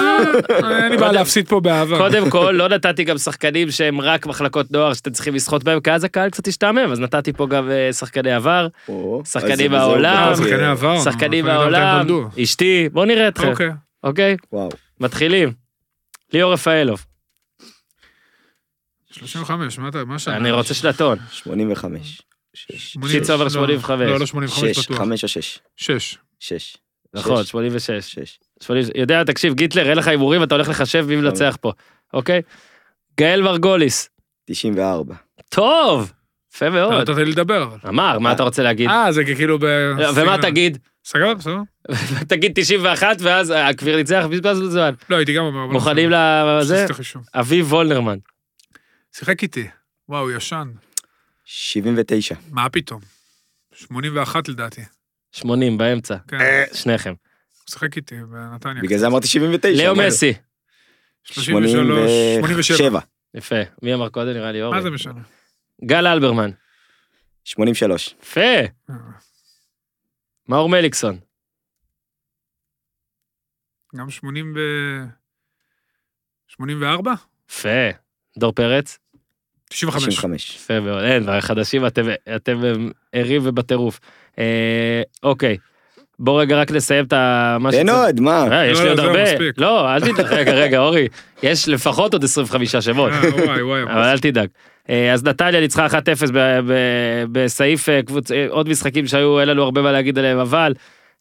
[SPEAKER 1] לא.
[SPEAKER 4] אין לי בעיה להפסיד פה באהבה.
[SPEAKER 1] קודם כל, לא נתתי גם שחקנים שהם רק מחלקות נוער שאתם צריכים לסחוט בהם, כי אז הקהל קצת השתעמם, אז נתתי פה גם אה, שחקני עבר,
[SPEAKER 2] או, אז
[SPEAKER 1] שחקנים
[SPEAKER 2] זה- וזה
[SPEAKER 1] מהעולם.
[SPEAKER 2] הוא-
[SPEAKER 4] אה, שחקני עבר.
[SPEAKER 1] שחקנים
[SPEAKER 4] אבל אתה יודע, מתי הם
[SPEAKER 1] מהעולם,
[SPEAKER 4] נולדו.
[SPEAKER 1] אשתי, בואו נראה אתכם,
[SPEAKER 4] אוקיי.
[SPEAKER 1] אוקיי?
[SPEAKER 2] וואו.
[SPEAKER 1] מתחילים. ליאור רפאלוב,
[SPEAKER 4] 35, מה אתה, מה השנה?
[SPEAKER 1] אני רוצה שנתון.
[SPEAKER 2] 85. 6.
[SPEAKER 4] 86,
[SPEAKER 1] שיצא עבר
[SPEAKER 4] לא,
[SPEAKER 1] 85.
[SPEAKER 4] לא, לא 85
[SPEAKER 2] 6,
[SPEAKER 4] בטוח.
[SPEAKER 2] 5 או 6.
[SPEAKER 4] 6.
[SPEAKER 2] 6.
[SPEAKER 1] נכון, 86.
[SPEAKER 2] 6.
[SPEAKER 1] 80, יודע, תקשיב, גיטלר, אין לך הימורים, אתה הולך לחשב מי מנצח פה, אוקיי? גאל מרגוליס,
[SPEAKER 2] 94.
[SPEAKER 1] טוב! יפה
[SPEAKER 4] לא
[SPEAKER 1] מאוד.
[SPEAKER 4] נתת לי לדבר, אבל.
[SPEAKER 1] אמר, מה אתה רוצה להגיד?
[SPEAKER 4] אה, זה כאילו ב...
[SPEAKER 1] לא, ומה תגיד?
[SPEAKER 4] סגר, בסדר.
[SPEAKER 1] תגיד 91 ואז הכביר ניצח, בזבזנו זמן.
[SPEAKER 4] לא, הייתי גם אומר. אבל
[SPEAKER 1] מוכנים
[SPEAKER 4] בסדר.
[SPEAKER 1] לזה?
[SPEAKER 4] עשיתי חישוב.
[SPEAKER 1] אביב וולנרמן.
[SPEAKER 4] שיחק איתי. וואו, ישן.
[SPEAKER 2] 79.
[SPEAKER 4] מה פתאום? 81 לדעתי.
[SPEAKER 1] 80 באמצע,
[SPEAKER 4] כן,
[SPEAKER 1] שניכם.
[SPEAKER 4] הוא שיחק איתי בנתניה.
[SPEAKER 2] בגלל זה אמרתי 79.
[SPEAKER 1] לאו
[SPEAKER 2] אבל-
[SPEAKER 1] מסי.
[SPEAKER 4] 33, 87.
[SPEAKER 2] 87.
[SPEAKER 1] יפה. מי אמר קודם? נראה לי אורי.
[SPEAKER 4] מה זה משנה?
[SPEAKER 1] גל אלברמן.
[SPEAKER 2] 83.
[SPEAKER 1] יפה. מאור מליקסון.
[SPEAKER 4] גם 80 ו... 84?
[SPEAKER 1] יפה. דור פרץ.
[SPEAKER 4] 95.
[SPEAKER 2] 95.
[SPEAKER 1] יפה מאוד. אין, והחדשים אתם אתם ערים ובטירוף. אה, אוקיי. בוא רגע רק נסיים את ה... מה
[SPEAKER 2] תן
[SPEAKER 1] שצריך.
[SPEAKER 2] עוד, מה?
[SPEAKER 1] אה, יש
[SPEAKER 4] לא,
[SPEAKER 1] לי עוד
[SPEAKER 4] זהו,
[SPEAKER 1] הרבה.
[SPEAKER 4] מספיק.
[SPEAKER 1] לא, אל תדאג. רגע, רגע, אורי. יש לפחות עוד 25 שמות.
[SPEAKER 4] אה, וואי וואי.
[SPEAKER 1] אבל אל תדאג. אה, אז נתניה ניצחה 1-0 ב- ב- בסעיף אה, קבוצ... אה, עוד משחקים שהיו, אין לנו הרבה מה להגיד עליהם, אבל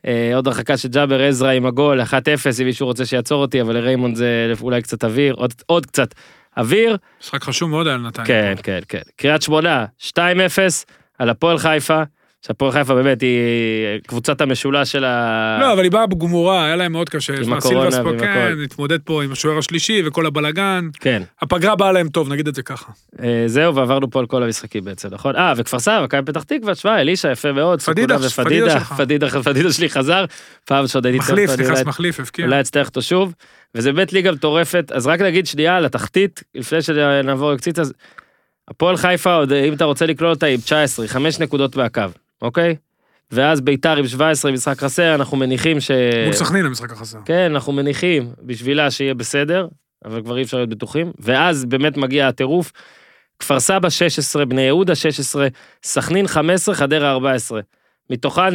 [SPEAKER 1] אה, עוד הרחקה של ג'אבר עזרא עם הגול, 1-0, אם מישהו רוצה שיעצור אותי, אבל לריימונד זה אולי קצת אוויר, עוד, עוד קצת אוויר.
[SPEAKER 4] משחק חשוב מאוד על נתניה.
[SPEAKER 1] כן, כן, כן. קריית שמונה, 2-0 על הפועל חיפה, שהפועל חיפה באמת היא אה, קבוצת המשולש של ה...
[SPEAKER 4] לא, אבל היא באה גמורה, היה להם מאוד קשה. שמע,
[SPEAKER 1] אה. הקורונה
[SPEAKER 4] סילבס פה,
[SPEAKER 1] ועם
[SPEAKER 4] כן,
[SPEAKER 1] הכל.
[SPEAKER 4] התמודד פה עם השוער השלישי וכל הבלגן.
[SPEAKER 1] כן.
[SPEAKER 4] הפגרה באה להם טוב, נגיד את זה ככה.
[SPEAKER 1] אה, זהו, ועברנו פה על כל המשחקים בעצם, נכון? אה, וכפר סבא, מכבי פתח תקווה, תשמע, אלישע, יפה מאוד.
[SPEAKER 4] פדידה,
[SPEAKER 1] סוכונה
[SPEAKER 4] פדידה
[SPEAKER 1] ופדידה,
[SPEAKER 4] שלך.
[SPEAKER 1] פדידה, פדידה שלי חזר, פעם שעוד הייתי
[SPEAKER 4] מחליף,
[SPEAKER 1] אותו, אני
[SPEAKER 4] נכנס
[SPEAKER 1] לא, אולי-
[SPEAKER 4] מחליף, הבקיע.
[SPEAKER 1] אולי אצטרך אותו שוב, וזה באמת ליגה מטורפת, אז רק נגיד שנייה על התחתית, לפני שנעבור לקציץ, אז הפועל חיפה, עוד, אה, אם אתה רוצה לקלול אותה, היא עם 19, 5 נקודות מהקו, אוקיי? ואז ביתר עם 17, משחק חסר, אנחנו מניחים ש...
[SPEAKER 4] מול סכנין המשחק החסר.
[SPEAKER 1] כן, אנחנו מניחים בשבילה שיהיה בסדר, אבל כבר אי אפשר להיות בטוחים. ואז באמת מגיע הטירוף. כפר סבא 16, בני יהודה 16, סכנין 15, חדרה 14. מתוכן,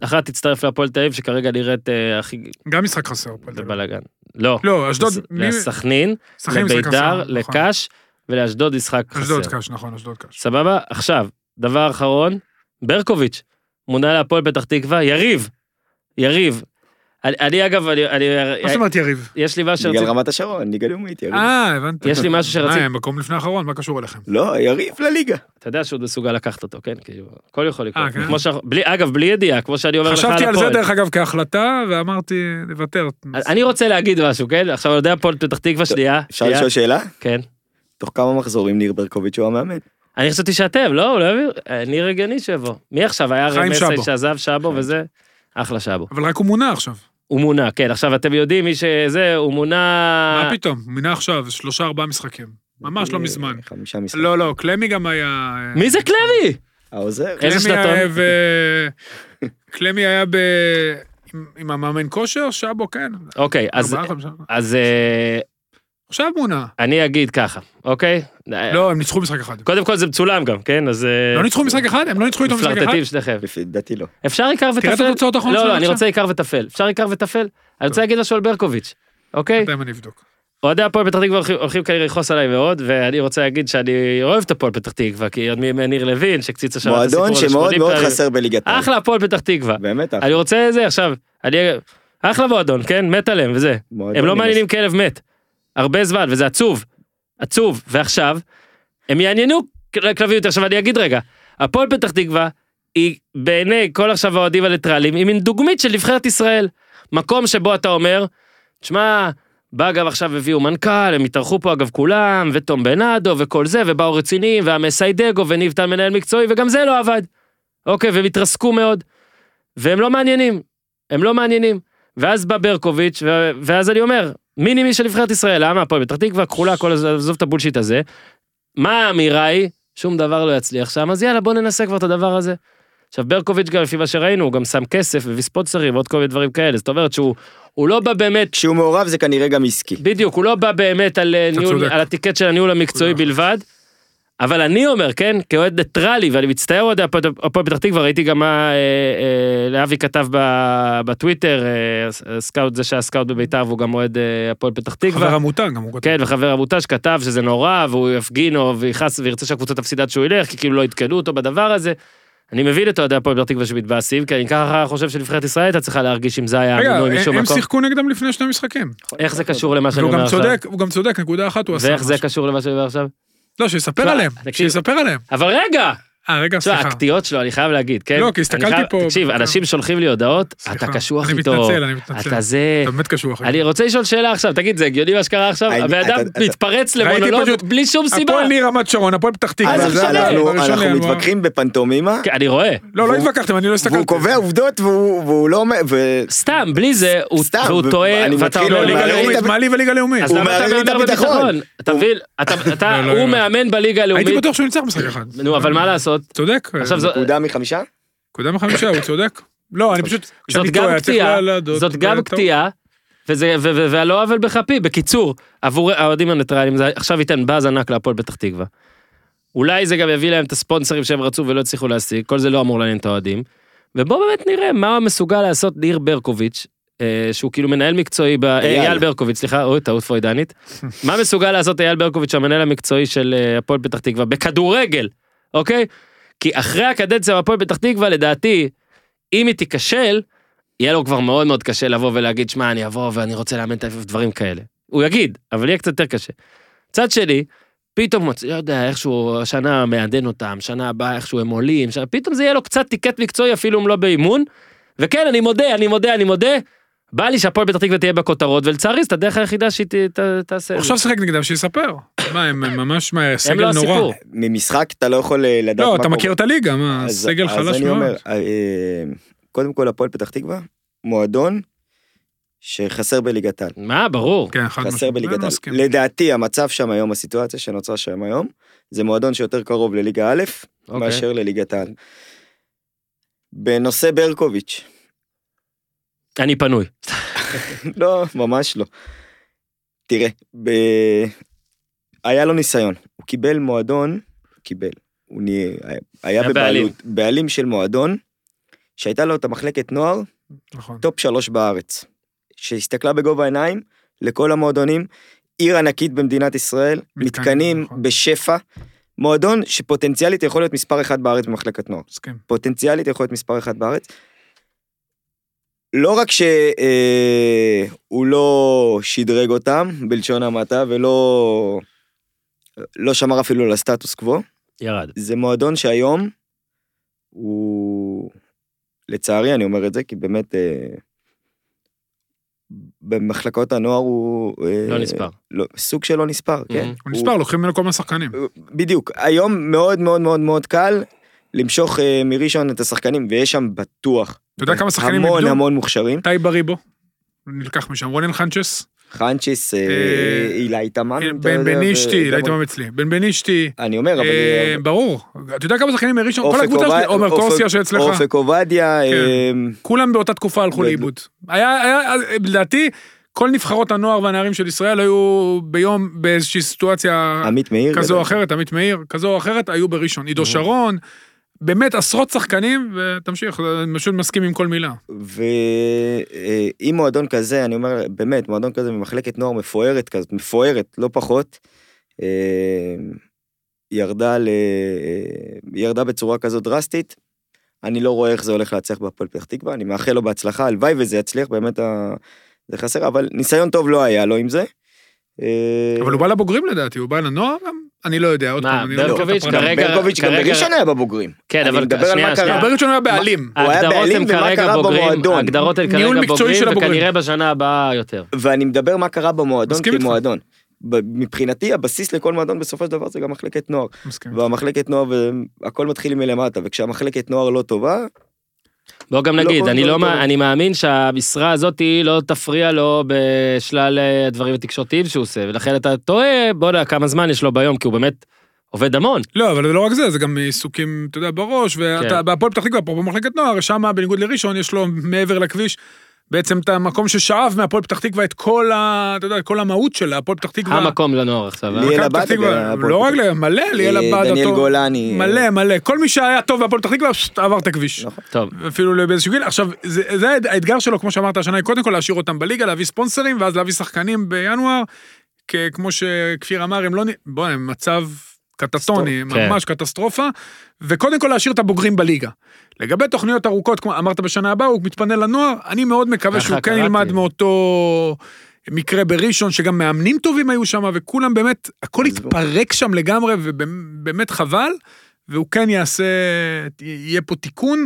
[SPEAKER 1] אחת תצטרף להפועל תל אביב, שכרגע נראית אה, הכי
[SPEAKER 4] גם משחק חסר. הפועל תל אביב.
[SPEAKER 1] בבלאגן. לא.
[SPEAKER 4] לא, אשדוד,
[SPEAKER 1] לס-
[SPEAKER 4] מי-
[SPEAKER 1] לסכנין,
[SPEAKER 4] סכנין משחק
[SPEAKER 1] לביתר,
[SPEAKER 4] חסר, נכון.
[SPEAKER 1] לקאש ולאשדוד משחק חסר.
[SPEAKER 4] אשדוד קאש, נכון, אשדוד קאש.
[SPEAKER 1] סבבה? עכשיו, דבר אחרון, ברקוביץ', מונה להפועל פתח תקווה, יריב, יריב. אני, אני אגב, אני, אני,
[SPEAKER 4] מה זאת אומרת יריב?
[SPEAKER 1] יש לי מה שרציתי,
[SPEAKER 2] בגלל רמת השרון, ליגה לאומית, יריב.
[SPEAKER 4] אה, הבנתי.
[SPEAKER 1] יש לי משהו שרציתי,
[SPEAKER 4] אה, מקום לפני האחרון, מה קשור אליכם?
[SPEAKER 2] לא, יריב לליגה.
[SPEAKER 1] אתה יודע שהוא עוד מסוגל לקחת אותו, כן? כאילו, הכל יכול לקרות.
[SPEAKER 4] אה, כן?
[SPEAKER 1] כמו שאנחנו- בלי- אגב, בלי ידיעה, כמו שאני אומר לך על
[SPEAKER 4] חשבתי על זה
[SPEAKER 1] הפועל.
[SPEAKER 4] דרך אגב כהחלטה, ואמרתי, נוותר.
[SPEAKER 1] אז אני רוצה להגיד משהו, כן? עכשיו, אני יודע, הפועל פתח תקווה שנייה.
[SPEAKER 2] אפשר
[SPEAKER 1] שנייה.
[SPEAKER 2] לשאול שאלה?
[SPEAKER 1] כן.
[SPEAKER 2] תוך כמה מחזורים ניר ברקוביץ' הוא המאמן?
[SPEAKER 1] אני חשבתי שאתם, לא? הוא לא יביא, אני רגעני שיבוא. מי עכשיו? היה
[SPEAKER 4] חיים
[SPEAKER 1] רמסי
[SPEAKER 4] שבו.
[SPEAKER 1] שעזב שבו וזה? אחלה שבו.
[SPEAKER 4] אבל רק הוא מונה עכשיו.
[SPEAKER 1] הוא מונה, כן. עכשיו, אתם יודעים, מי שזה, הוא מונה...
[SPEAKER 4] מה פתאום? הוא מינה עכשיו שלושה ארבעה משחקים. ממש לא
[SPEAKER 2] אה,
[SPEAKER 4] מזמן.
[SPEAKER 2] חמישה משחקים.
[SPEAKER 4] לא, לא, קלמי גם היה... אה,
[SPEAKER 1] מי זה קלבי?
[SPEAKER 2] העוזר.
[SPEAKER 1] איזה
[SPEAKER 4] קלמי
[SPEAKER 1] שנתון?
[SPEAKER 4] היה ב... קלמי היה ב... עם- עם המאמן כושר, שבו, כן.
[SPEAKER 1] אוקיי, אז...
[SPEAKER 4] ארבעה, חמישה.
[SPEAKER 1] אז אה,
[SPEAKER 4] עכשיו מונה.
[SPEAKER 1] אני אגיד ככה, אוקיי?
[SPEAKER 4] לא, הם ניצחו משחק אחד.
[SPEAKER 1] קודם כל זה מצולם גם, כן? אז... אה,
[SPEAKER 4] לא ניצחו משחק אחד? הם לא ניצחו איתו משחק אחד?
[SPEAKER 1] מפלרטטים שניכם.
[SPEAKER 2] לפי דעתי לא.
[SPEAKER 1] אפשר עיקר וטפל?
[SPEAKER 4] תראה את התוצאות האחרונות
[SPEAKER 1] לא,
[SPEAKER 4] שלנו
[SPEAKER 1] לא, אני
[SPEAKER 4] עכשיו.
[SPEAKER 1] רוצה עיקר וטפל. אפשר עיקר וטפל? אני רוצה להגיד משהו על ברקוביץ', אוקיי?
[SPEAKER 4] בינתיים לא אני אבדוק.
[SPEAKER 1] אוהדי הפועל פתח תקווה הולכים- הולכים כנראה לכעוס עליי מאוד, ואני רוצה להגיד שאני אוהב את הפועל פתח תקווה, כי עוד מניר לוין שקציצה שם את הסיפור
[SPEAKER 2] מועדון
[SPEAKER 1] הזה
[SPEAKER 2] שמאוד
[SPEAKER 1] 80
[SPEAKER 2] מאוד
[SPEAKER 1] פעמים.
[SPEAKER 2] חסר בליגת העל.
[SPEAKER 1] אחלה אה, הפועל פתח תקווה.
[SPEAKER 2] באמת אחלה.
[SPEAKER 1] אני רוצה זה עכשיו, אני... אחלה מועדון, כן? מת עליהם וזה.
[SPEAKER 2] מועדון
[SPEAKER 1] הם לא
[SPEAKER 2] עם
[SPEAKER 1] מעניינים כלב מת. הרבה זמן, וזה עצוב. עצוב. ועכשיו, הם יעניינו כל- כלבים יותר. עכשיו אני אגיד רגע, הפועל פתח תקווה היא בעיני כל עכשיו האוהדים הליטרליים, היא מין דוגמית של נבחרת ישראל. מקום שבו אתה אומר, תשמע, בא אגב עכשיו הביאו מנכ"ל, הם התארחו פה אגב כולם, ותום בנאדו וכל זה, ובאו רציניים, והמסיידגו וניב טל מנהל מקצועי, וגם זה לא עבד. אוקיי, והם התרסקו מאוד. והם לא מעניינים, הם לא מעניינים. ואז בא ברקוביץ', ו- ואז אני אומר, מינימי של נבחרת ישראל, למה הפועל פתח תקווה כחולה, כל הזה, עזוב את הבולשיט הזה. מה האמירה היא? שום דבר לא יצליח שם, אז יאללה, בוא ננסה כבר את הדבר הזה. עכשיו, ברקוביץ' גם לפי מה שראינו, הוא גם שם כסף והביא ספונסרים ועוד כל מיני דברים כאלה, זאת אומרת שהוא הוא לא בא באמת
[SPEAKER 2] כשהוא מעורב זה כנראה גם
[SPEAKER 4] אה,
[SPEAKER 2] עסקי.
[SPEAKER 1] בדיוק, הוא לא בא באמת על, אה,
[SPEAKER 4] אתה
[SPEAKER 1] ניהול,
[SPEAKER 4] צודק.
[SPEAKER 1] על הטיקט של הניהול המקצועי בלבד. אבל אני אומר, כן, כאוהד ניטרלי, ואני מצטער אוהדי הפועל הפועל פתח תקווה, ראיתי גם מה אה, אה, לאבי כתב ב- בטוויטר, אה, הס- הסקאוט, זה שהיה סקאוט בביתר והוא גם אוהד אה, הפועל פתח תקווה.
[SPEAKER 4] חבר עמותה גם הוא כותב.
[SPEAKER 1] כן, וחבר עמותה שכתב שזה נורא, והוא יפגין או ויכעס וירצה שהקבוצה תפסיד עד שהוא ילך, כי כאילו לא עדכנו אותו בדבר הזה. אני מבין את אוהדי הפועל פתח תקווה שמתבאסים, כי אני ככה חושב שנבחרת ישראל הייתה צריכה להרגיש אם זה היה
[SPEAKER 4] רגע, אה,
[SPEAKER 1] מינוי משום
[SPEAKER 4] הם- הם
[SPEAKER 1] לא מקום.
[SPEAKER 4] שיחקו נגדם לפני שני משחקים.
[SPEAKER 1] איך זה קשור למה שאני
[SPEAKER 4] והוא
[SPEAKER 1] אומר
[SPEAKER 4] גם
[SPEAKER 1] עכשיו?
[SPEAKER 4] צודק, הוא גם צודק, נקודה אחת הוא עשה.
[SPEAKER 1] ואיך זה
[SPEAKER 4] משהו.
[SPEAKER 1] קשור למה שאני אומר עכשיו?
[SPEAKER 4] לא, שיספר
[SPEAKER 1] תשמע,
[SPEAKER 4] עליהם,
[SPEAKER 1] תקשיב.
[SPEAKER 4] שיספר עליהם.
[SPEAKER 1] אבל רגע!
[SPEAKER 4] אה, רגע,
[SPEAKER 1] תשמע,
[SPEAKER 4] סליחה.
[SPEAKER 1] הקטיעות שלו, אני חייב להגיד, כן?
[SPEAKER 4] לא, כי הסתכלתי
[SPEAKER 1] אני חייב-
[SPEAKER 4] פה-
[SPEAKER 1] תקשיב, אנשים שולחים לי הודעות, אתה
[SPEAKER 4] סליחה.
[SPEAKER 1] קשוח
[SPEAKER 4] אני
[SPEAKER 1] איתו,
[SPEAKER 4] מתנצל, אני מתנצל.
[SPEAKER 1] אתה זה...
[SPEAKER 4] אתה באמת קשוח.
[SPEAKER 1] אה, אני רוצה לשאול שאלה עכשיו, תגיד, זה הגיוני מה שקרה עכשיו?
[SPEAKER 2] אני-
[SPEAKER 1] הבן אדם
[SPEAKER 2] אתה- אתה-
[SPEAKER 1] מתפרץ
[SPEAKER 4] ראיתי
[SPEAKER 1] למונולוג
[SPEAKER 4] פשוט-
[SPEAKER 1] בלי שום סיבה.
[SPEAKER 4] הפועל ניר רמת שרון, הפועל פתח תקווה.
[SPEAKER 1] מה זה
[SPEAKER 2] אנחנו-
[SPEAKER 1] משנה?
[SPEAKER 2] אנחנו-
[SPEAKER 4] בראשון
[SPEAKER 2] אנחנו
[SPEAKER 4] לינואר.
[SPEAKER 2] מתווכחים בפנטומימה,
[SPEAKER 1] כן, אני רואה.
[SPEAKER 4] לא, לא
[SPEAKER 2] והוא-
[SPEAKER 4] התווכחתם, אני לא הסתכלתי.
[SPEAKER 2] והוא קובע עובדות והוא והוא לא אומר, ו-
[SPEAKER 1] סתם, בלי זה, הוא-
[SPEAKER 2] סתם,
[SPEAKER 1] והוא
[SPEAKER 2] ו-
[SPEAKER 1] טועה,
[SPEAKER 2] אני
[SPEAKER 1] ואתה
[SPEAKER 2] מתחיל
[SPEAKER 1] אומר...
[SPEAKER 4] לא,
[SPEAKER 2] הוא
[SPEAKER 4] ליגה
[SPEAKER 2] מערער לי
[SPEAKER 4] לאומית,
[SPEAKER 2] את-
[SPEAKER 4] מה לי וליגה לאומית?
[SPEAKER 1] אז למה
[SPEAKER 2] מערער
[SPEAKER 1] אתה
[SPEAKER 2] לי את
[SPEAKER 1] מהמר בביטחון?
[SPEAKER 2] הביטחון.
[SPEAKER 1] אתה מבין? אתה- אתה,
[SPEAKER 4] לא, לא,
[SPEAKER 1] הוא
[SPEAKER 4] לא.
[SPEAKER 1] מאמן בליגה
[SPEAKER 4] הייתי
[SPEAKER 1] הלאומית.
[SPEAKER 4] בטוח שהוא ניצח משחק אחד.
[SPEAKER 1] נו, אבל מה לעשות?
[SPEAKER 4] צודק.
[SPEAKER 1] עכשיו זו-
[SPEAKER 2] נקודה מחמישה?
[SPEAKER 4] נקודה מחמישה, הוא צודק. לא, אני פשוט...
[SPEAKER 1] זאת
[SPEAKER 4] כשאני
[SPEAKER 1] גם
[SPEAKER 4] טועה, צריך לא
[SPEAKER 1] קטיעה,
[SPEAKER 4] להודות. אה,
[SPEAKER 1] זאת גם
[SPEAKER 4] טוב.
[SPEAKER 1] קטיעה, וזה- ו- ו- ועל לא עוול בכפי, בקיצור, עבור האוהדים הניטרלים, זה עכשיו ייתן באז ענק להפועל פתח תקווה. אולי זה גם יביא להם את הספונסרים שהם רצו ולא הצליחו להשיג, כל זה לא אמור לעניין את האוהדים. ובואו באמת נראה מה מסוגל לעשות ניר ברקוביץ', אה, שהוא כאילו מנהל מקצועי, ב- אה,
[SPEAKER 2] אייל.
[SPEAKER 1] אייל ברקוביץ', סליחה, אוי, טעות פרוידנית. מה מסוגל לעשות אייל ברקוביץ', המנהל המקצועי של אה, הפועל פתח תקווה, בכדורגל, אוקיי? כי אחרי הקדנציה בהפועל פתח תקווה, לדעתי, אם היא תיכשל, יהיה לו כבר מאוד מאוד קשה לבוא ולהגיד, שמע, אני אבוא ואני רוצה לאמן את ה- דברים כאלה. הוא יגיד, אבל יהיה קצת יותר קשה. מצד שני, פתאום, מצ- לא יודע, איכשהו השנה מעדן אותם, שנה הבאה איכשהו הם עולים, שנה, פתאום זה יהיה לו קצת טיקט מקצועי אפילו אם לא באימון. וכן, אני מודה, אני מודה, אני מודה, בא לי שהפועל פתח תקווה תהיה בכותרות, ולצערי זאת הדרך היחידה שהיא ת- ת- תעשה.
[SPEAKER 4] הוא
[SPEAKER 1] את זה.
[SPEAKER 4] עכשיו שיחק נגדם, שיספר. מה, הם הם ממש... מה,
[SPEAKER 1] הם
[SPEAKER 4] סגל
[SPEAKER 1] לא
[SPEAKER 4] נורא.
[SPEAKER 1] הסיפור.
[SPEAKER 2] ממשחק אה, אתה לא יכול אה, לדעת מה
[SPEAKER 4] לא,
[SPEAKER 2] קורה.
[SPEAKER 4] אתה מכיר את הליגה, מה,
[SPEAKER 2] אז-
[SPEAKER 4] סגל
[SPEAKER 2] אז
[SPEAKER 4] חלש
[SPEAKER 2] אני
[SPEAKER 4] מאוד.
[SPEAKER 2] אומר, אה, אה, קודם כל הפועל פתח תקווה, מועדון שחסר בליגת העל.
[SPEAKER 1] מה, ברור.
[SPEAKER 4] כן, חד
[SPEAKER 2] חסר
[SPEAKER 4] משמעית.
[SPEAKER 2] בליגת
[SPEAKER 4] אני
[SPEAKER 2] העל.
[SPEAKER 4] מסכים.
[SPEAKER 2] לדעתי המצב שם היום, הסיטואציה שנוצרה שם היום, זה מועדון שיותר קרוב לליגה א'
[SPEAKER 1] אוקיי.
[SPEAKER 2] מאשר לליגת העל. בנושא ברקוביץ',
[SPEAKER 1] אני פנוי.
[SPEAKER 2] לא, ממש לא. תראה, ב... היה לו ניסיון, הוא קיבל מועדון, קיבל, הוא נה... היה
[SPEAKER 1] היה
[SPEAKER 2] בבעלות, בעלים של מועדון, שהייתה לו את המחלקת נוער,
[SPEAKER 4] נכון.
[SPEAKER 2] טופ שלוש בארץ, שהסתכלה בגובה העיניים לכל המועדונים, עיר ענקית במדינת ישראל,
[SPEAKER 4] מתקנים,
[SPEAKER 2] מתקנים
[SPEAKER 4] נכון.
[SPEAKER 2] בשפע, מועדון שפוטנציאלית יכול להיות מספר אחד בארץ במחלקת נוער.
[SPEAKER 4] מסכים.
[SPEAKER 2] פוטנציאלית יכול להיות מספר אחד בארץ. לא רק שהוא אה, הוא לא שדרג אותם בלשון המעטה ולא לא שמר אפילו על הסטטוס קוו,
[SPEAKER 1] ירד.
[SPEAKER 2] זה מועדון שהיום הוא, לצערי אני אומר את זה, כי באמת אה, במחלקות הנוער הוא... אה,
[SPEAKER 1] לא נספר. Mm-hmm.
[SPEAKER 2] לא, סוג שלא נספר, כן.
[SPEAKER 1] הוא
[SPEAKER 4] הוא נספר, לוקחים ממנו כל מיני שחקנים.
[SPEAKER 2] בדיוק, היום מאוד מאוד מאוד מאוד קל למשוך אה, מראשון את השחקנים, ויש שם בטוח
[SPEAKER 4] אתה יודע כמה שחקנים
[SPEAKER 2] אה, המון
[SPEAKER 4] נגדו?
[SPEAKER 2] המון מוכשרים.
[SPEAKER 4] טייב אריבו, נלקח משם, רונן חנצ'ס,
[SPEAKER 2] חנצ'יס, אה,
[SPEAKER 4] אה,
[SPEAKER 2] אילי תמם. אתה יודע,
[SPEAKER 4] בן
[SPEAKER 2] וגם-
[SPEAKER 4] בנישתי, לא הייתם אצלי, בן בנישתי,
[SPEAKER 2] אני אומר, אבל...
[SPEAKER 4] אה, ברור, אתה יודע כמה שחקנים מראשון, כל
[SPEAKER 2] אופק
[SPEAKER 4] הקבוצה
[SPEAKER 2] עובד-
[SPEAKER 4] שלי, עומר
[SPEAKER 2] אופק-
[SPEAKER 4] קורסיה שאצלך,
[SPEAKER 2] אופק עובדיה,
[SPEAKER 4] כן.
[SPEAKER 2] אה,
[SPEAKER 4] כולם באותה תקופה הלכו
[SPEAKER 2] גדלו.
[SPEAKER 4] לאיבוד. היה, היה- לדעתי, כל נבחרות הנוער והנערים של ישראל היו ביום באיזושהי סיטואציה
[SPEAKER 2] אה, עמית מאיר.
[SPEAKER 4] כזו
[SPEAKER 2] גדל.
[SPEAKER 4] או אחרת, עמית מאיר, כזו או אחרת, היו בראשון. עידו שרון, באמת עשרות שחקנים, ותמשיך, אני פשוט מסכים עם כל מילה.
[SPEAKER 2] אה. ועם מועדון כזה, אני אומר, באמת, מועדון כזה ממחלקת נוער מפוארת כזאת, מפוארת, לא פחות, אה, ירדה, ל... אה, ירדה בצורה כזאת דרסטית. אני לא רואה איך זה הולך להצליח בהפועל פתח תקווה, אני מאחל לו בהצלחה, הלוואי וזה יצליח, באמת ה... זה חסר, אבל ניסיון טוב לא היה לו עם זה. אה,
[SPEAKER 4] אבל הוא בא לבוגרים לדעתי, הוא בא לנוער גם? אני לא יודע, עוד
[SPEAKER 1] מה,
[SPEAKER 4] פעם, אני לא יודע את
[SPEAKER 1] ברקוביץ'
[SPEAKER 4] הפרטים.
[SPEAKER 1] כרגע-
[SPEAKER 2] ברקוביץ' גם
[SPEAKER 1] כרגע-
[SPEAKER 2] בראשון היה בבוגרים.
[SPEAKER 1] כן,
[SPEAKER 2] אני
[SPEAKER 1] אבל
[SPEAKER 2] מדבר על
[SPEAKER 1] שנייה,
[SPEAKER 2] מה קרה.
[SPEAKER 1] שנייה.
[SPEAKER 4] לא, בראשון הוא היה בעלים.
[SPEAKER 2] הוא היה
[SPEAKER 1] ההגדרות
[SPEAKER 2] בעלים
[SPEAKER 1] הן
[SPEAKER 2] ומה
[SPEAKER 1] כרגע
[SPEAKER 2] קרה
[SPEAKER 1] בוגרים,
[SPEAKER 2] במועדון.
[SPEAKER 1] ההגדרות הן
[SPEAKER 4] ניהול
[SPEAKER 1] כרגע
[SPEAKER 4] מקצועי
[SPEAKER 1] בוגרים,
[SPEAKER 4] של הבוגרים.
[SPEAKER 1] וכנראה בשנה הבאה יותר.
[SPEAKER 2] ואני מדבר מה קרה במועדון
[SPEAKER 4] מסכים איתך.
[SPEAKER 2] כמועדון. ב- מבחינתי הבסיס לכל מועדון בסופו של דבר זה גם מחלקת נוער.
[SPEAKER 4] מסכים.
[SPEAKER 2] והמחלקת נוער והכל מתחיל מלמטה וכשהמחלקת נוער לא טובה
[SPEAKER 1] בוא גם
[SPEAKER 2] לא
[SPEAKER 1] נגיד,
[SPEAKER 2] כל
[SPEAKER 1] אני
[SPEAKER 2] דבר
[SPEAKER 1] לא,
[SPEAKER 2] טוב.
[SPEAKER 1] מא- אני מאמין שהמשרה הזאת היא לא תפריע לו בשלל אה, הדברים התקשורתיים שהוא עושה, ולכן אתה טועה, בוא'נה, כמה זמן יש לו ביום, כי הוא באמת עובד המון.
[SPEAKER 4] לא, אבל זה לא רק זה, זה גם עיסוקים, אתה יודע, בראש,
[SPEAKER 1] כן.
[SPEAKER 4] ואתה בהפועל פתח תקווה, פה במחלקת נוער, שם בניגוד לראשון, יש לו מעבר לכביש, בעצם את המקום ששאב מהפועל פתח תקווה את כל ה... אתה יודע, את כל המהות של הפועל פתח תקווה.
[SPEAKER 1] המקום לנוער עכשיו. אה?
[SPEAKER 2] לי- ליאל
[SPEAKER 4] מכבי פתח
[SPEAKER 2] עבאדי
[SPEAKER 4] תקווה,
[SPEAKER 2] בהפועל
[SPEAKER 4] לא
[SPEAKER 2] פתח
[SPEAKER 4] רק, ל- מלא, ליאל
[SPEAKER 2] אה,
[SPEAKER 4] עבאדי,
[SPEAKER 2] דניאל
[SPEAKER 4] אותו-
[SPEAKER 2] גולני, נכון. אה,
[SPEAKER 4] מלא, מלא, כל מי שהיה טוב בהפועל פתח תקווה, פשוט עבר את הכביש.
[SPEAKER 1] טוב.
[SPEAKER 4] אפילו לא באיזשהו גיל. עכשיו, זה, זה האד- האתגר שלו, כמו שאמרת השנה, היא קודם כל להשאיר אותם בליגה, להביא ספונסרים, ואז להביא שחקנים בינואר, כ- כמו שכפיר אמר, הם לא... נ- בוא, הם מצב קטטוני,
[SPEAKER 1] כן.
[SPEAKER 4] ממש קטסטרופה, וקודם כל להשאיר את הבוגרים בליגה. לגבי תוכניות ארוכות, כמו אמרת בשנה הבאה, הוא מתפנה לנוער, אני מאוד מקווה
[SPEAKER 1] ככה
[SPEAKER 4] שהוא כן
[SPEAKER 1] קראתי.
[SPEAKER 4] ילמד מאותו... מקרה בראשון שגם מאמנים טובים היו שם וכולם באמת הכל התפרק שם לגמרי ובאמת חבל והוא כן יעשה יהיה פה תיקון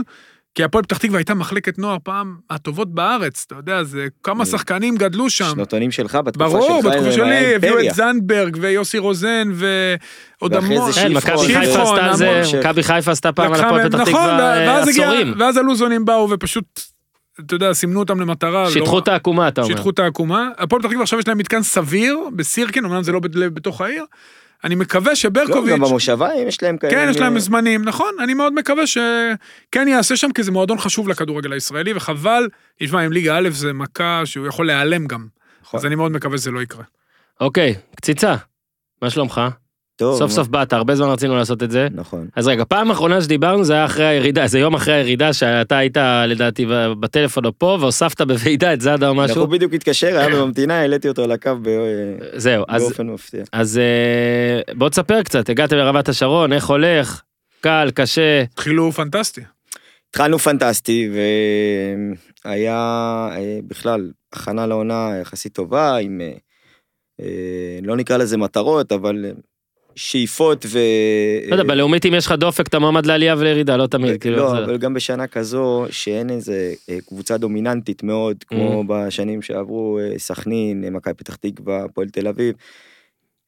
[SPEAKER 4] כי הפועל פתח תקווה הייתה מחלקת נוער פעם מהטובות בארץ אתה יודע זה
[SPEAKER 2] אה,
[SPEAKER 4] כמה שחקנים גדלו שם.
[SPEAKER 2] שנותונים שלך בתקופה שלך
[SPEAKER 4] כן. ברור, בתקופה
[SPEAKER 2] הם
[SPEAKER 4] שלי
[SPEAKER 2] היה
[SPEAKER 4] הביאו
[SPEAKER 2] אימפריה.
[SPEAKER 4] את זנדברג ויוסי רוזן ועוד
[SPEAKER 2] ואחרי
[SPEAKER 4] המון.
[SPEAKER 2] זה
[SPEAKER 1] כן,
[SPEAKER 2] שיפרון,
[SPEAKER 1] מכבי חיפה
[SPEAKER 4] שיפרון,
[SPEAKER 1] עשתה על זה,
[SPEAKER 2] המון-
[SPEAKER 1] מכבי חיפה עשתה פעם על
[SPEAKER 4] לקחה
[SPEAKER 1] הפועל
[SPEAKER 4] מהם-
[SPEAKER 1] פתח
[SPEAKER 4] נכון,
[SPEAKER 1] תקווה אה,
[SPEAKER 4] ואז הגיע- לא,
[SPEAKER 1] עשורים.
[SPEAKER 4] ואז הלוזונים באו ופשוט, אתה יודע, סימנו אותם למטרה. לא-
[SPEAKER 1] שיטחו את העקומה, אתה אומר.
[SPEAKER 4] שיטחו את העקומה. הפועל פתח תקווה עכשיו יש להם מתקן סביר בסירקין, אמנם זה לא בד- בתוך העיר. אני מקווה
[SPEAKER 2] לא, גם
[SPEAKER 4] שברקוביץ',
[SPEAKER 2] במושביים יש להם כאלה.
[SPEAKER 4] כן, יש להם זמנים, נכון? אני מאוד מקווה שכן יעשה שם, כי זה מועדון חשוב לכדורגל הישראלי, וחבל, תשמע, עם ליגה א' זה מכה שהוא יכול להיעלם גם.
[SPEAKER 2] נכון.
[SPEAKER 4] אז אני מאוד מקווה שזה לא יקרה.
[SPEAKER 1] אוקיי, קציצה. מה שלומך?
[SPEAKER 2] טוב,
[SPEAKER 1] סוף סוף באת, הרבה זמן רצינו לעשות את זה.
[SPEAKER 2] נכון.
[SPEAKER 1] אז רגע, פעם אחרונה שדיברנו זה היה אחרי הירידה, זה יום אחרי הירידה שאתה היית לדעתי ב- בטלפון או פה, והוספת בוועידה את זאדה או
[SPEAKER 2] אנחנו
[SPEAKER 1] משהו.
[SPEAKER 2] בדיוק התקשר, היה בממתינה, העליתי אותו לקו ב- אה,
[SPEAKER 1] זהו, אז
[SPEAKER 2] באופן מפתיע.
[SPEAKER 1] אז אה, בוא תספר קצת, הגעתם לרמת השרון, איך הולך? קל, קשה,
[SPEAKER 4] חילוף פנטסטי.
[SPEAKER 2] התחלנו פנטסטי והיה אה, בכלל הכנה לעונה יחסית טובה עם אה, אה, לא נקרא לזה מטרות אבל אה, שאיפות ו...
[SPEAKER 1] לא יודע, בלאומית אם יש לך דופק אתה מועמד לעלייה ולירידה, לא תמיד, כאילו,
[SPEAKER 2] אה, לא,
[SPEAKER 1] זה-
[SPEAKER 2] אבל גם בשנה כזו שאין איזה אה, קבוצה דומיננטית מאוד
[SPEAKER 1] Mm-hmm.
[SPEAKER 2] כמו בשנים שעברו אה, סכנין, אה, מכבי פתח תקווה, הפועל תל אביב.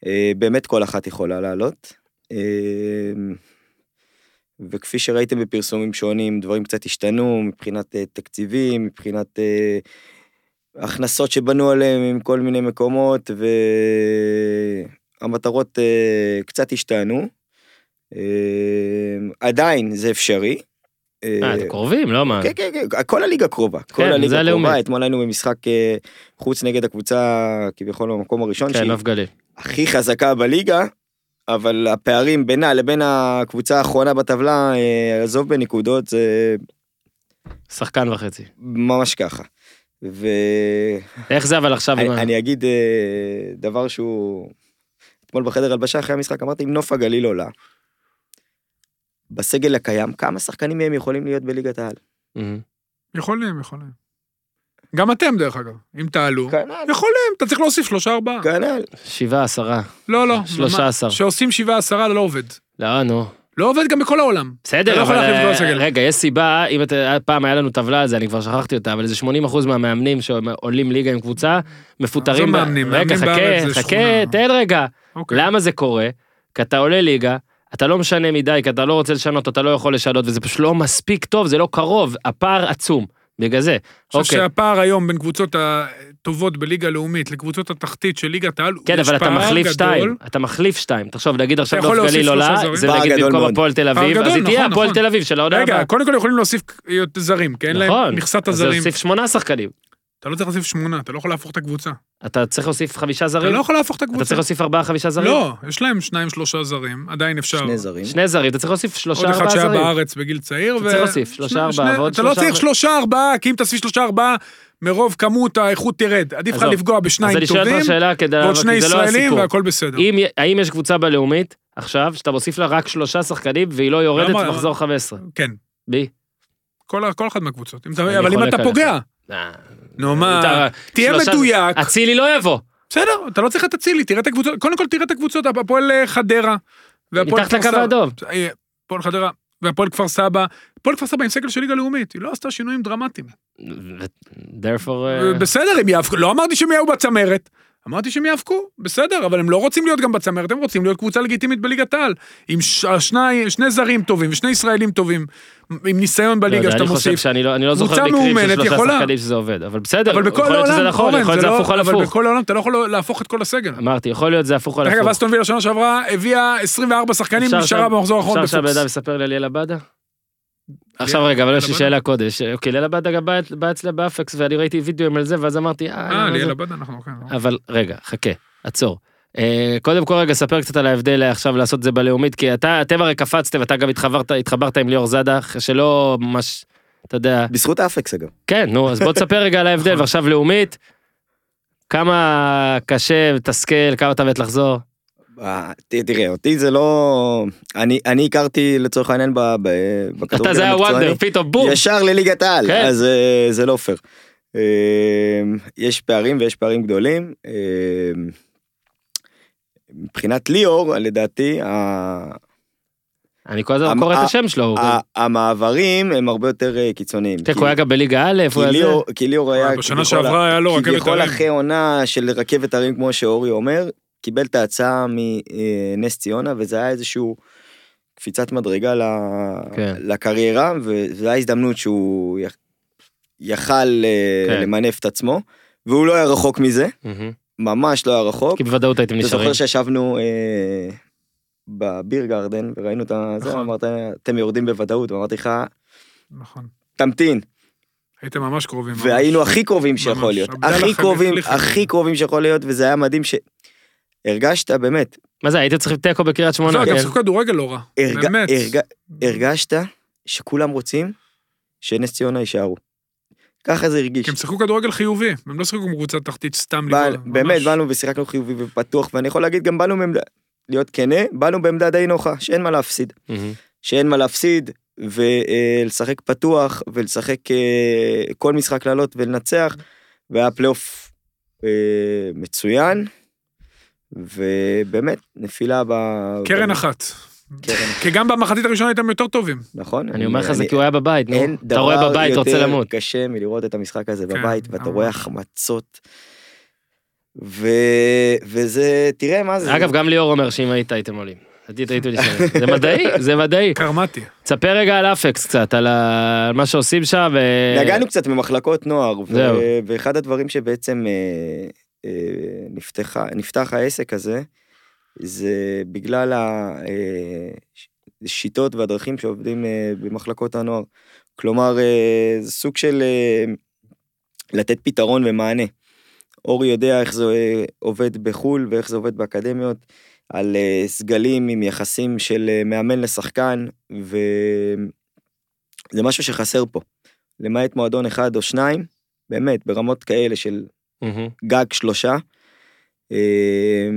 [SPEAKER 2] אה, באמת כל אחת יכולה לעלות. אה, וכפי שראיתם בפרסומים שונים, דברים קצת השתנו מבחינת אה, תקציבים, מבחינת אה, הכנסות שבנו עליהם עם כל מיני מקומות, והמטרות אה, קצת השתנו. אה, עדיין זה אפשרי.
[SPEAKER 1] אה, אתם קרובים, לא מה?
[SPEAKER 2] כן, כן, כן, כל הליגה קרובה. כל
[SPEAKER 1] כן, זה
[SPEAKER 2] הליגה
[SPEAKER 1] הלאומי.
[SPEAKER 2] קרובה. אתמול היינו במשחק אה, חוץ נגד הקבוצה כביכול במקום הראשון,
[SPEAKER 1] כן,
[SPEAKER 2] שהיא
[SPEAKER 1] נוף גליל.
[SPEAKER 2] הכי חזקה בליגה, אבל הפערים בינה לבין הקבוצה האחרונה בטבלה, אה, עזוב בנקודות, זה
[SPEAKER 1] שחקן וחצי.
[SPEAKER 2] ממש ככה. ואני
[SPEAKER 1] איך זה אבל עכשיו? עם ה-
[SPEAKER 2] אני אגיד אה, דבר שהוא... אתמול בחדר הלבשה אחרי המשחק אמרתי, אם נוף הגליל עולה, בסגל הקיים, כמה שחקנים מהם יכולים להיות בליגת העל?
[SPEAKER 1] מהם.
[SPEAKER 4] יכולים, יכולים. גם אתם, דרך אגב, אם תעלו.
[SPEAKER 2] כנ"ל,
[SPEAKER 4] יכולים, אתה צריך להוסיף שלושה ארבעה.
[SPEAKER 2] כנ"ל.
[SPEAKER 1] שבעה, עשרה.
[SPEAKER 4] לא, לא.
[SPEAKER 1] שלושה עשר.
[SPEAKER 4] שעושים שבעה עשרה לא עובד.
[SPEAKER 1] לא, נו.
[SPEAKER 4] לא עובד גם בכל העולם. אתה
[SPEAKER 1] בסדר,
[SPEAKER 4] לא יכול
[SPEAKER 1] אבל...
[SPEAKER 4] להחליף כל
[SPEAKER 1] אה,
[SPEAKER 4] הסגל.
[SPEAKER 1] רגע, יש סיבה, אם אתה... פעם היה לנו טבלה על זה, אני כבר שכחתי אותה, אבל איזה 80% מהמאמנים שעולים ליגה עם קבוצה, מפוטרים...
[SPEAKER 4] עזוב
[SPEAKER 1] ב-
[SPEAKER 4] לא מאמנים,
[SPEAKER 1] רגע,
[SPEAKER 4] מאמנים בארץ
[SPEAKER 1] חכה,
[SPEAKER 4] זה
[SPEAKER 1] חכה,
[SPEAKER 4] שכונה.
[SPEAKER 1] תן רגע.
[SPEAKER 4] אוקיי.
[SPEAKER 1] למה זה קורה? כי אתה עולה ליגה, אתה לא משנה מדי, כי אתה לא רוצה לשנות, אתה לא יכול לשנות, וזה פשוט לא מספיק טוב, זה לא קרוב, הפער עצום. בגלל זה.
[SPEAKER 4] אני חושב
[SPEAKER 1] אוקיי.
[SPEAKER 4] שהפער היום בין קבוצות הטובות בליגה הלאומית לקבוצות התחתית של ליגת העל,
[SPEAKER 1] כן,
[SPEAKER 4] יש
[SPEAKER 1] אבל אתה
[SPEAKER 4] פער
[SPEAKER 1] מחליף
[SPEAKER 4] גדול.
[SPEAKER 1] שתיים, אתה מחליף שתיים. תחשוב, נגיד עכשיו
[SPEAKER 4] יכול
[SPEAKER 1] נוף
[SPEAKER 4] להוסיף
[SPEAKER 1] גליל
[SPEAKER 4] שלושה
[SPEAKER 1] עולה,
[SPEAKER 4] זרים.
[SPEAKER 1] זה
[SPEAKER 2] פער
[SPEAKER 1] נגיד
[SPEAKER 2] גדול
[SPEAKER 1] במקום
[SPEAKER 2] מאוד.
[SPEAKER 1] הפועל תל
[SPEAKER 4] פער
[SPEAKER 1] אביב, אז
[SPEAKER 4] גדול,
[SPEAKER 1] היא תהיה
[SPEAKER 4] נכון,
[SPEAKER 1] הפועל
[SPEAKER 4] נכון.
[SPEAKER 1] תל אביב של העונה הבאה.
[SPEAKER 4] רגע, קודם כל יכולים להוסיף זרים, כי אין להם
[SPEAKER 1] נכון.
[SPEAKER 4] מכסת
[SPEAKER 1] אז זה
[SPEAKER 4] הזרים.
[SPEAKER 1] יוסיף שמונה שחקנים.
[SPEAKER 4] אתה לא צריך להוסיף שמונה, אתה לא יכול להפוך את הקבוצה.
[SPEAKER 1] אתה צריך להוסיף חמישה
[SPEAKER 4] אתה
[SPEAKER 1] זרים?
[SPEAKER 4] לא יכול להפוך את
[SPEAKER 1] אתה
[SPEAKER 4] הקבוצה.
[SPEAKER 1] צריך להוסיף ארבעה, חמישה זרים?
[SPEAKER 4] לא, יש להם שניים, שלושה זרים, עדיין אפשר.
[SPEAKER 2] שני זרים.
[SPEAKER 1] שני זרים, אתה צריך להוסיף שלושה,
[SPEAKER 4] עוד אחד
[SPEAKER 1] ארבעה
[SPEAKER 4] שהיה
[SPEAKER 1] זרים.
[SPEAKER 4] בארץ בגיל צעיר.
[SPEAKER 1] אתה צריך להוסיף שלושה,
[SPEAKER 4] שני-
[SPEAKER 1] ארבעה,
[SPEAKER 4] שני-
[SPEAKER 1] ועוד
[SPEAKER 4] אתה לא
[SPEAKER 1] שלושה,
[SPEAKER 4] צריך
[SPEAKER 1] ארבעה.
[SPEAKER 4] שלושה, ארבעה, כי אם תעשי שלושה, ארבעה, מרוב כמות האיכות תרד. עדיף לך
[SPEAKER 1] עזוב.
[SPEAKER 4] לפגוע בשניים
[SPEAKER 1] אז אני שואל אותך
[SPEAKER 4] טובים,
[SPEAKER 1] שאלה כדי...
[SPEAKER 4] ועוד
[SPEAKER 1] כי
[SPEAKER 4] שני
[SPEAKER 1] זה לא
[SPEAKER 4] ישראלים,
[SPEAKER 1] הסיפור.
[SPEAKER 4] והכל בסדר.
[SPEAKER 1] אם, האם יש קבוצה בלאומית עכשיו, שאתה מוסיף לה רק שלושה שחקנים והיא לא יורדת
[SPEAKER 4] למה?
[SPEAKER 1] במחזור 15?
[SPEAKER 4] כן,
[SPEAKER 1] בי.
[SPEAKER 4] כל ה- כל אחד מהקבוצות. אם אתה-
[SPEAKER 1] אני
[SPEAKER 4] אבל אם
[SPEAKER 1] חולק
[SPEAKER 4] אתה
[SPEAKER 1] עליך.
[SPEAKER 4] פוגע,
[SPEAKER 1] אה,
[SPEAKER 4] נו מה,
[SPEAKER 1] אתה-
[SPEAKER 4] תהיה
[SPEAKER 1] שלושה-
[SPEAKER 4] מדויק.
[SPEAKER 1] אצילי לא יבוא.
[SPEAKER 4] בסדר, אתה לא צריך את אצילי, תראה את הקבוצות, קודם כל תראה את הקבוצות, הפועל אה, חדרה. והפועל
[SPEAKER 1] מתחת
[SPEAKER 4] כפר
[SPEAKER 1] לקו
[SPEAKER 4] סבא.
[SPEAKER 1] האדום.
[SPEAKER 4] אה, הפועל חדרה והפועל כפר סבא. הפועל כפר סבא עם סגל של ליגה לאומית, היא לא עשתה שינויים דרמטיים.
[SPEAKER 1] דרפור...
[SPEAKER 4] בסדר, הם יאבקו, לא אמרתי שהם יהיו בצמרת. אמרתי שהם יאבקו, בסדר, אבל הם לא רוצים להיות גם בצמרת, הם רוצים להיות קבוצה לגיטימית בליגת העל. עם ש- אה, שני, שני זרים טובים ושני ישראלים טובים, עם ניסיון בליגה
[SPEAKER 1] אני
[SPEAKER 4] שאתה
[SPEAKER 1] חושב
[SPEAKER 4] מוסיף.
[SPEAKER 1] שאני לא, אני לא זוכר
[SPEAKER 4] קבוצה
[SPEAKER 1] מקרים של
[SPEAKER 4] מאומנת
[SPEAKER 1] שלושה
[SPEAKER 4] יכולה.
[SPEAKER 1] שחקנים שזה עובד, אבל בסדר,
[SPEAKER 4] אבל בכל
[SPEAKER 1] יכול להיות שזה
[SPEAKER 4] העולם,
[SPEAKER 1] נכון,
[SPEAKER 4] אורן,
[SPEAKER 1] יכול להיות
[SPEAKER 4] זה
[SPEAKER 1] שזה
[SPEAKER 4] לא-
[SPEAKER 1] הפוך על
[SPEAKER 4] אבל
[SPEAKER 1] הפוך.
[SPEAKER 4] בכל העולם אתה לא יכול להפוך את כל הסגל.
[SPEAKER 1] אמרתי, יכול להיות זה הפוך על
[SPEAKER 4] דרך
[SPEAKER 1] הפוך.
[SPEAKER 4] אגב, אסטון וילה שנה שעברה הביאה 24 שחקנים,
[SPEAKER 1] אפשר
[SPEAKER 4] נשארה
[SPEAKER 1] שם-
[SPEAKER 4] במחזור האחרון
[SPEAKER 1] אפשר שהבן אדם
[SPEAKER 4] בפוקס.
[SPEAKER 1] יספר לי על ליאל עבדה? עכשיו רגע, אבל יש לי
[SPEAKER 4] עבדה?
[SPEAKER 1] שאלה קודש. אוקיי, ליאל עבדה גם בא- בא אצלה באפקס, ואני ראיתי וידאוים על זה, ואז אמרתי, אה,
[SPEAKER 4] אה,
[SPEAKER 1] למה זה-
[SPEAKER 4] ליאל עבד אנחנו כאן.
[SPEAKER 1] אבל רגע, חכה, עצור. אה, קודם כל רגע, ספר קצת על ההבדל עכשיו לעשות את זה בלאומית, כי אתה, אתם הרי קפצתם, אתה גם התחברת, התחברת עם ליאור זאדה, שלא ממש, אתה יודע,
[SPEAKER 2] בזכות האפקס אגב.
[SPEAKER 1] כן, נו, אז בוא תספר רגע על ההבדל,
[SPEAKER 4] נכון.
[SPEAKER 1] ועכשיו לאומית, כמה קשה, מתסכל, כמה אתה מת לחזור.
[SPEAKER 2] אה, ת- תראה, אותי זה לא... אני אני הכרתי לצורך העניין ב- ב-
[SPEAKER 1] אתה
[SPEAKER 2] בכדורגל
[SPEAKER 1] זה היה
[SPEAKER 2] המקצועני.
[SPEAKER 1] וונדר, פתאום בום.
[SPEAKER 2] ישר לליגת העל,
[SPEAKER 1] כן.
[SPEAKER 2] אז אה, זה לא פייר. אה, יש פערים ויש פערים גדולים. אה, מבחינת ליאור, לדעתי, ה-
[SPEAKER 1] אני כל הזמן
[SPEAKER 2] המ-
[SPEAKER 1] קורא את
[SPEAKER 2] ה-
[SPEAKER 1] השם שלו. הוא-
[SPEAKER 2] ה- המעברים הם הרבה יותר אה, קיצוניים.
[SPEAKER 1] כן, הוא אוקיי. היה גם בליגה א',
[SPEAKER 2] כי
[SPEAKER 1] הוא היה זה.
[SPEAKER 2] ליאור- כי ליאור היה...
[SPEAKER 4] בשנה
[SPEAKER 2] כביכול-
[SPEAKER 4] שעברה היה לו אה, לא, רכבת
[SPEAKER 2] כביכול
[SPEAKER 4] הרים.
[SPEAKER 2] אחרי עונה של רכבת הרים, כמו שאורי אומר, קיבל את ההצעה מנס ציונה, וזה היה איזשהו קפיצת מדרגה ל-
[SPEAKER 1] כן.
[SPEAKER 2] לקריירה, וזו הייתה הזדמנות שהוא יח- יכל אה,
[SPEAKER 1] כן.
[SPEAKER 2] למנף את עצמו, והוא לא היה רחוק מזה,
[SPEAKER 1] מהמם.
[SPEAKER 2] ממש לא היה רחוק.
[SPEAKER 1] כי בוודאות הייתם
[SPEAKER 2] אתה
[SPEAKER 1] נשארים.
[SPEAKER 2] זוכר שישבנו אה, בביר גרדן, וראינו את ה... זה,
[SPEAKER 4] נכון.
[SPEAKER 2] אמרת, אתם יורדים בוודאות, ואמרתי לך,
[SPEAKER 4] נכון.
[SPEAKER 2] תמתין.
[SPEAKER 4] הייתם ממש קרובים. ממש.
[SPEAKER 2] והיינו הכי קרובים שיכול
[SPEAKER 4] ממש,
[SPEAKER 2] להיות,
[SPEAKER 4] עבדאללה
[SPEAKER 2] הכי
[SPEAKER 4] חליף
[SPEAKER 2] קרובים,
[SPEAKER 4] חליף.
[SPEAKER 2] הכי קרובים שיכול להיות, וזה היה מדהים ש... הרגשת באמת,
[SPEAKER 1] מה זה, הייתם צריכים תיקו בקריית שמונה.
[SPEAKER 4] לא, גם
[SPEAKER 1] כן.
[SPEAKER 4] שיחקו כדורגל לא רע.
[SPEAKER 2] הרג...
[SPEAKER 4] באמת.
[SPEAKER 2] הרג... הרגשת שכולם רוצים שנס ציונה יישארו. ככה זה הרגיש.
[SPEAKER 4] כי הם שיחקו כדורגל חיובי, הם לא שיחקו כמו קבוצת תחתית סתם
[SPEAKER 2] בא...
[SPEAKER 4] לקרוא,
[SPEAKER 2] באמת,
[SPEAKER 4] ממש.
[SPEAKER 2] באנו ושיחקנו חיובי ופתוח, ואני יכול להגיד גם באנו בעמדה, להיות כנה, באנו בעמדה די נוחה, שאין מה להפסיד.
[SPEAKER 1] מהמם.
[SPEAKER 2] שאין מה להפסיד, ולשחק פתוח, ולשחק אה, כל משחק לעלות ולנצח, והיה פלייאוף אה, מצוין, ובאמת, נפילה ב...
[SPEAKER 4] קרן
[SPEAKER 2] ב-
[SPEAKER 4] אחת.
[SPEAKER 2] קרן,
[SPEAKER 4] כי גם במחצית הראשונה הייתם יותר טובים.
[SPEAKER 2] נכון?
[SPEAKER 1] אני אומר לך זה כי הוא היה בבית, נו.
[SPEAKER 2] אין
[SPEAKER 1] אתה רואה
[SPEAKER 2] דבר
[SPEAKER 1] בבית, אתה רוצה
[SPEAKER 2] יותר
[SPEAKER 1] למות.
[SPEAKER 2] קשה מלראות את המשחק הזה
[SPEAKER 4] כן,
[SPEAKER 2] בבית, ואתה
[SPEAKER 4] ממש.
[SPEAKER 2] רואה החמצות. ו... וזה, תראה מה זה.
[SPEAKER 1] אגב, גם ליאור אומר שאם היית, הייתם עולים. עתיד הייתם נשארים. זה מדעי, זה מדעי.
[SPEAKER 4] קרמטי.
[SPEAKER 1] תספר רגע על אפקס קצת, על ה- על מה שעושים שם. אה, ו-
[SPEAKER 2] נגענו קצת במחלקות נוער, ו...
[SPEAKER 1] זהו.
[SPEAKER 2] ואחד הדברים שבעצם אה, אה, נפתחה, נפתח העסק הזה, זה בגלל השיטות והדרכים שעובדים אה, במחלקות הנוער. כלומר, אה, זה סוג של אה, לתת פתרון ומענה. אורי יודע איך זה אה, עובד בחו"ל ואיך זה עובד באקדמיות, על אה, סגלים עם יחסים של אה, מאמן לשחקן, וזה משהו שחסר פה. למעט מועדון אחד או שניים, באמת, ברמות כאלה של
[SPEAKER 1] מהמם.
[SPEAKER 2] גג שלושה. אה,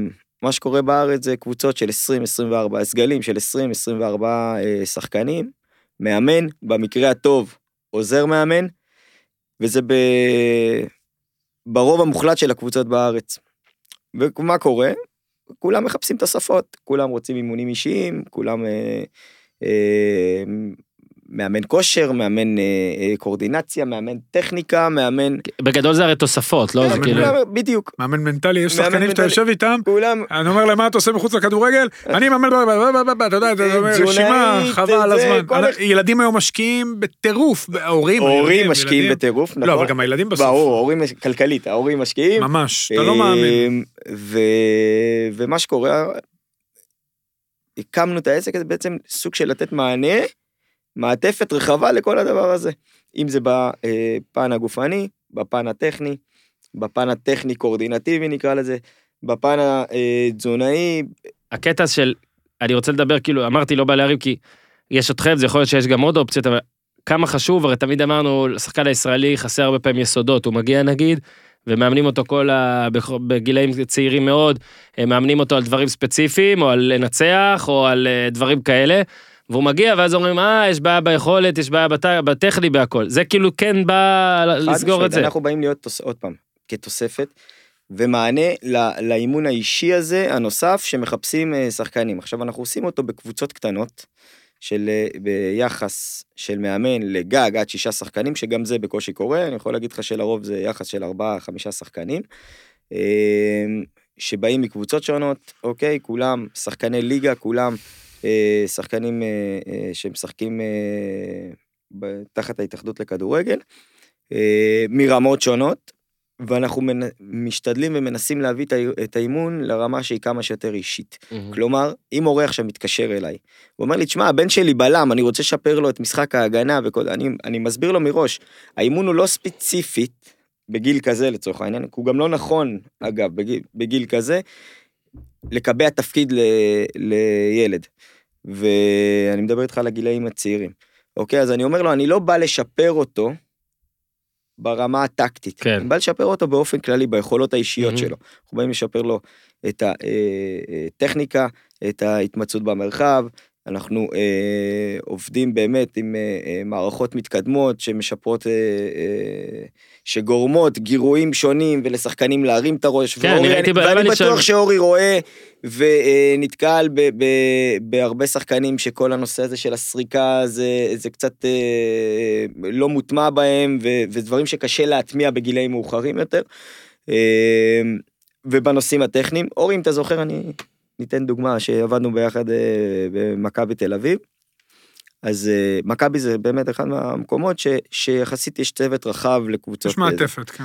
[SPEAKER 2] מה שקורה בארץ זה קבוצות של 20-24, סגלים של 20-24 אה, שחקנים, מאמן, במקרה הטוב עוזר מאמן, וזה ב... ברוב המוחלט של הקבוצות בארץ. ומה קורה? כולם מחפשים תוספות, כולם רוצים אימונים אישיים, כולם אה, אה, מאמן כושר, מאמן אה, אה, קורדינציה, מאמן טכניקה, מאמן...
[SPEAKER 1] בגדול זה הרי תוספות, לא? זה
[SPEAKER 4] אבל
[SPEAKER 1] כאילו...
[SPEAKER 4] לא-
[SPEAKER 2] כן, כולם- בדיוק.
[SPEAKER 4] מאמן מנטלי, יש
[SPEAKER 2] מאמן
[SPEAKER 4] שחקנים שאתה
[SPEAKER 2] מנטלי.
[SPEAKER 4] יושב איתם,
[SPEAKER 2] כולם
[SPEAKER 4] אני אומר להם מה אתה עושה מחוץ לכדורגל, אני מאמן, ב- ב- ב- ב- ב- אתה יודע, אתה אומר,
[SPEAKER 2] תזונאית,
[SPEAKER 4] רשימה, חבל על
[SPEAKER 2] זה,
[SPEAKER 4] הזמן.
[SPEAKER 2] כל
[SPEAKER 4] אני-
[SPEAKER 2] אחד-
[SPEAKER 4] ילדים היום משקיעים בטירוף, ב- ההורים,
[SPEAKER 2] הורים
[SPEAKER 4] הילדים,
[SPEAKER 2] משקיעים
[SPEAKER 4] ילדים.
[SPEAKER 2] בטירוף, נכון?
[SPEAKER 4] לא, אבל גם הילדים בסוף.
[SPEAKER 2] ברור, הורים, כלכלית, ההורים משקיעים.
[SPEAKER 4] ממש, אתה לא מאמין.
[SPEAKER 2] אה, ו... ומה שקורה, הקמנו את העסק הזה בעצם סוג של לתת מענה, מעטפת רחבה לכל הדבר הזה. אם זה בפן אה, הגופני, בפן הטכני, בפן הטכני-קואורדינטיבי נקרא לזה, בפן אה, התזונאי,
[SPEAKER 1] הקטע של, אני רוצה לדבר, כאילו, אמרתי לא בא להרים כי יש אתכם, זה יכול להיות שיש גם עוד אופציות, אבל כמה חשוב, הרי תמיד אמרנו, לשחקן הישראלי חסר הרבה פעמים יסודות, הוא מגיע נגיד, ומאמנים אותו כל ה... בכ- בגילאים צעירים מאוד, הם מאמנים אותו על דברים ספציפיים, או על לנצח, או על אה, דברים כאלה, והוא מגיע, ואז אומרים, אה, יש בעיה ביכולת, יש בעיה בט... בטכני, בהכל. זה כאילו כן בא
[SPEAKER 2] חד
[SPEAKER 1] לסגור
[SPEAKER 2] משמעית,
[SPEAKER 1] את זה.
[SPEAKER 2] אנחנו באים להיות, תוס, עוד פעם, כתוספת, ומענה ל- לאימון האישי הזה, הנוסף, שמחפשים אה, שחקנים. עכשיו, אנחנו עושים אותו בקבוצות קטנות, של אה, ביחס של מאמן לגג עד שישה שחקנים, שגם זה בקושי קורה, אני יכול להגיד לך שלרוב זה יחס של ארבעה, חמישה שחקנים. אה, שבאים מקבוצות שונות, אוקיי? כולם שחקני ליגה, כולם אה, שחקנים אה, אה, שמשחקים אה, ב- תחת ההתאחדות לכדורגל, אה, מרמות שונות, ואנחנו מנ... משתדלים ומנסים להביא את האי- את האימון לרמה שהיא כמה שיותר אישית. Mm-hmm. כלומר, אם אורח עכשיו מתקשר אליי, הוא אומר לי, תשמע, הבן שלי בלם, אני רוצה לשפר לו את משחק ההגנה וכל... אני, אני מסביר לו מראש, האימון הוא לא ספציפית, בגיל כזה לצורך העניין, הוא גם לא נכון, אגב, בגיל, בגיל כזה, לקבע תפקיד ל, לילד. ואני מדבר איתך על הגילאים הצעירים. אוקיי, אז אני אומר לו, אני לא בא לשפר אותו ברמה הטקטית.
[SPEAKER 1] כן.
[SPEAKER 2] אני בא לשפר אותו באופן כללי, ביכולות האישיות
[SPEAKER 1] מהמם.
[SPEAKER 2] שלו. אנחנו באים לשפר לו את אה, הטכניקה, את ההתמצאות במרחב. אנחנו אה, עובדים באמת עם אה, אה, מערכות מתקדמות שמשפרות, אה, אה, שגורמות גירויים שונים ולשחקנים להרים את הראש.
[SPEAKER 1] כן, אני
[SPEAKER 2] ואורי,
[SPEAKER 1] ראיתי בלילה
[SPEAKER 2] ואני
[SPEAKER 1] לשם.
[SPEAKER 2] בטוח שאורי רואה ונתקל ב- ב- בהרבה שחקנים שכל הנושא הזה של הסריקה זה, זה קצת אה, לא מוטמע בהם, ו, ודברים שקשה להטמיע בגילאים מאוחרים יותר. אה, ובנושאים הטכניים, אורי, אם אתה זוכר, אני ניתן דוגמה שעבדנו ביחד אה, במכבי תל אביב. אז אה, מכבי זה באמת אחד מהמקומות ש, שיחסית יש צוות רחב לקבוצות.
[SPEAKER 4] יש
[SPEAKER 2] אה,
[SPEAKER 4] מעטפת, כן.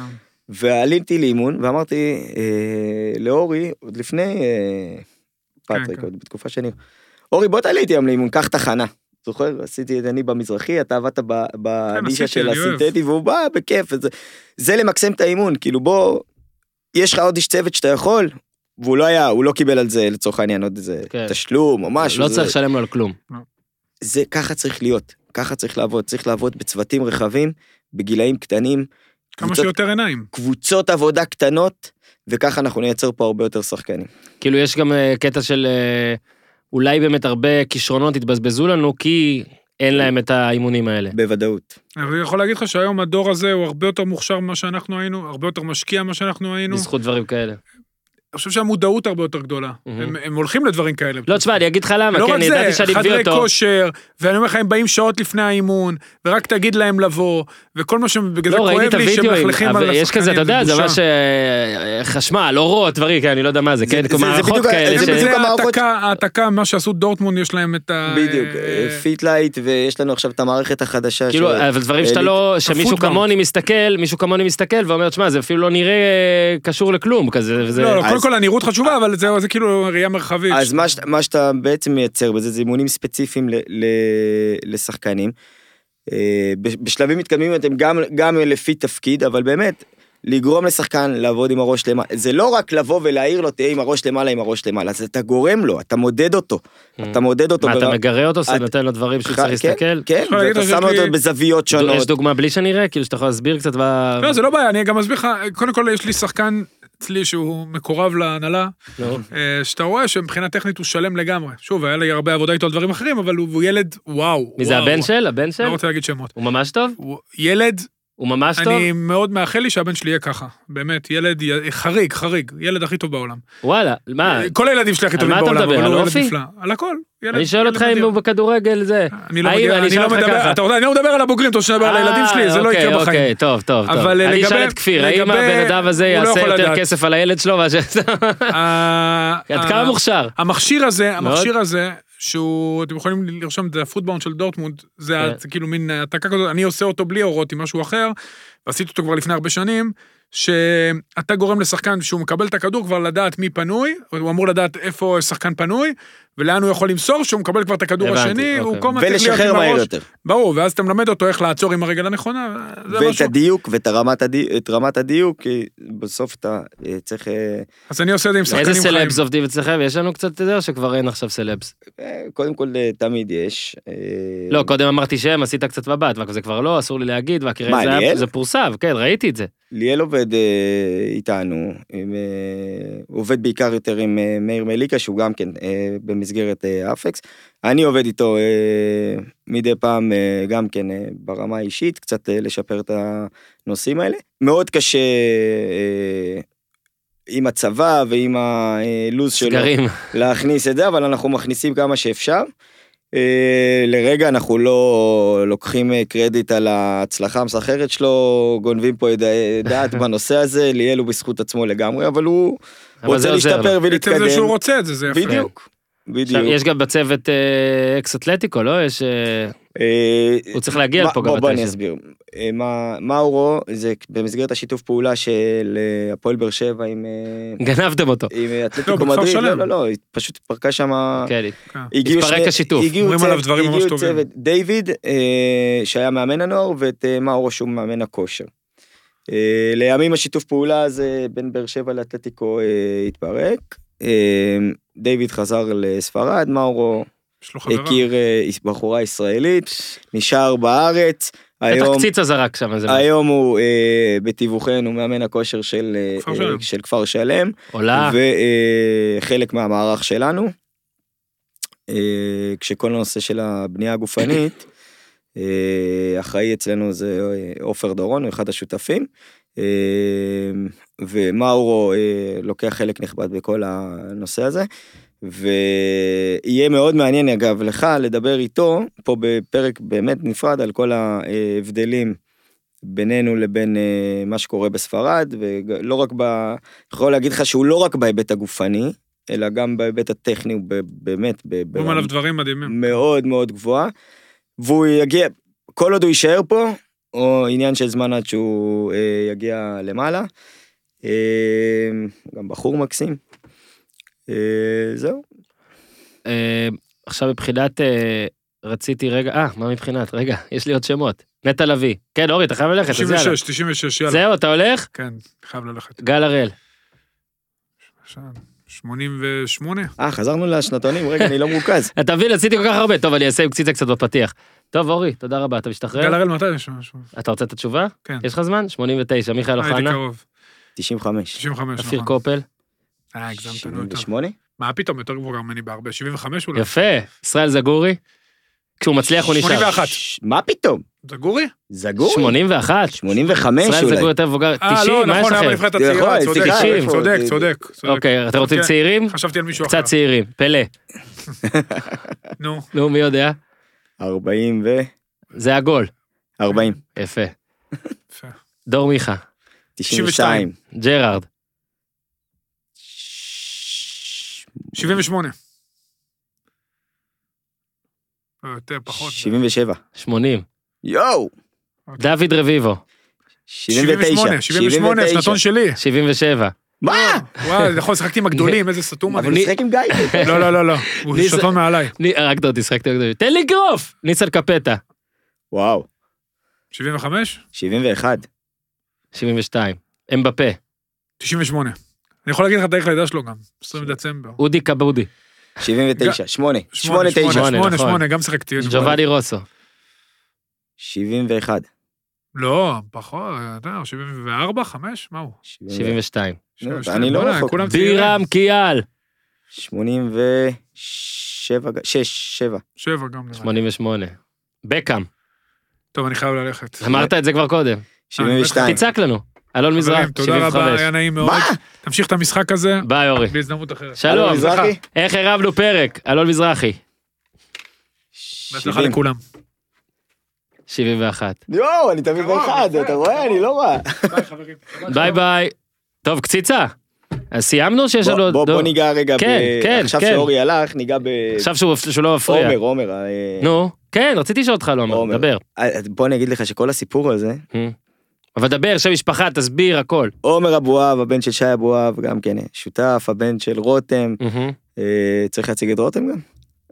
[SPEAKER 2] ועליתי לאימון ואמרתי אה, לאורי עוד לפני אה,
[SPEAKER 4] כן,
[SPEAKER 2] פטריק
[SPEAKER 4] כן.
[SPEAKER 2] עוד בתקופה שאני אורי בוא תעלה איתי היום לאימון קח תחנה. זוכר עשיתי את אני במזרחי אתה עבדת ב- בנישה
[SPEAKER 4] כן, עשיתי,
[SPEAKER 2] של
[SPEAKER 4] אני אוהב.
[SPEAKER 2] הסינתטי והוא בא בכיף וזה זה למקסם את האימון כאילו בוא יש לך עוד איש צוות שאתה יכול. והוא לא היה הוא לא קיבל על זה לצורך העניין עוד איזה
[SPEAKER 1] כן.
[SPEAKER 2] תשלום או משהו.
[SPEAKER 1] לא
[SPEAKER 2] זה-
[SPEAKER 1] צריך לשלם לו על כלום.
[SPEAKER 2] זה ככה צריך להיות ככה צריך לעבוד צריך לעבוד בצוותים רחבים בגילאים קטנים.
[SPEAKER 4] כמה
[SPEAKER 2] קבוצות
[SPEAKER 4] שיותר עיניים.
[SPEAKER 2] קבוצות עבודה קטנות, וככה אנחנו נייצר פה הרבה יותר שחקנים.
[SPEAKER 1] כאילו יש גם אה, קטע של אה, אולי באמת הרבה כישרונות התבזבזו לנו כי אין להם את האימונים האלה.
[SPEAKER 2] בוודאות.
[SPEAKER 4] אבל אני יכול להגיד לך שהיום הדור הזה הוא הרבה יותר מוכשר ממה שאנחנו היינו, הרבה יותר משקיע ממה שאנחנו היינו.
[SPEAKER 1] בזכות דברים כאלה.
[SPEAKER 4] אני חושב שהמודעות הרבה יותר גדולה.
[SPEAKER 1] מהמם.
[SPEAKER 4] הם- הם הולכים לדברים כאלה.
[SPEAKER 1] לא, תשמע, אני אגיד לך למה,
[SPEAKER 4] לא
[SPEAKER 1] כן,
[SPEAKER 4] רק
[SPEAKER 1] אני
[SPEAKER 4] זה,
[SPEAKER 1] ידעתי שאני מביא
[SPEAKER 4] חדרי
[SPEAKER 1] אותו.
[SPEAKER 4] כושר, ואני אומר לך, הם באים שעות לפני האימון, ורק תגיד להם לבוא, וכל מה ש... בגלל זה
[SPEAKER 1] לא, ראיתי את
[SPEAKER 4] כואב לי
[SPEAKER 1] הוידאוים,
[SPEAKER 4] שמלכלכים על
[SPEAKER 1] אבל
[SPEAKER 4] השחקנים,
[SPEAKER 1] יש כזה, אתה יודע, זה
[SPEAKER 4] בושה.
[SPEAKER 1] ממש אה, חשמל, אורות, דברים, כן, אני לא יודע מה זה,
[SPEAKER 2] זה-
[SPEAKER 1] כן,
[SPEAKER 2] זה-
[SPEAKER 1] כמו
[SPEAKER 2] זה
[SPEAKER 1] מערכות
[SPEAKER 2] בדיוק ה-
[SPEAKER 1] כאלה
[SPEAKER 2] זה
[SPEAKER 1] ש...
[SPEAKER 2] בדיוק
[SPEAKER 4] זה
[SPEAKER 2] המערכות-
[SPEAKER 4] העתקה, העתקה, מה שעשו דורטמונד, יש להם את ה...
[SPEAKER 2] בדיוק,
[SPEAKER 4] אה,
[SPEAKER 2] פיטלייט, ויש לנו עכשיו את המערכת החדשה.
[SPEAKER 1] כאילו,
[SPEAKER 2] ש- אה,
[SPEAKER 1] אבל דברים שאתה לא, שמישהו
[SPEAKER 4] הפוטבאונט.
[SPEAKER 1] כמוני מסתכל, מישהו כמוני מסתכל ואומר, שמע, זה אפילו לא נראה קשור לכלום, כזה, וזה...
[SPEAKER 4] לא, לא, קודם
[SPEAKER 2] אז-
[SPEAKER 4] כל הנראות חשובה, אבל זה זה כאילו ראייה מרחבית.
[SPEAKER 2] אז מה, ש- מה שאתה בעצם מייצר בזה זה אימונים ספציפיים ל, ל, לשחקנים. אה, בש- בשלבים מתקדמים אתם גם, גם לפי תפקיד, אבל באמת, לגרום לשחקן לעבוד עם הראש למעלה, זה לא רק לבוא ולהעיר לו תהיה עם הראש למעלה, עם הראש למעלה, זה אתה גורם לו, אתה מודד אותו, אתה מודד אותו.
[SPEAKER 1] Mm. מה, אתה
[SPEAKER 2] ברמה-
[SPEAKER 1] מגרה אותו,
[SPEAKER 2] את-
[SPEAKER 1] נותן לו דברים שהוא צריך
[SPEAKER 2] אה, כן,
[SPEAKER 1] להסתכל?
[SPEAKER 2] כן,
[SPEAKER 4] יכול להגיד
[SPEAKER 2] ואתה
[SPEAKER 4] לך
[SPEAKER 2] שם
[SPEAKER 4] שיש לי-
[SPEAKER 2] אותו בזוויות
[SPEAKER 1] יש
[SPEAKER 2] שונות.
[SPEAKER 1] דוגמה בלי שנראה? כאילו שאתה יכול להסביר קצת מה...
[SPEAKER 4] לא, זה לא בעיה, אני גם אסביר לך, קודם כל יש לי שחקן אצלי שהוא מקורב להנהלה,
[SPEAKER 1] נו.
[SPEAKER 4] אה, שאתה רואה שמבחינה טכנית הוא שלם לגמרי. שוב, היה לי הרבה עבודה איתו על דברים אחרים, אבל הוא הוא ילד, וואו.
[SPEAKER 1] מי זה
[SPEAKER 4] וואו.
[SPEAKER 1] הבן של? הבן של?
[SPEAKER 4] לא רוצה להגיד שמות.
[SPEAKER 1] הוא ממש טוב?
[SPEAKER 4] הוא ילד,
[SPEAKER 1] הוא ממש טוב?
[SPEAKER 4] אני מאוד מאחל לי שהבן שלי יהיה ככה. באמת, ילד י- חריג, חריג, ילד הכי טוב בעולם.
[SPEAKER 1] וואלה, מה?
[SPEAKER 4] אה, כל הילדים שלי הכי
[SPEAKER 1] אה, על
[SPEAKER 4] טובים
[SPEAKER 1] מה אתה
[SPEAKER 4] בעולם,
[SPEAKER 1] מדבר?
[SPEAKER 4] אבל
[SPEAKER 1] על
[SPEAKER 4] הוא ילד
[SPEAKER 1] אופי?
[SPEAKER 4] נפלא. על הכל. ילד-
[SPEAKER 1] אני שואל
[SPEAKER 4] ילד
[SPEAKER 1] אותך אם
[SPEAKER 4] מדהים.
[SPEAKER 1] הוא בכדורגל זה.
[SPEAKER 4] אני לא
[SPEAKER 1] האם-
[SPEAKER 4] מדבר,
[SPEAKER 1] אני
[SPEAKER 4] אני
[SPEAKER 1] אשאל
[SPEAKER 4] לא
[SPEAKER 1] אותך
[SPEAKER 4] מדבר,
[SPEAKER 1] ככה. אה,
[SPEAKER 4] אתה יודע, אני לא מדבר על הבוגרים, אתה רוצה לדבר על הילדים שלי, זה לא
[SPEAKER 1] אוקיי,
[SPEAKER 4] יקרה בחיים.
[SPEAKER 1] אוקיי, טוב, טוב, טוב.
[SPEAKER 4] אבל
[SPEAKER 1] אני
[SPEAKER 4] לגבי-
[SPEAKER 1] אשאל את כפיר, האם
[SPEAKER 4] לגבי-
[SPEAKER 1] הבן אדם הזה
[SPEAKER 4] הוא לא
[SPEAKER 1] יעשה
[SPEAKER 4] יכול
[SPEAKER 1] יותר
[SPEAKER 4] לדעת. אה,
[SPEAKER 1] כסף על הילד שלו מאשר...
[SPEAKER 4] ה-
[SPEAKER 1] אוקיי. עד
[SPEAKER 4] ה-
[SPEAKER 1] כמה מוכשר?
[SPEAKER 4] המכשיר הזה,
[SPEAKER 1] מאוד.
[SPEAKER 4] המכשיר הזה, שהוא, אתם יכולים לרשום את זה, הפוטבאון של דורטמונד, זה
[SPEAKER 1] כן.
[SPEAKER 4] ה- זה כאילו מין העתקה כזאת, אני עושה אותו בלי אורות עם משהו אחר, ועשיתי אותו כבר לפני הרבה שנים, שאתה גורם לשחקן, שהוא מקבל את הכדור כבר לדעת מי פנוי, הוא אמור לדעת איפה שחקן פנוי, ולאן הוא יכול למסור, שהוא מקבל כבר את הכדור
[SPEAKER 1] הבנתי,
[SPEAKER 4] השני, הוא
[SPEAKER 1] אוקיי.
[SPEAKER 4] כל הזמן צריך להיות
[SPEAKER 2] ולשחרר
[SPEAKER 4] עם
[SPEAKER 2] מהר
[SPEAKER 4] הראש.
[SPEAKER 2] יותר.
[SPEAKER 4] ברור, ואז אתה מלמד אותו איך לעצור עם הרגל הנכונה, זה
[SPEAKER 2] ואת
[SPEAKER 4] משהו.
[SPEAKER 2] הדיוק, ואת הרמת הדי- את רמת הדיוק, כי בסוף אתה אה, צריך... אה,
[SPEAKER 4] אז אני עושה את זה עם שחקנים
[SPEAKER 1] איזה
[SPEAKER 4] חיים.
[SPEAKER 1] סלבס עובדים אצלכם? יש לנו קצת יותר שכבר אין עכשיו סלבס.
[SPEAKER 2] אה, קודם כל, אה, תמיד יש. אה,
[SPEAKER 1] לא, קודם אמרתי שם, עשית קצת מבט, אבל זה כבר לא, אסור לי להגיד,
[SPEAKER 2] מה,
[SPEAKER 1] והקרן זה היה-
[SPEAKER 2] ליאל?
[SPEAKER 1] זה פורסם, כן, ראיתי את זה.
[SPEAKER 2] ליאל עובד אה, איתנו, עם, אה, הוא עובד בעיקר יותר עם אה, מאיר מליקה, שהוא גם כן אה, במסגרת אה, אפקס. אני עובד איתו אה, מדי פעם, אה, גם כן אה, ברמה האישית, קצת אה, לשפר את הנושאים האלה. מאוד קשה אה, עם הצבא ועם הלו"ז שלו.
[SPEAKER 1] סגרים.
[SPEAKER 2] להכניס את זה, אבל אנחנו מכניסים כמה שאפשר. אה, לרגע אנחנו לא לוקחים אה, קרדיט על ההצלחה המסחררת שלו, גונבים פה את ה- דעת בנושא הזה, ליאל הוא בזכות עצמו לגמרי, אבל הוא
[SPEAKER 1] אבל
[SPEAKER 2] רוצה
[SPEAKER 1] זה עוזר
[SPEAKER 2] להשתפר
[SPEAKER 4] בעצם
[SPEAKER 2] ולהתקדם.
[SPEAKER 4] זה שהוא רוצה את זה, זה יפה.
[SPEAKER 2] בדיוק,
[SPEAKER 1] עכשיו,
[SPEAKER 2] בדיוק.
[SPEAKER 1] יש גם בצוות אה, אקס אתלטיקו, לא? יש... אה,
[SPEAKER 2] אה,
[SPEAKER 1] הוא צריך להגיע
[SPEAKER 2] מה-
[SPEAKER 1] לפה גם
[SPEAKER 2] בוא, בוא אני
[SPEAKER 1] מתישהו.
[SPEAKER 2] אסביר. אה, מה- מאורו זה במסגרת השיתוף פעולה של אה, הפועל באר שבע עם אה,
[SPEAKER 1] גנבתם אותו.
[SPEAKER 2] עם אה, אתלטיקו
[SPEAKER 4] בכפר
[SPEAKER 2] מדריד,
[SPEAKER 4] שלם.
[SPEAKER 2] לא לא לא, היא פשוט פרקה שם
[SPEAKER 1] כן,
[SPEAKER 2] הגיעו
[SPEAKER 1] התפרק השיתוף.
[SPEAKER 2] הגיעו
[SPEAKER 4] אומרים
[SPEAKER 2] צוות,
[SPEAKER 4] עליו דברים ממש
[SPEAKER 2] הגיעו
[SPEAKER 4] טובים.
[SPEAKER 2] צוות, דיוויד, אה, שהיה מאמן הנוער, ואת אה, מאור שהוא מאמן הכושר. אה, לימים השיתוף פעולה הזה בין באר שבע לאתלטיקו אה, התפרק. אה, דיוויד חזר לספרד, מאורו
[SPEAKER 4] יש לו חברה.
[SPEAKER 2] הכיר אה, בחורה ישראלית, נשאר בארץ.
[SPEAKER 1] בטח
[SPEAKER 2] היום,
[SPEAKER 1] קציצה זרק שם איזה...
[SPEAKER 2] היום הוא אה, בתיווכנו מאמן הכושר של, אה,
[SPEAKER 4] כפר שלם.
[SPEAKER 2] אה, של כפר שלם.
[SPEAKER 1] עולה.
[SPEAKER 2] וחלק מהמערך שלנו. אה, כשכל הנושא של הבנייה הגופנית, אה, אחראי אצלנו זה אה, עופר דורון, הוא אחד השותפים. אה, ומאורו אה, לוקח חלק נכבד בכל הנושא הזה. ויהיה מאוד מעניין אגב לך לדבר איתו פה בפרק באמת נפרד על כל ההבדלים בינינו לבין אה, מה שקורה בספרד ולא רק ב... יכול להגיד לך שהוא לא רק בהיבט הגופני אלא גם בהיבט הטכני הוא ב- באמת ב-
[SPEAKER 4] אומרים
[SPEAKER 2] ברמה
[SPEAKER 4] עליו דברים מדהימים.
[SPEAKER 2] מאוד מאוד גבוהה והוא יגיע כל עוד הוא יישאר פה או עניין של זמן עד שהוא אה, יגיע למעלה. אה, גם בחור מקסים. אה, זהו.
[SPEAKER 1] אה, עכשיו מבחינת... אה, רציתי רגע... אה, מה מבחינת? רגע, יש לי עוד שמות. נטע לביא. כן, אורי, אתה חייב ללכת, אז יאללה.
[SPEAKER 4] 96, 96, יאללה.
[SPEAKER 1] זהו, אתה הולך?
[SPEAKER 4] כן, חייב ללכת.
[SPEAKER 1] גל הראל.
[SPEAKER 4] עכשיו, 88?
[SPEAKER 2] אה חזרנו לשנתונים רגע אני לא מרוכז.
[SPEAKER 1] אתה מבין, עשיתי כל כך הרבה. טוב, אני אעשה עם קציצה קצת בפתיח. טוב, אורי, תודה רבה, אתה
[SPEAKER 4] גל
[SPEAKER 1] משתחרר?
[SPEAKER 4] הראל מתי יש משהו?
[SPEAKER 1] אתה רוצה את התשובה?
[SPEAKER 4] כן.
[SPEAKER 1] יש לך זמן? 89, מיכאל
[SPEAKER 4] אה, הייתי
[SPEAKER 1] אוחנה,
[SPEAKER 4] קרוב.
[SPEAKER 2] 95.
[SPEAKER 4] 95,
[SPEAKER 1] אופיר
[SPEAKER 4] נכון.
[SPEAKER 1] קופל.
[SPEAKER 4] אה, הגזמת, נו, יותר.
[SPEAKER 2] 78?
[SPEAKER 4] מה פתאום, יותר גבוה ממני בהרבה. 75 אולי.
[SPEAKER 1] יפה. ישראל זגורי. כשהוא מצליח הוא נשאר.
[SPEAKER 4] 81.
[SPEAKER 2] ש- מה פתאום?
[SPEAKER 4] זה גורי?
[SPEAKER 2] זגורי?
[SPEAKER 1] 81.
[SPEAKER 2] 85
[SPEAKER 1] ישראל
[SPEAKER 2] אולי.
[SPEAKER 1] זגורי יותר מבוגר.
[SPEAKER 4] אה,
[SPEAKER 1] 90,
[SPEAKER 4] לא,
[SPEAKER 1] מה יש
[SPEAKER 4] נכון, היה
[SPEAKER 1] לכם?
[SPEAKER 4] בנבחרת הצעירה,
[SPEAKER 2] יכול,
[SPEAKER 4] צודק,
[SPEAKER 1] סליחה,
[SPEAKER 4] צודק,
[SPEAKER 1] איפה-
[SPEAKER 4] צודק,
[SPEAKER 2] אה,
[SPEAKER 4] צודק.
[SPEAKER 1] אוקיי, אתם רוצים
[SPEAKER 4] כן.
[SPEAKER 1] צעירים?
[SPEAKER 4] חשבתי על מישהו אחר.
[SPEAKER 1] קצת צעירים. פלא.
[SPEAKER 4] נו,
[SPEAKER 1] נו, מי יודע?
[SPEAKER 2] 40 ו...
[SPEAKER 1] זה הגול.
[SPEAKER 2] 40.
[SPEAKER 1] יפה.
[SPEAKER 4] יפה.
[SPEAKER 1] דור מיכה.
[SPEAKER 2] 92.
[SPEAKER 1] ג'רארד.
[SPEAKER 4] 78. לא, יותר, פחות.
[SPEAKER 2] 77.
[SPEAKER 1] 80.
[SPEAKER 2] יואו!
[SPEAKER 1] דוד רביבו.
[SPEAKER 2] 79.
[SPEAKER 4] 78, שנתון שלי.
[SPEAKER 1] 77.
[SPEAKER 2] מה?
[SPEAKER 4] וואי, נכון, שיחקתי עם הגדולים, איזה סתום.
[SPEAKER 2] אבל
[SPEAKER 4] אני.
[SPEAKER 2] הוא משחק עם גיא.
[SPEAKER 4] לא, לא, לא, לא. הוא
[SPEAKER 1] ניס-
[SPEAKER 4] שנתון מעליי.
[SPEAKER 1] ני- הרגת אותי, שחקתי. הרגת אותי. תן לי גרוף! ניסן קפטה.
[SPEAKER 2] וואו.
[SPEAKER 4] 75?
[SPEAKER 2] 71.
[SPEAKER 1] 72. אמבפה.
[SPEAKER 4] 98. אני יכול להגיד לך את תאריך לידה שלו גם. 20 דצמבר.
[SPEAKER 1] אודי קבודי.
[SPEAKER 2] 79. 8. 8, 9.
[SPEAKER 4] 8,
[SPEAKER 1] נכון.
[SPEAKER 4] 8, גם שיחקתי.
[SPEAKER 1] ג'ובאני רוסו.
[SPEAKER 2] 71.
[SPEAKER 4] לא, פחות, אתה יודע, 74, 5? מה הוא?
[SPEAKER 1] 72.
[SPEAKER 2] נו,
[SPEAKER 4] שבעים
[SPEAKER 2] אני
[SPEAKER 4] ושתיים,
[SPEAKER 2] לא
[SPEAKER 4] וואלה,
[SPEAKER 2] רחוק.
[SPEAKER 4] כולם צעירים.
[SPEAKER 1] בירם קיאל.
[SPEAKER 2] 87. 6. 7.
[SPEAKER 4] שבע גם נראה לי.
[SPEAKER 1] 88. בקאם.
[SPEAKER 4] טוב, אני חייב ללכת.
[SPEAKER 1] אמרת את זה כבר קודם.
[SPEAKER 2] 72.
[SPEAKER 1] תצעק לנו. אלון מזרח.
[SPEAKER 4] חברים, תודה רבה,
[SPEAKER 1] 75.
[SPEAKER 4] היה נעים מאוד.
[SPEAKER 2] מה?
[SPEAKER 4] תמשיך את המשחק הזה,
[SPEAKER 1] ביי אורי.
[SPEAKER 4] בהזדמנות אחרת.
[SPEAKER 1] שלום.
[SPEAKER 2] אלון מזרחי?
[SPEAKER 1] איך הרבנו פרק? אלון מזרחי.
[SPEAKER 4] בהצלחה
[SPEAKER 2] 70.
[SPEAKER 4] לכולם.
[SPEAKER 1] 71.
[SPEAKER 2] יואו, אני תמיד באחד, אתה רואה? אני לא רע.
[SPEAKER 4] ביי, חברים.
[SPEAKER 1] ביי ביי. טוב, קציצה. אז סיימנו או שיש
[SPEAKER 2] בוא-
[SPEAKER 1] לנו עוד...
[SPEAKER 2] בוא-
[SPEAKER 1] לא.
[SPEAKER 2] בוא ניגע רגע, ב-
[SPEAKER 1] כן, כן,
[SPEAKER 2] עכשיו
[SPEAKER 1] כן.
[SPEAKER 2] שאורי הלך, ניגע ב...
[SPEAKER 1] עכשיו שהוא שהוא לא מפריע.
[SPEAKER 2] עומר, עומר. אה,
[SPEAKER 1] נו. כן, רציתי לשאול אותך, לא אומר.
[SPEAKER 2] עומר.
[SPEAKER 1] דבר. Hmm.
[SPEAKER 2] אה, בוא אני אגיד לך שכל הסיפור הזה,
[SPEAKER 1] אבל דבר, שם משפחה, תסביר, הכל.
[SPEAKER 2] עומר אבואב, הבן של שי אבואב, גם כן שותף, הבן של רותם,
[SPEAKER 1] מהמם.
[SPEAKER 2] אה, צריך להציג את רותם גם?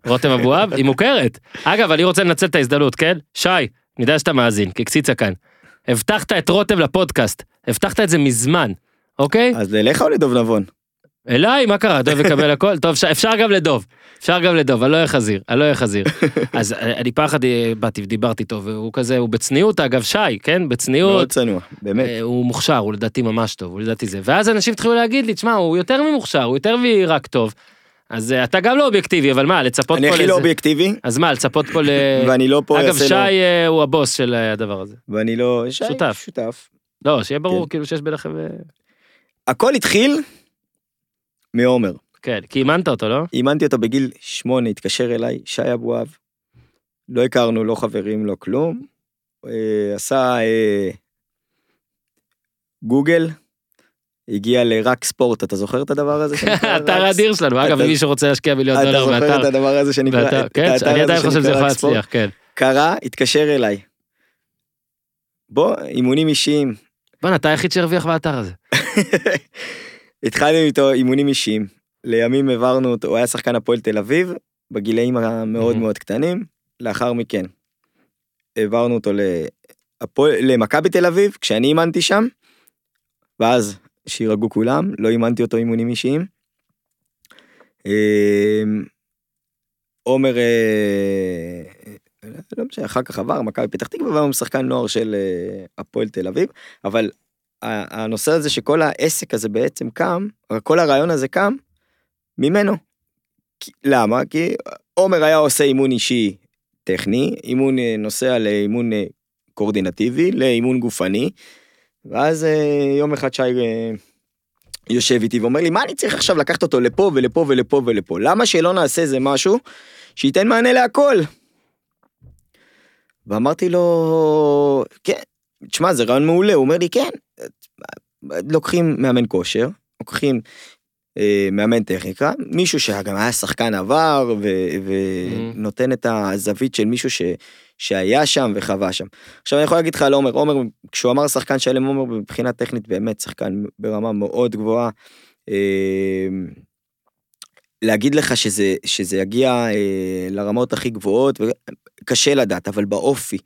[SPEAKER 1] רותם אבואב, היא מוכרת. אגב, אני רוצה לנצל את ההזדמנות, כן? שי, אני יודע שאתה מאזין, כקציצה כאן. הבטחת את רותם לפודקאסט, הבטחת את זה מזמן, אוקיי?
[SPEAKER 2] אז אליך או לדוב נבון?
[SPEAKER 1] אליי, מה קרה? דוב יקבל הכל? טוב, אפשר- אפשר גם לדוב. אפשר גם לדוב, אני לא אהיה חזיר, אני לא אהיה חזיר. אז אני פעם אחת אה, באתי ודיברתי איתו, והוא כזה, הוא בצניעות, אגב, שי, כן?
[SPEAKER 2] מאוד
[SPEAKER 1] בצניעות.
[SPEAKER 2] צנוע, באמת.
[SPEAKER 1] אה, הוא מוכשר, הוא לדעתי ממש טוב, הוא לדעתי זה. ואז אנשים התחילו להגיד לי, תשמע, הוא יותר ממוכשר, הוא יותר מרק טוב. אז אה, אתה גם לא אובייקטיבי, אבל מה, לצפות פה
[SPEAKER 2] אני הכי לא
[SPEAKER 1] לאיזה-
[SPEAKER 2] אובייקטיבי,
[SPEAKER 1] אז מה, לצפות פה ל...
[SPEAKER 2] ואני לא פה
[SPEAKER 1] אה, אגב,
[SPEAKER 2] אעשה
[SPEAKER 1] שי
[SPEAKER 2] לו,
[SPEAKER 1] אה, הוא הבוס של אה, הדבר הזה.
[SPEAKER 2] ואני לא... שי
[SPEAKER 1] שותף.
[SPEAKER 2] שותף.
[SPEAKER 1] לא, שיהיה ברור
[SPEAKER 2] כן.
[SPEAKER 1] כאילו שיש ביניכם... אה,
[SPEAKER 2] הכל התחיל מעומר.
[SPEAKER 1] כן, כי אימנת אותו, לא?
[SPEAKER 2] אימנתי אותו בגיל שמונה, התקשר אליי, שי אבואב. לא הכרנו, לא חברים, לא כלום. אה, עשה אה, גוגל, הגיע לרק ספורט, אתה זוכר את הדבר הזה? שנקרא
[SPEAKER 1] אתר
[SPEAKER 2] רק
[SPEAKER 1] אדיר שלנו, אגב,
[SPEAKER 2] אתה-
[SPEAKER 1] מי שרוצה להשקיע מיליון
[SPEAKER 2] אתה
[SPEAKER 1] דולר
[SPEAKER 2] זוכר
[SPEAKER 1] באתר.
[SPEAKER 2] את הדבר הזה שנקרא,
[SPEAKER 1] באתר,
[SPEAKER 2] את
[SPEAKER 1] כן,
[SPEAKER 2] האתר
[SPEAKER 1] אני
[SPEAKER 2] הזה
[SPEAKER 1] עדיין חושב שזה
[SPEAKER 2] שנקרא
[SPEAKER 1] יכול
[SPEAKER 2] רק ספורט?
[SPEAKER 1] להצליח, כן.
[SPEAKER 2] קרה, התקשר אליי. בוא, אימונים אישיים.
[SPEAKER 1] בואנה, אתה היחיד שהרוויח באתר הזה.
[SPEAKER 2] התחלנו איתו אימונים אישיים. לימים העברנו אותו, הוא היה שחקן הפועל תל אביב, בגילאים המאוד
[SPEAKER 1] Mhm.
[SPEAKER 2] מאוד קטנים. לאחר מכן העברנו אותו להפועל- למכבי תל אביב, כשאני אימנתי שם, ואז שירגעו כולם, לא אימנתי אותו אימונים אישיים. אמ, עומר, אה, לא משנה, אחר כך עבר, מכבי פתח תקווה, והיום הוא שחקן נוער של אה, הפועל תל אביב, אבל ה- הנושא הזה שכל העסק הזה בעצם קם, כל הרעיון הזה קם ממנו. כי- למה? כי עומר היה עושה אימון אישי טכני, אימון אה, נוסע לאימון אה, קואורדינטיבי, לאימון גופני, ואז אה, יום אחד שי אה, יושב איתי ואומר לי, מה אני צריך עכשיו לקחת אותו לפה ולפה ולפה ולפה? למה שלא נעשה איזה משהו שייתן מענה להכל? ואמרתי לו, כן, תשמע, זה רעיון מעולה. הוא אומר לי, כן, לוקחים מאמן כושר, לוקחים אה, מאמן טכניקה, מישהו שגם היה שחקן עבר ו- ונותן את הזווית של מישהו ש- שהיה שם וחווה שם. עכשיו אני יכול להגיד לך על עומר, עומר, כשהוא אמר שחקן שלם עומר מבחינה טכנית באמת שחקן ברמה מאוד גבוהה. אה, להגיד לך שזה, שזה יגיע אה, לרמות הכי גבוהות, ו- קשה לדעת, אבל באופי,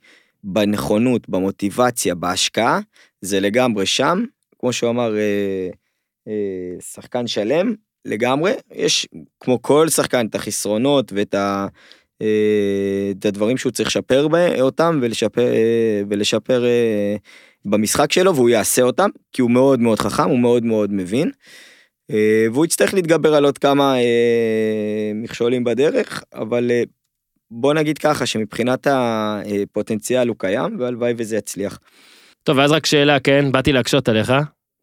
[SPEAKER 2] בנכונות, במוטיבציה, בהשקעה, זה לגמרי שם, כמו שהוא אמר, אה, אה, שחקן שלם, לגמרי. יש, כמו כל שחקן, את החסרונות ואת ה, אה, את הדברים שהוא צריך לשפר בהם, אותם ולשפר, אה, ולשפר אה, במשחק שלו, והוא יעשה אותם, כי הוא מאוד מאוד חכם, הוא מאוד מאוד מבין. אה, והוא יצטרך להתגבר על עוד כמה אה, מכשולים בדרך, אבל אה, בוא נגיד ככה, שמבחינת הפוטנציאל הוא קיים, והלוואי וזה יצליח.
[SPEAKER 1] טוב, ואז רק שאלה, כן, באתי להקשות עליך,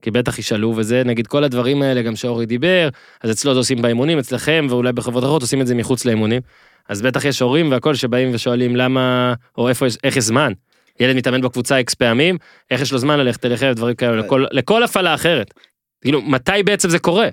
[SPEAKER 1] כי בטח ישאלו וזה, נגיד כל הדברים האלה, גם שאורי דיבר, אז אצלו זה עושים באימונים, אצלכם ואולי בחברות אחרות עושים את זה מחוץ לאימונים. אז בטח יש הורים והכל שבאים ושואלים למה, או איפה, יש- איך יש זמן. ילד מתאמן בקבוצה איקס פעמים, איך יש לו זמן ללכת אליכם ודברים כאלה, לכל,
[SPEAKER 2] אה.
[SPEAKER 1] לכל הפעלה אחרת. כאילו, מתי בעצם זה קורה?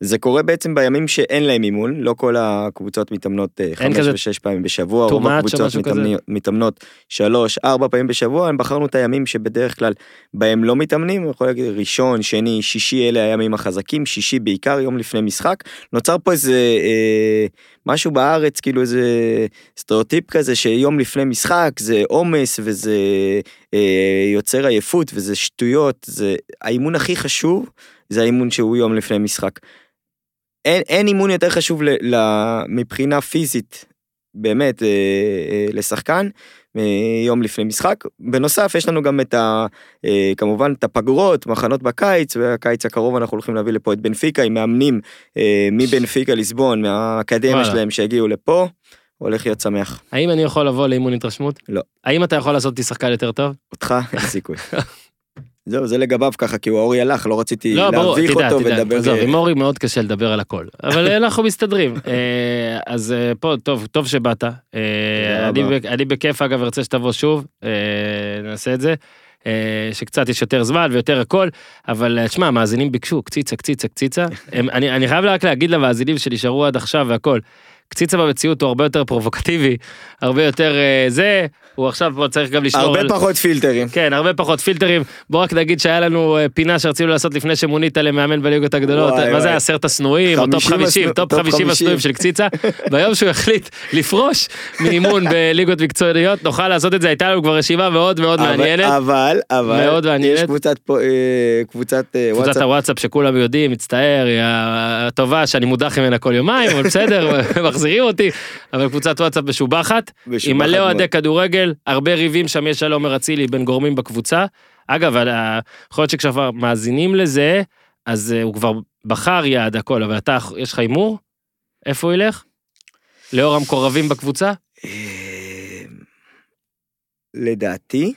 [SPEAKER 2] זה קורה בעצם בימים שאין להם אימון, לא כל הקבוצות מתאמנות אה,
[SPEAKER 1] אין
[SPEAKER 2] חמש
[SPEAKER 1] כזה
[SPEAKER 2] ושש פעמים בשבוע,
[SPEAKER 1] too
[SPEAKER 2] רוב
[SPEAKER 1] much או
[SPEAKER 2] הקבוצות
[SPEAKER 1] משהו כזה?
[SPEAKER 2] מתאמני- מתאמנות שלוש, ארבע פעמים בשבוע, הם בחרנו את הימים שבדרך כלל בהם לא מתאמנים, אני יכול להגיד ראשון, שני, שישי, אלה הימים החזקים, שישי בעיקר, יום לפני משחק. נוצר פה איזה אה, משהו בארץ, כאילו איזה סטריאוטיפ כזה, שיום לפני משחק זה עומס וזה אה, יוצר עייפות וזה שטויות, זה האימון הכי חשוב. זה האימון שהוא יום לפני משחק. אין, אין אימון יותר חשוב ל, ל, מבחינה פיזית, באמת, אה, אה, לשחקן, אה, יום לפני משחק. בנוסף, יש לנו גם את ה... אה, כמובן, את הפגרות, מחנות בקיץ, והקיץ הקרוב אנחנו הולכים להביא לפה את בנפיקה עם מאמנים אה, מבנפיקה ליסבון, מהאקדמיה
[SPEAKER 1] וואלה.
[SPEAKER 2] שלהם שהגיעו לפה. הולך להיות שמח.
[SPEAKER 1] האם אני יכול לבוא לאימון התרשמות?
[SPEAKER 2] לא.
[SPEAKER 1] האם אתה יכול לעשות אותי שחקן יותר טוב?
[SPEAKER 2] אותך אין סיכוי. זהו, זה לגביו ככה, כי הוא האורי הלך, לא רציתי
[SPEAKER 1] לא, ברור,
[SPEAKER 2] להביך
[SPEAKER 1] תדע,
[SPEAKER 2] אותו
[SPEAKER 1] תדע,
[SPEAKER 2] ולדבר...
[SPEAKER 1] עזוב,
[SPEAKER 2] אה,
[SPEAKER 1] עם אורי מאוד קשה לדבר על הכל, אבל אנחנו מסתדרים. אה, אז אה, פה, טוב, טוב שבאת. אה,
[SPEAKER 2] תודה
[SPEAKER 1] אני
[SPEAKER 2] רבה.
[SPEAKER 1] ב- אני בכיף, אגב, ארצה שתבוא שוב, אה, נעשה את זה. אה, שקצת יש יותר זמן ויותר הכל, אבל אה, שמע, המאזינים ביקשו קציצה, קציצה, קציצה. הם- אני אני חייב רק להגיד למאזינים שנשארו עד עכשיו והכל, קציצה במציאות הוא הרבה יותר פרובוקטיבי, הרבה יותר אה, זה, הוא עכשיו פה צריך גם לשמור
[SPEAKER 2] הרבה
[SPEAKER 1] על...
[SPEAKER 2] פחות פילטרים.
[SPEAKER 1] כן, הרבה פחות פילטרים. בוא רק נגיד שהיה לנו אה, פינה שרצינו לעשות לפני שמונית למאמן בליגות הגדולות.
[SPEAKER 2] וואי,
[SPEAKER 1] מה זה
[SPEAKER 2] וואי.
[SPEAKER 1] היה? עשרת השנואים, או טופ
[SPEAKER 2] 50
[SPEAKER 1] 50,
[SPEAKER 2] השנו-
[SPEAKER 1] טופ
[SPEAKER 2] טופ
[SPEAKER 1] 50 השנואים
[SPEAKER 2] 50.
[SPEAKER 1] של קציצה. ביום שהוא החליט לפרוש מאימון בליגות מקצועיות, נוכל לעשות את זה. הייתה לנו כבר רשימה מאוד מאוד
[SPEAKER 2] אבל-
[SPEAKER 1] מעניינת.
[SPEAKER 2] אבל, אבל,
[SPEAKER 1] מאוד מעניינת.
[SPEAKER 2] יש קבוצת פה, אה, קבוצת אה,
[SPEAKER 1] קבוצת
[SPEAKER 2] וואטסאפ,
[SPEAKER 1] הוואטסאפ שכולם יודעים, מצטער, היא הטובה שאני מודח ממנה כל יומיים, אבל בסדר, מחזירים אותי. אבל קבוצת וואטסאפ משובחת. עם
[SPEAKER 2] משובחת
[SPEAKER 1] מלא אוהדי
[SPEAKER 2] מאוד.
[SPEAKER 1] כדורגל, הרבה ריבים שם יש על עומר אצילי בין גורמים בקבוצה. אגב, על ה- יכול להיות שכשכבר מאזינים לזה, אז אה, הוא כבר בחר יעד הכל, אבל אתה, יש לך הימור? איפה הוא ילך? לאור המקורבים בקבוצה?
[SPEAKER 2] אה, לדעתי,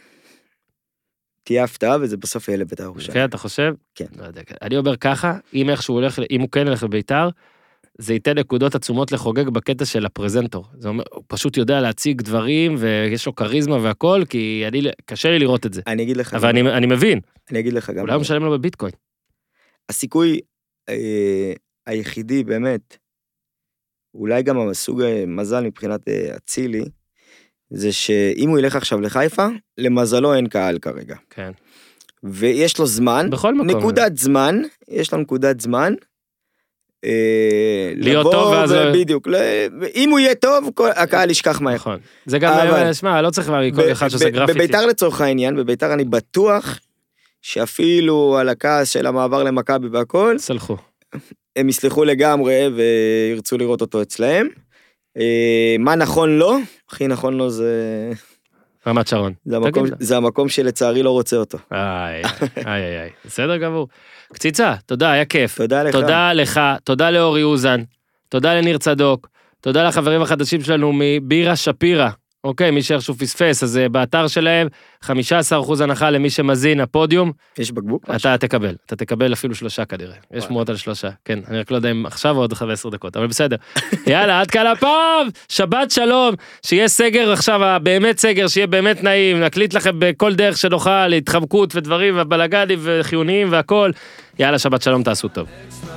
[SPEAKER 2] תהיה הפתעה וזה בסוף יהיה לבית"ר ירושלים.
[SPEAKER 1] כן, אתה חושב?
[SPEAKER 2] כן.
[SPEAKER 1] לא יודע, כן. אני אומר ככה, אם איכשהו הולך, אם הוא כן ילך לביתר, זה ייתן נקודות עצומות לחוגג בקטע של הפרזנטור. זה אומר, הוא פשוט יודע להציג דברים, ויש לו כריזמה והכל, כי אני, קשה לי לראות את זה.
[SPEAKER 2] אני אגיד לך,
[SPEAKER 1] אבל
[SPEAKER 2] גם-
[SPEAKER 1] אני, אני מבין,
[SPEAKER 2] אני אגיד לך גם,
[SPEAKER 1] אולי הוא משלם לו בביטקוין.
[SPEAKER 2] הסיכוי אה, היחידי באמת, אולי גם הסוג אה, מזל מבחינת אה, אצילי, זה שאם הוא ילך עכשיו לחיפה, למזלו אין קהל כרגע.
[SPEAKER 1] כן.
[SPEAKER 2] ויש לו זמן,
[SPEAKER 1] בכל מקום.
[SPEAKER 2] נקודת זמן, יש לו נקודת זמן. אה,
[SPEAKER 1] להיות
[SPEAKER 2] לבוא
[SPEAKER 1] טוב ואז לא-
[SPEAKER 2] בדיוק, ל- אם הוא יהיה טוב, כל- הקהל ישכח מהר.
[SPEAKER 1] נכון. זה גם,
[SPEAKER 2] אבל-
[SPEAKER 1] שמע, לא צריך להביא כל
[SPEAKER 2] ב-
[SPEAKER 1] אחד שעושה
[SPEAKER 2] ב-
[SPEAKER 1] גרפיטי.
[SPEAKER 2] בביתר לצורך העניין, בביתר אני בטוח שאפילו על הכעס של המעבר למכבי והכל,
[SPEAKER 1] סלחו.
[SPEAKER 2] הם יסלחו לגמרי וירצו לראות אותו אצלהם. אה, מה נכון לו? הכי נכון לו זה,
[SPEAKER 1] רמת שרון.
[SPEAKER 2] זה, המקום,
[SPEAKER 1] תגיד לה.
[SPEAKER 2] זה המקום שלצערי לא רוצה אותו.
[SPEAKER 1] איי, איי, איי, איי. בסדר גמור. קציצה, תודה, היה כיף.
[SPEAKER 2] תודה לך.
[SPEAKER 1] תודה לך, תודה לאורי אוזן, תודה לניר צדוק, תודה לחברים החדשים שלנו מבירה שפירא. אוקיי, מי שאיכשהו פספס, אז אה, באתר שלהם, 15% הנחה למי שמזין הפודיום,
[SPEAKER 2] יש בקבוק?
[SPEAKER 1] אתה תקבל, אתה תקבל אפילו שלושה כנראה. יש שמועות על שלושה, כן, אני רק לא יודע אם עכשיו או עוד 15 דקות, אבל בסדר. יאללה, עד כאן הפעם, שבת שלום, שיהיה סגר עכשיו, ה- באמת סגר, שיהיה באמת נעים, נקליט לכם בכל דרך שנוכל, התחמקות ודברים, ובלאגנים וחיוניים והכול. יאללה, שבת שלום, תעשו טוב.
[SPEAKER 3] אקסטרה,